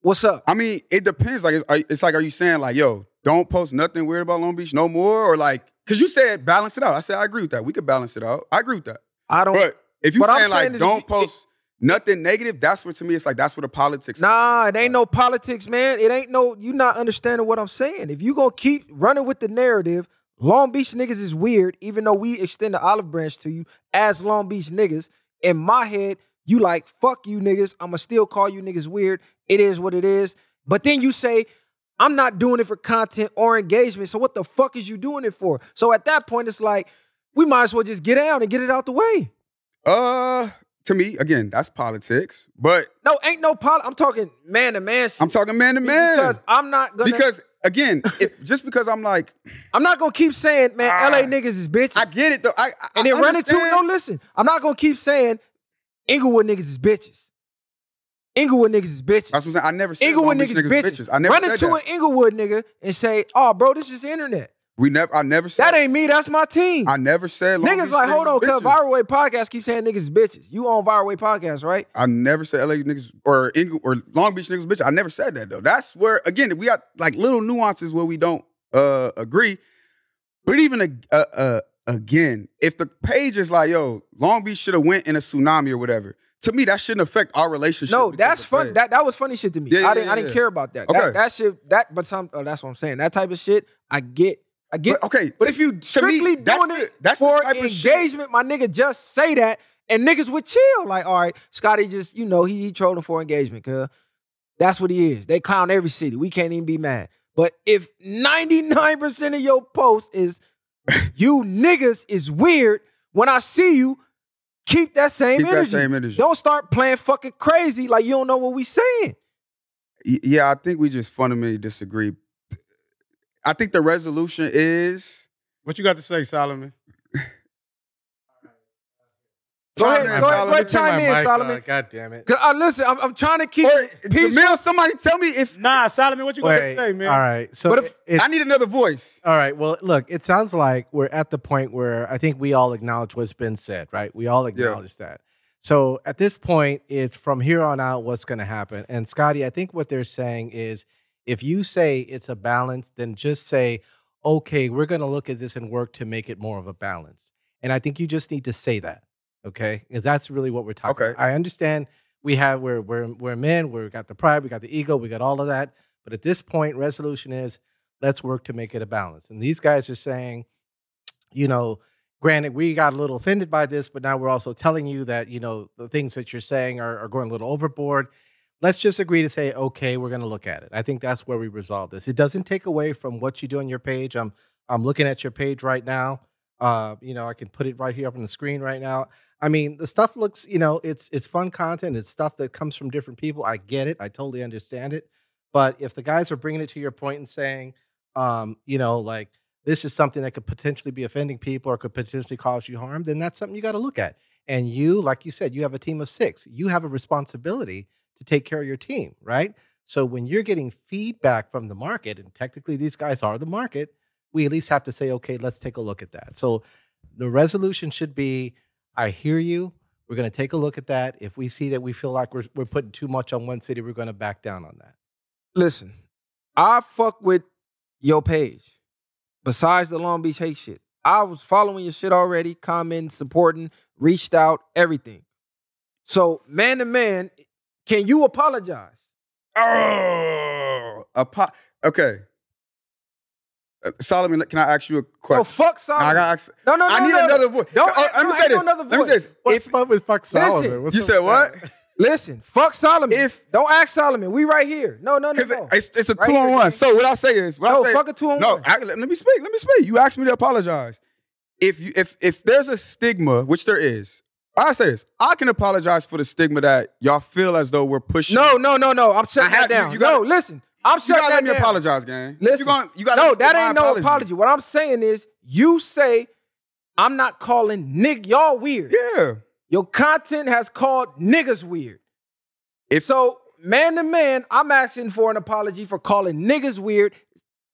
S3: what's up?
S4: I mean, it depends. Like, it's, are- it's like, are you saying like, yo, don't post nothing weird about Long Beach no more, or like, because you said balance it out. I said I agree with that. We could balance it out. I agree with that.
S3: I don't.
S4: But if you
S3: What I'm
S4: saying
S3: saying
S4: like,
S3: is
S4: don't
S3: it-
S4: post nothing negative, that's what to me. It's like that's what the politics.
S3: Nah, it ain't no politics, man. It ain't no you not understanding what I'm saying. If you gonna keep running with the narrative, Long Beach niggas is weird, even though we extend the olive branch to you as Long Beach niggas. In my head, you like fuck you niggas. I'ma still call you niggas weird. It is what it is. But then you say, I'm not doing it for content or engagement. So what the fuck is you doing it for? So at that point, it's like, we might as well just get out and get it out the way.
S4: Uh, to me, again, that's politics. But
S3: No, ain't no poli- I'm talking man to man shit.
S4: I'm talking man to man
S3: Because I'm not gonna
S4: Because, again, if just because I'm like,
S3: I'm not gonna keep saying, man,
S4: Ah.
S3: LA niggas is bitches.
S4: I get it though. I, I
S3: and then
S4: I
S3: run into it.
S4: understand.
S3: No, listen. I'm not gonna keep saying Inglewood niggas is bitches. Inglewood niggas is bitches.
S4: That's what I'm saying. I never said
S3: Inglewood
S4: Long Beach
S3: niggas, is bitches.
S4: I never
S3: run
S4: said
S3: into
S4: that.
S3: an Inglewood nigga and say, oh, bro, this is the internet.
S4: We never. I never said.
S3: That ain't me, that's my team.
S4: I never said. Long
S3: niggas
S4: Beach
S3: like, hold on, cuz
S4: bitches.
S3: Viral Way Podcast keep saying niggas is bitches. You on Viral Way Podcast, right?
S4: I never said LA niggas or Eng- or Long Beach niggas bitch. I never said that though. That's where again we got like little nuances where we don't uh agree. But even ag- uh, uh, again, if the page is like yo, Long Beach should have went in a tsunami or whatever. To me, that shouldn't affect our relationship.
S3: No,
S4: because
S3: that's
S4: of
S3: fun.
S4: page.
S3: That that was funny shit to me.
S4: Yeah, yeah,
S3: I didn't
S4: yeah,
S3: I didn't
S4: yeah.
S3: care about that.
S4: Okay.
S3: That, that shit that but some oh, that's what I'm saying. That type of shit, I get I get
S4: But, okay,
S3: But
S4: to-
S3: if you
S4: to
S3: strictly
S4: me, that's
S3: doing
S4: the-
S3: it
S4: that's the
S3: for
S4: type of shit-
S3: engagement, my nigga, just say that, and niggas would chill. Like, all right, Scotty, just you know, he, he trolling for engagement, cause that's what he is. They clown every city. We can't even be mad. But if ninety nine percent of your post is you niggas is weird, when I see you, keep that same
S4: Keep that
S3: energy.
S4: same energy.
S3: Don't start playing fucking crazy like you don't know what we saying.
S4: Y- yeah, I think we just fundamentally disagree. I think the resolution is
S2: What you got to say, Solomon?
S3: Go
S4: Chime
S3: ahead,
S4: in,
S3: go ahead, go ahead,
S4: Solomon.
S3: chime in,
S2: Turn my mic
S3: Solomon.
S2: off. God damn it.
S3: 'Cause, uh, listen, I'm, I'm trying to keep
S4: or
S3: it peaceful.
S4: Jamil, somebody tell me if
S2: Nah, Solomon, what you got to
S5: Wait,
S2: say, man?
S5: All right. So
S3: But if-
S5: it- it-
S4: I need another voice.
S3: Oh,
S5: all right. Well, look, it sounds like we're at the point where I think we all acknowledge what's been said, right? We all acknowledge that. So at this point, it's from here on out what's going to happen. And Scotty, I think what they're saying is if you say it's a balance, then just say, okay, we're going to look at this and work to make it more of a balance. And I think you just need to say that, okay? Because that's really what we're talking
S4: Okay.
S5: about. I understand we have, we're, we're, we're men, we've got the pride, we got the ego, we got all of that. But at this point, resolution is let's work to make it a balance. And these guys are saying, you know, granted, we got a little offended by this, but now we're also telling you that, you know, the things that you're saying are, are going a little overboard. Let's just agree to say, okay, we're going to look at it. I think that's where we resolve this. It doesn't take away from what you do on your page. I'm I'm looking at your page right now. Uh, you know, I can put it right here up on the screen right now. I mean, the stuff looks, you know, it's it's fun content. It's stuff that comes from different people. I get it. I totally understand it. But if the guys are bringing it to your point and saying, um, you know, like this is something that could potentially be offending people or could potentially cause you harm, then that's something you got to look at. And you, like you said, you have a team of six. You have a responsibility to take care of your team, right? So when you're getting feedback from the market, and technically these guys are the market, we at least have to say, okay, let's take a look at that. So the resolution should be I hear you. We're going to take a look at that. If we see that we feel like we're, we're putting too much on one city, we're going to back down on that.
S3: listen, I fuck with your page. Besides the Long Beach hate shit, I was following your shit already, commenting, supporting, reached out, everything. So man to man, can you apologize?
S4: Oh, a po- okay. uh, Solomon, can I ask you a
S3: Oh,
S4: question?
S3: fuck
S4: Nah, I
S3: Solomon.
S4: gotta ask-
S3: no, no, no.
S4: I need
S3: no, no.
S4: another voice.
S3: Don't,
S4: Oh, let me
S3: no,
S4: say
S3: ain't no
S4: this.
S3: another
S4: Let me
S3: voice.
S4: say this.
S5: What's
S4: If-
S5: up with fuck Solomon?
S3: listen,
S5: What's
S4: you
S5: up
S4: said
S5: with
S4: what?
S5: that?
S3: Listen, fuck Solomon.
S4: If-
S3: don't ask Solomon. We right here. No, no, no.
S4: Because
S3: no.
S4: it's, it's a
S3: Right
S4: two on
S3: here,
S4: one.
S3: gang.
S4: So what I say is, what
S3: No,
S4: I say,
S3: fuck a two on
S4: no,
S3: one.
S4: I- let let me speak. Let me speak. You asked me to apologize. If you if if there's a stigma, which there is, I say this. I can apologize for the stigma that y'all feel as though we're pushing.
S3: no, no, no, no. I'm shutting
S4: I have-
S3: that down.
S4: you- you gotta-
S3: no, listen. I'm
S4: you
S3: shutting
S4: gotta
S3: that
S4: let me
S3: down.
S4: apologize, gang.
S3: Listen,
S4: you, gonna, you gotta
S3: no,
S4: get
S3: that
S4: my
S3: ain't no apology. What I'm saying is, you say I'm not calling nigg y'all weird.
S4: Yeah,
S3: Your content has called niggas weird.
S4: If-
S3: so, man to man, I'm asking for an apology for calling niggas weird.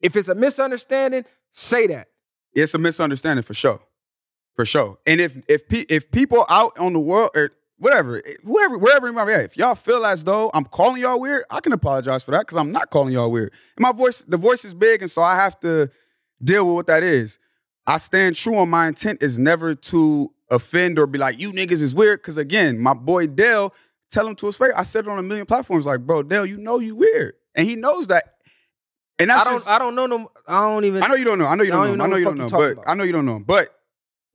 S3: If it's a misunderstanding, say that.
S4: it's a misunderstanding for sure, for sure. And if if pe- if people out on the world or whatever, eh, whoever wherever you might be, at, if y'all feel as though I'm calling y'all weird, I can apologize for that because I'm not calling y'all weird. And my voice, the voice is big, and so I have to deal with what that is. I stand true on my intent is never to offend or be like, you niggas is weird. Cause again, my boy Dell, tell him to his face. I said it on a million platforms, like, bro, Dell, you know you weird. And he knows that. And that's
S3: I don't.
S4: just-
S3: I don't know them. I don't even.
S4: I know you don't know. I know you
S3: I
S4: don't,
S3: don't
S4: know. him. I know you
S3: even
S4: don't
S3: know
S4: know.
S3: what the fuck you
S4: him, But
S3: talking
S4: I know you don't know. him. But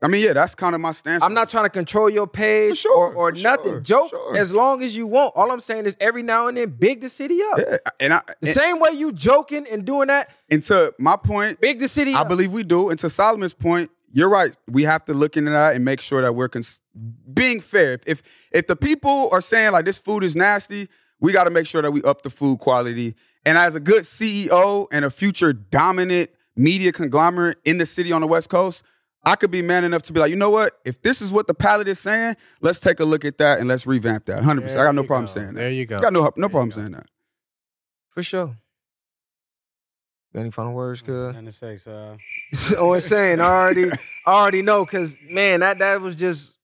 S4: I mean, yeah, that's kind of my stance.
S3: I'm not trying to control your page
S4: For sure,
S3: or, or
S4: for
S3: nothing.
S4: sure,
S3: Joke
S4: sure.
S3: as long as you want. All I'm saying is every now and then, big the city up.
S4: Yeah, and I
S3: The
S4: and,
S3: same way you joking and doing that,
S4: and to my point,
S3: big the city
S4: I
S3: up.
S4: believe we do. And to Solomon's point, you're right. We have to look into that and make sure that we're cons- being fair. If, if if the people are saying like this food is nasty, we got to make sure that we up the food quality. And as a good CEO and a future dominant media conglomerate in the city on the West Coast, I could be man enough to be like, you know what? If this is what the palate is saying, let's take a look at that and let's revamp that. 100. percent I
S5: There
S4: got no
S5: you
S4: problem
S5: go.
S4: saying
S5: There
S4: that.
S5: you go.
S4: Got no no
S5: you
S4: problem
S5: go.
S4: saying that.
S3: For sure. Got any final words,
S4: Oh,
S3: cuz?
S2: Nothing to say, so.
S3: oh, insane. I already, I already know, cause man, that that was just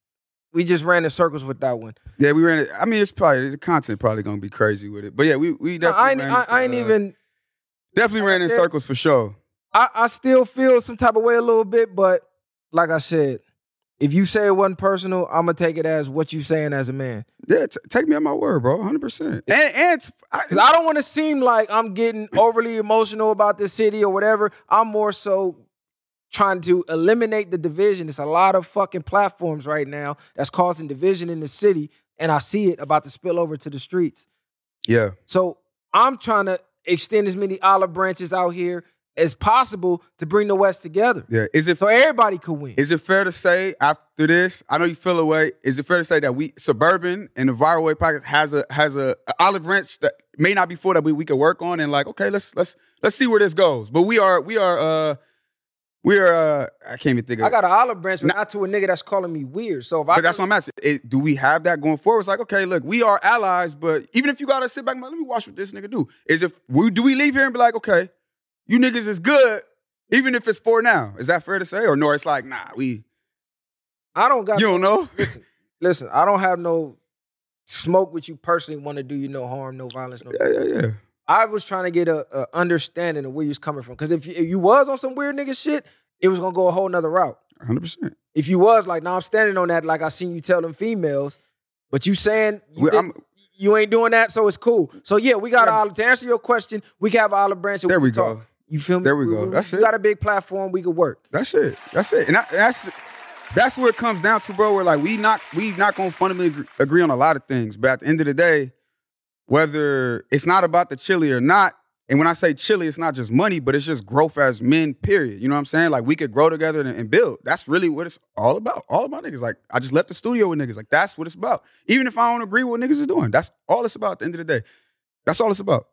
S3: we just ran in circles with that one.
S4: Yeah, we ran it. I mean, it's probably the content probably gonna be crazy with it, but yeah, we we
S3: No,
S4: definitely
S3: I ain't,
S4: ran
S3: I,
S4: into,
S3: I ain't
S4: uh,
S3: even.
S4: definitely ran in
S3: Yeah.
S4: circles for sure.
S3: I, I still feel some type of way a little bit, but like I said, if you say it wasn't personal, I'm gonna take it as what you saying as a man.
S4: Yeah, t- take me at my word, bro, hundred percent. And and it's-
S3: Cause
S4: I,
S3: I don't want to seem like I'm getting overly emotional about this city or whatever. I'm more so trying to eliminate the division. It's a lot of fucking platforms right now that's causing division in the city, and I see it about to spill over to the streets.
S4: yeah,
S3: So I'm trying to extend as many olive branches out here as possible to bring the West together,
S4: yeah. Is it
S3: so everybody could win.
S4: is it fair to say after this? I know you feel away. Is it fair to say that we suburban and the viral way podcast has a has a, a olive branch that may not be full that we, we could work on and like okay, let's let's let's see where this goes. But we are we are uh we are uh I can't even think of
S3: I got an olive branch, but
S4: Nah.
S3: not to a nigga that's calling me weird. So if I
S4: But that's what I'm asking. It- do we have that going forward? It's like, okay, look, we are allies, but even if you gotta sit back and be like, let me watch what this nigga do. Is if we do we leave here and be like, okay, you niggas is good, even if it's for now. Is that fair to say? Or no, it's like, nah, we
S3: I don't got
S4: you don't know.
S3: listen, listen, I don't have no smoke with you personally. Want to do you no harm, no violence, no.
S4: Yeah, yeah, yeah.
S3: I was trying to get a, a understanding of where you was coming from, because if you, if you was on some weird nigga shit, it was gonna go a whole nother route.
S4: hundred percent.
S3: If you was like, nah, I'm standing on that, like I seen you tell them females, but you saying you,
S4: We-
S3: did-
S4: I'm-
S3: you ain't doing that, so it's cool. So yeah, we got olive. To answer your question, we can have an olive branch. and
S4: There we
S3: can talk.
S4: go.
S3: You feel me?
S4: There we go. That's
S3: we
S4: it.
S3: Got a big platform. We could work.
S4: That's it. That's it. And I, and that's that's where it comes down to, bro. Where like we not we not gonna fundamentally agree, agree on a lot of things, but at the end of the day, whether it's not about the chili or not, and when I say chili, it's not just money, but it's just growth as men. Period. You know what I'm saying? Like we could grow together and, and build. That's really what it's all about. All of my niggas. Like I just left the studio with niggas. Like that's what it's about. Even if I don't agree with what niggas is doing, that's all it's about. At the end of the day, that's all it's about.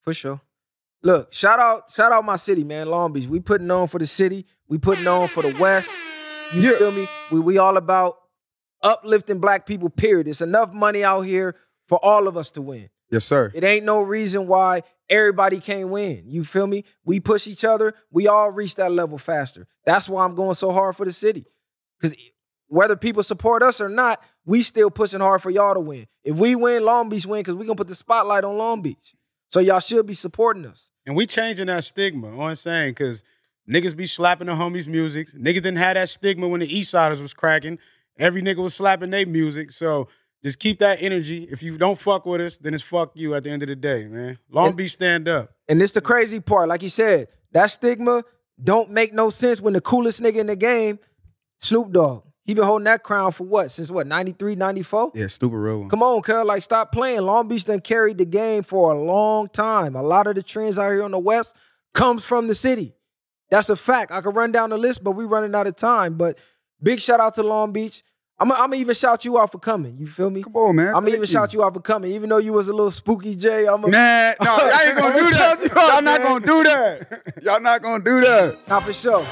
S3: For sure. Look, shout out, shout out my city, man, Long Beach. We putting on for the city. We putting on for the West. You
S4: Yeah.
S3: feel me? We we all about uplifting black people, period. It's enough money out here for all of us to win.
S4: Yes, sir.
S3: It ain't no reason why everybody can't win. You feel me? We push each other. We all reach that level faster. That's why I'm going so hard for the city. Because whether people support us or not, we still pushing hard for y'all to win. If we win, Long Beach win because we gonna put the spotlight on Long Beach. So y'all should be supporting us.
S2: And we changing that stigma on saying because niggas be slapping the homies' music. Niggas didn't have that stigma when the East Siders was cracking. Every nigga was slapping their music. So Just keep that energy. If you don't fuck with us, then it's fuck you at the end of the day, man. Long
S3: And-
S2: Beach stand up.
S3: And it's the crazy part. Like you said, that stigma don't make no sense when the coolest nigga in the game, Snoop Dogg. He been holding that crown for what? Since what, 93, 94?
S4: Yeah, stupid real one.
S3: Come on, cuz. Like, stop playing. Long Beach done carried the game for a long time. A lot of the trends out here on the West comes from the city. That's a fact. I could run down the list, but we running out of time. But big shout out to Long Beach. I'm gonna even shout you out for coming. You feel me?
S4: Come on, man.
S3: I'm gonna even shout you out for coming, even though you was a little spooky Jay. I'm gonna
S4: Nah, no, y'all ain't gonna do that. Y'all not gonna do that. Y'all not gonna do that.
S3: Not for sure.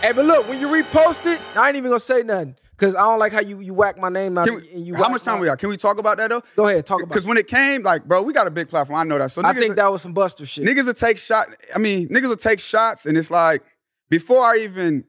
S3: Hey, but look, when you repost it, I ain't even gonna say nothing because I don't like how you you whack my name out.
S4: Can we-
S3: and you
S4: how
S3: whack
S4: much
S3: my-
S4: time we got? Can we talk about that though?
S3: Go ahead, talk about.
S4: Because
S3: It.
S4: when it came, like, bro, we got a big platform. I know that. So
S3: I
S4: niggas
S3: think that was some Buster shit.
S4: niggas will take shot. I mean, niggas will take shots, and it's like before I even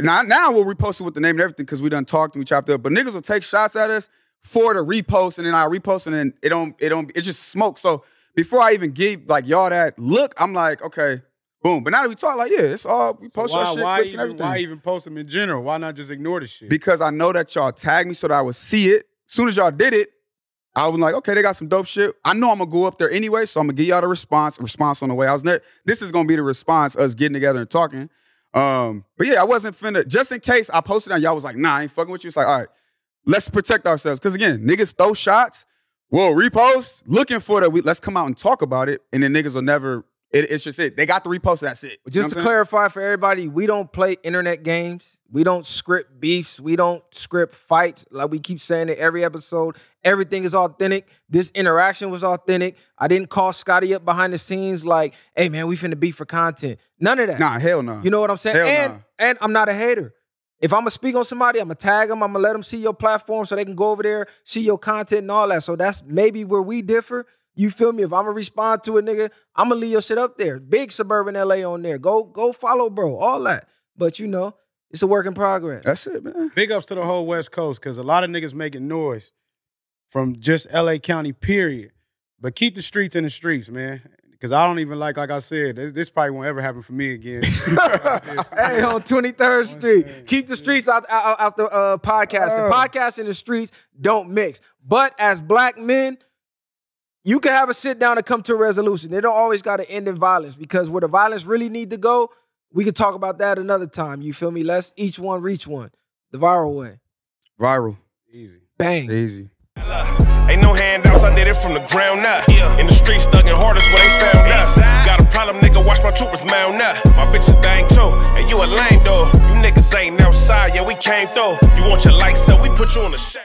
S4: now now we'll repost it with the name and everything because we done talked and we chopped up. But niggas will take shots at us for the repost, and then I repost, and then it don't it don't it's just smoke. So before I even give like y'all that look, I'm like, okay, boom. But now that we talk, like, yeah, it's all we post our
S2: why,
S4: shit,
S2: why
S4: clips and
S2: even,
S4: everything
S2: why even post them in general? Why not just ignore the shit?
S4: because I know that y'all tagged me so that I would see it. Soon as y'all did it, I was like, okay, they got some dope shit. I know I'm gonna go up there anyway, so I'm gonna give y'all the response. Response on the way. I was there. This is gonna be the response us getting together and talking. Um, but yeah, I wasn't finna. Just in case I posted on y'all was like, nah, I ain't fucking with you. It's like, all right, let's protect ourselves. Because again, niggas throw shots. Well, repost looking for the. We, let's come out and talk about it, and then niggas will never. It, it's just it. They got the repost. That's it. You know what I'm
S3: Just to
S4: saying?
S3: clarify for everybody, we don't play internet games. We don't script beefs. We don't script fights. Like we keep saying in every episode, everything is authentic. This interaction was authentic. I didn't call Scotty up behind the scenes like, "Hey man, we finna beef for content." None of that.
S4: Nah, hell no.
S3: You know what I'm saying?
S4: Hell
S3: and
S4: nah.
S3: and I'm not a hater. If I'm gonna speak on somebody, I'm gonna tag them. I'm gonna let them see your platform so they can go over there, see your content and all that. So that's maybe where we differ. You feel me? If I'm gonna respond to a nigga, I'm gonna leave your shit up there. Big suburban LA on there. Go go follow bro. All that. But you know, it's a work in progress.
S4: that's it, man.
S2: Big ups to the whole West Coast because a lot of niggas making noise from just LA County, period. But keep the streets in the streets, man. Because I don't even like, like I said, this, this probably won't ever happen for me again.
S3: hey, on 23rd Street.
S2: thing.
S3: Keep the streets out, out, out the uh, podcast.
S4: Oh.
S3: Podcast in the streets don't mix. But as black men, you can have a sit down and come to a resolution. They don't always got to end in violence because where the violence really need to go, we can talk about that another time. You feel me? Let's each one reach one. The viral way.
S4: Viral,
S2: Easy.
S3: Bang.
S4: easy.
S1: Ain't no handouts, I did it from the ground up. In the streets, thuggin' hardest where they found us. Got a problem, nigga, watch my troopers mount up. My bitches bang too, and you a lame though. You niggas ain't outside, yeah, we came through. You want your lights up, we put you on the shack.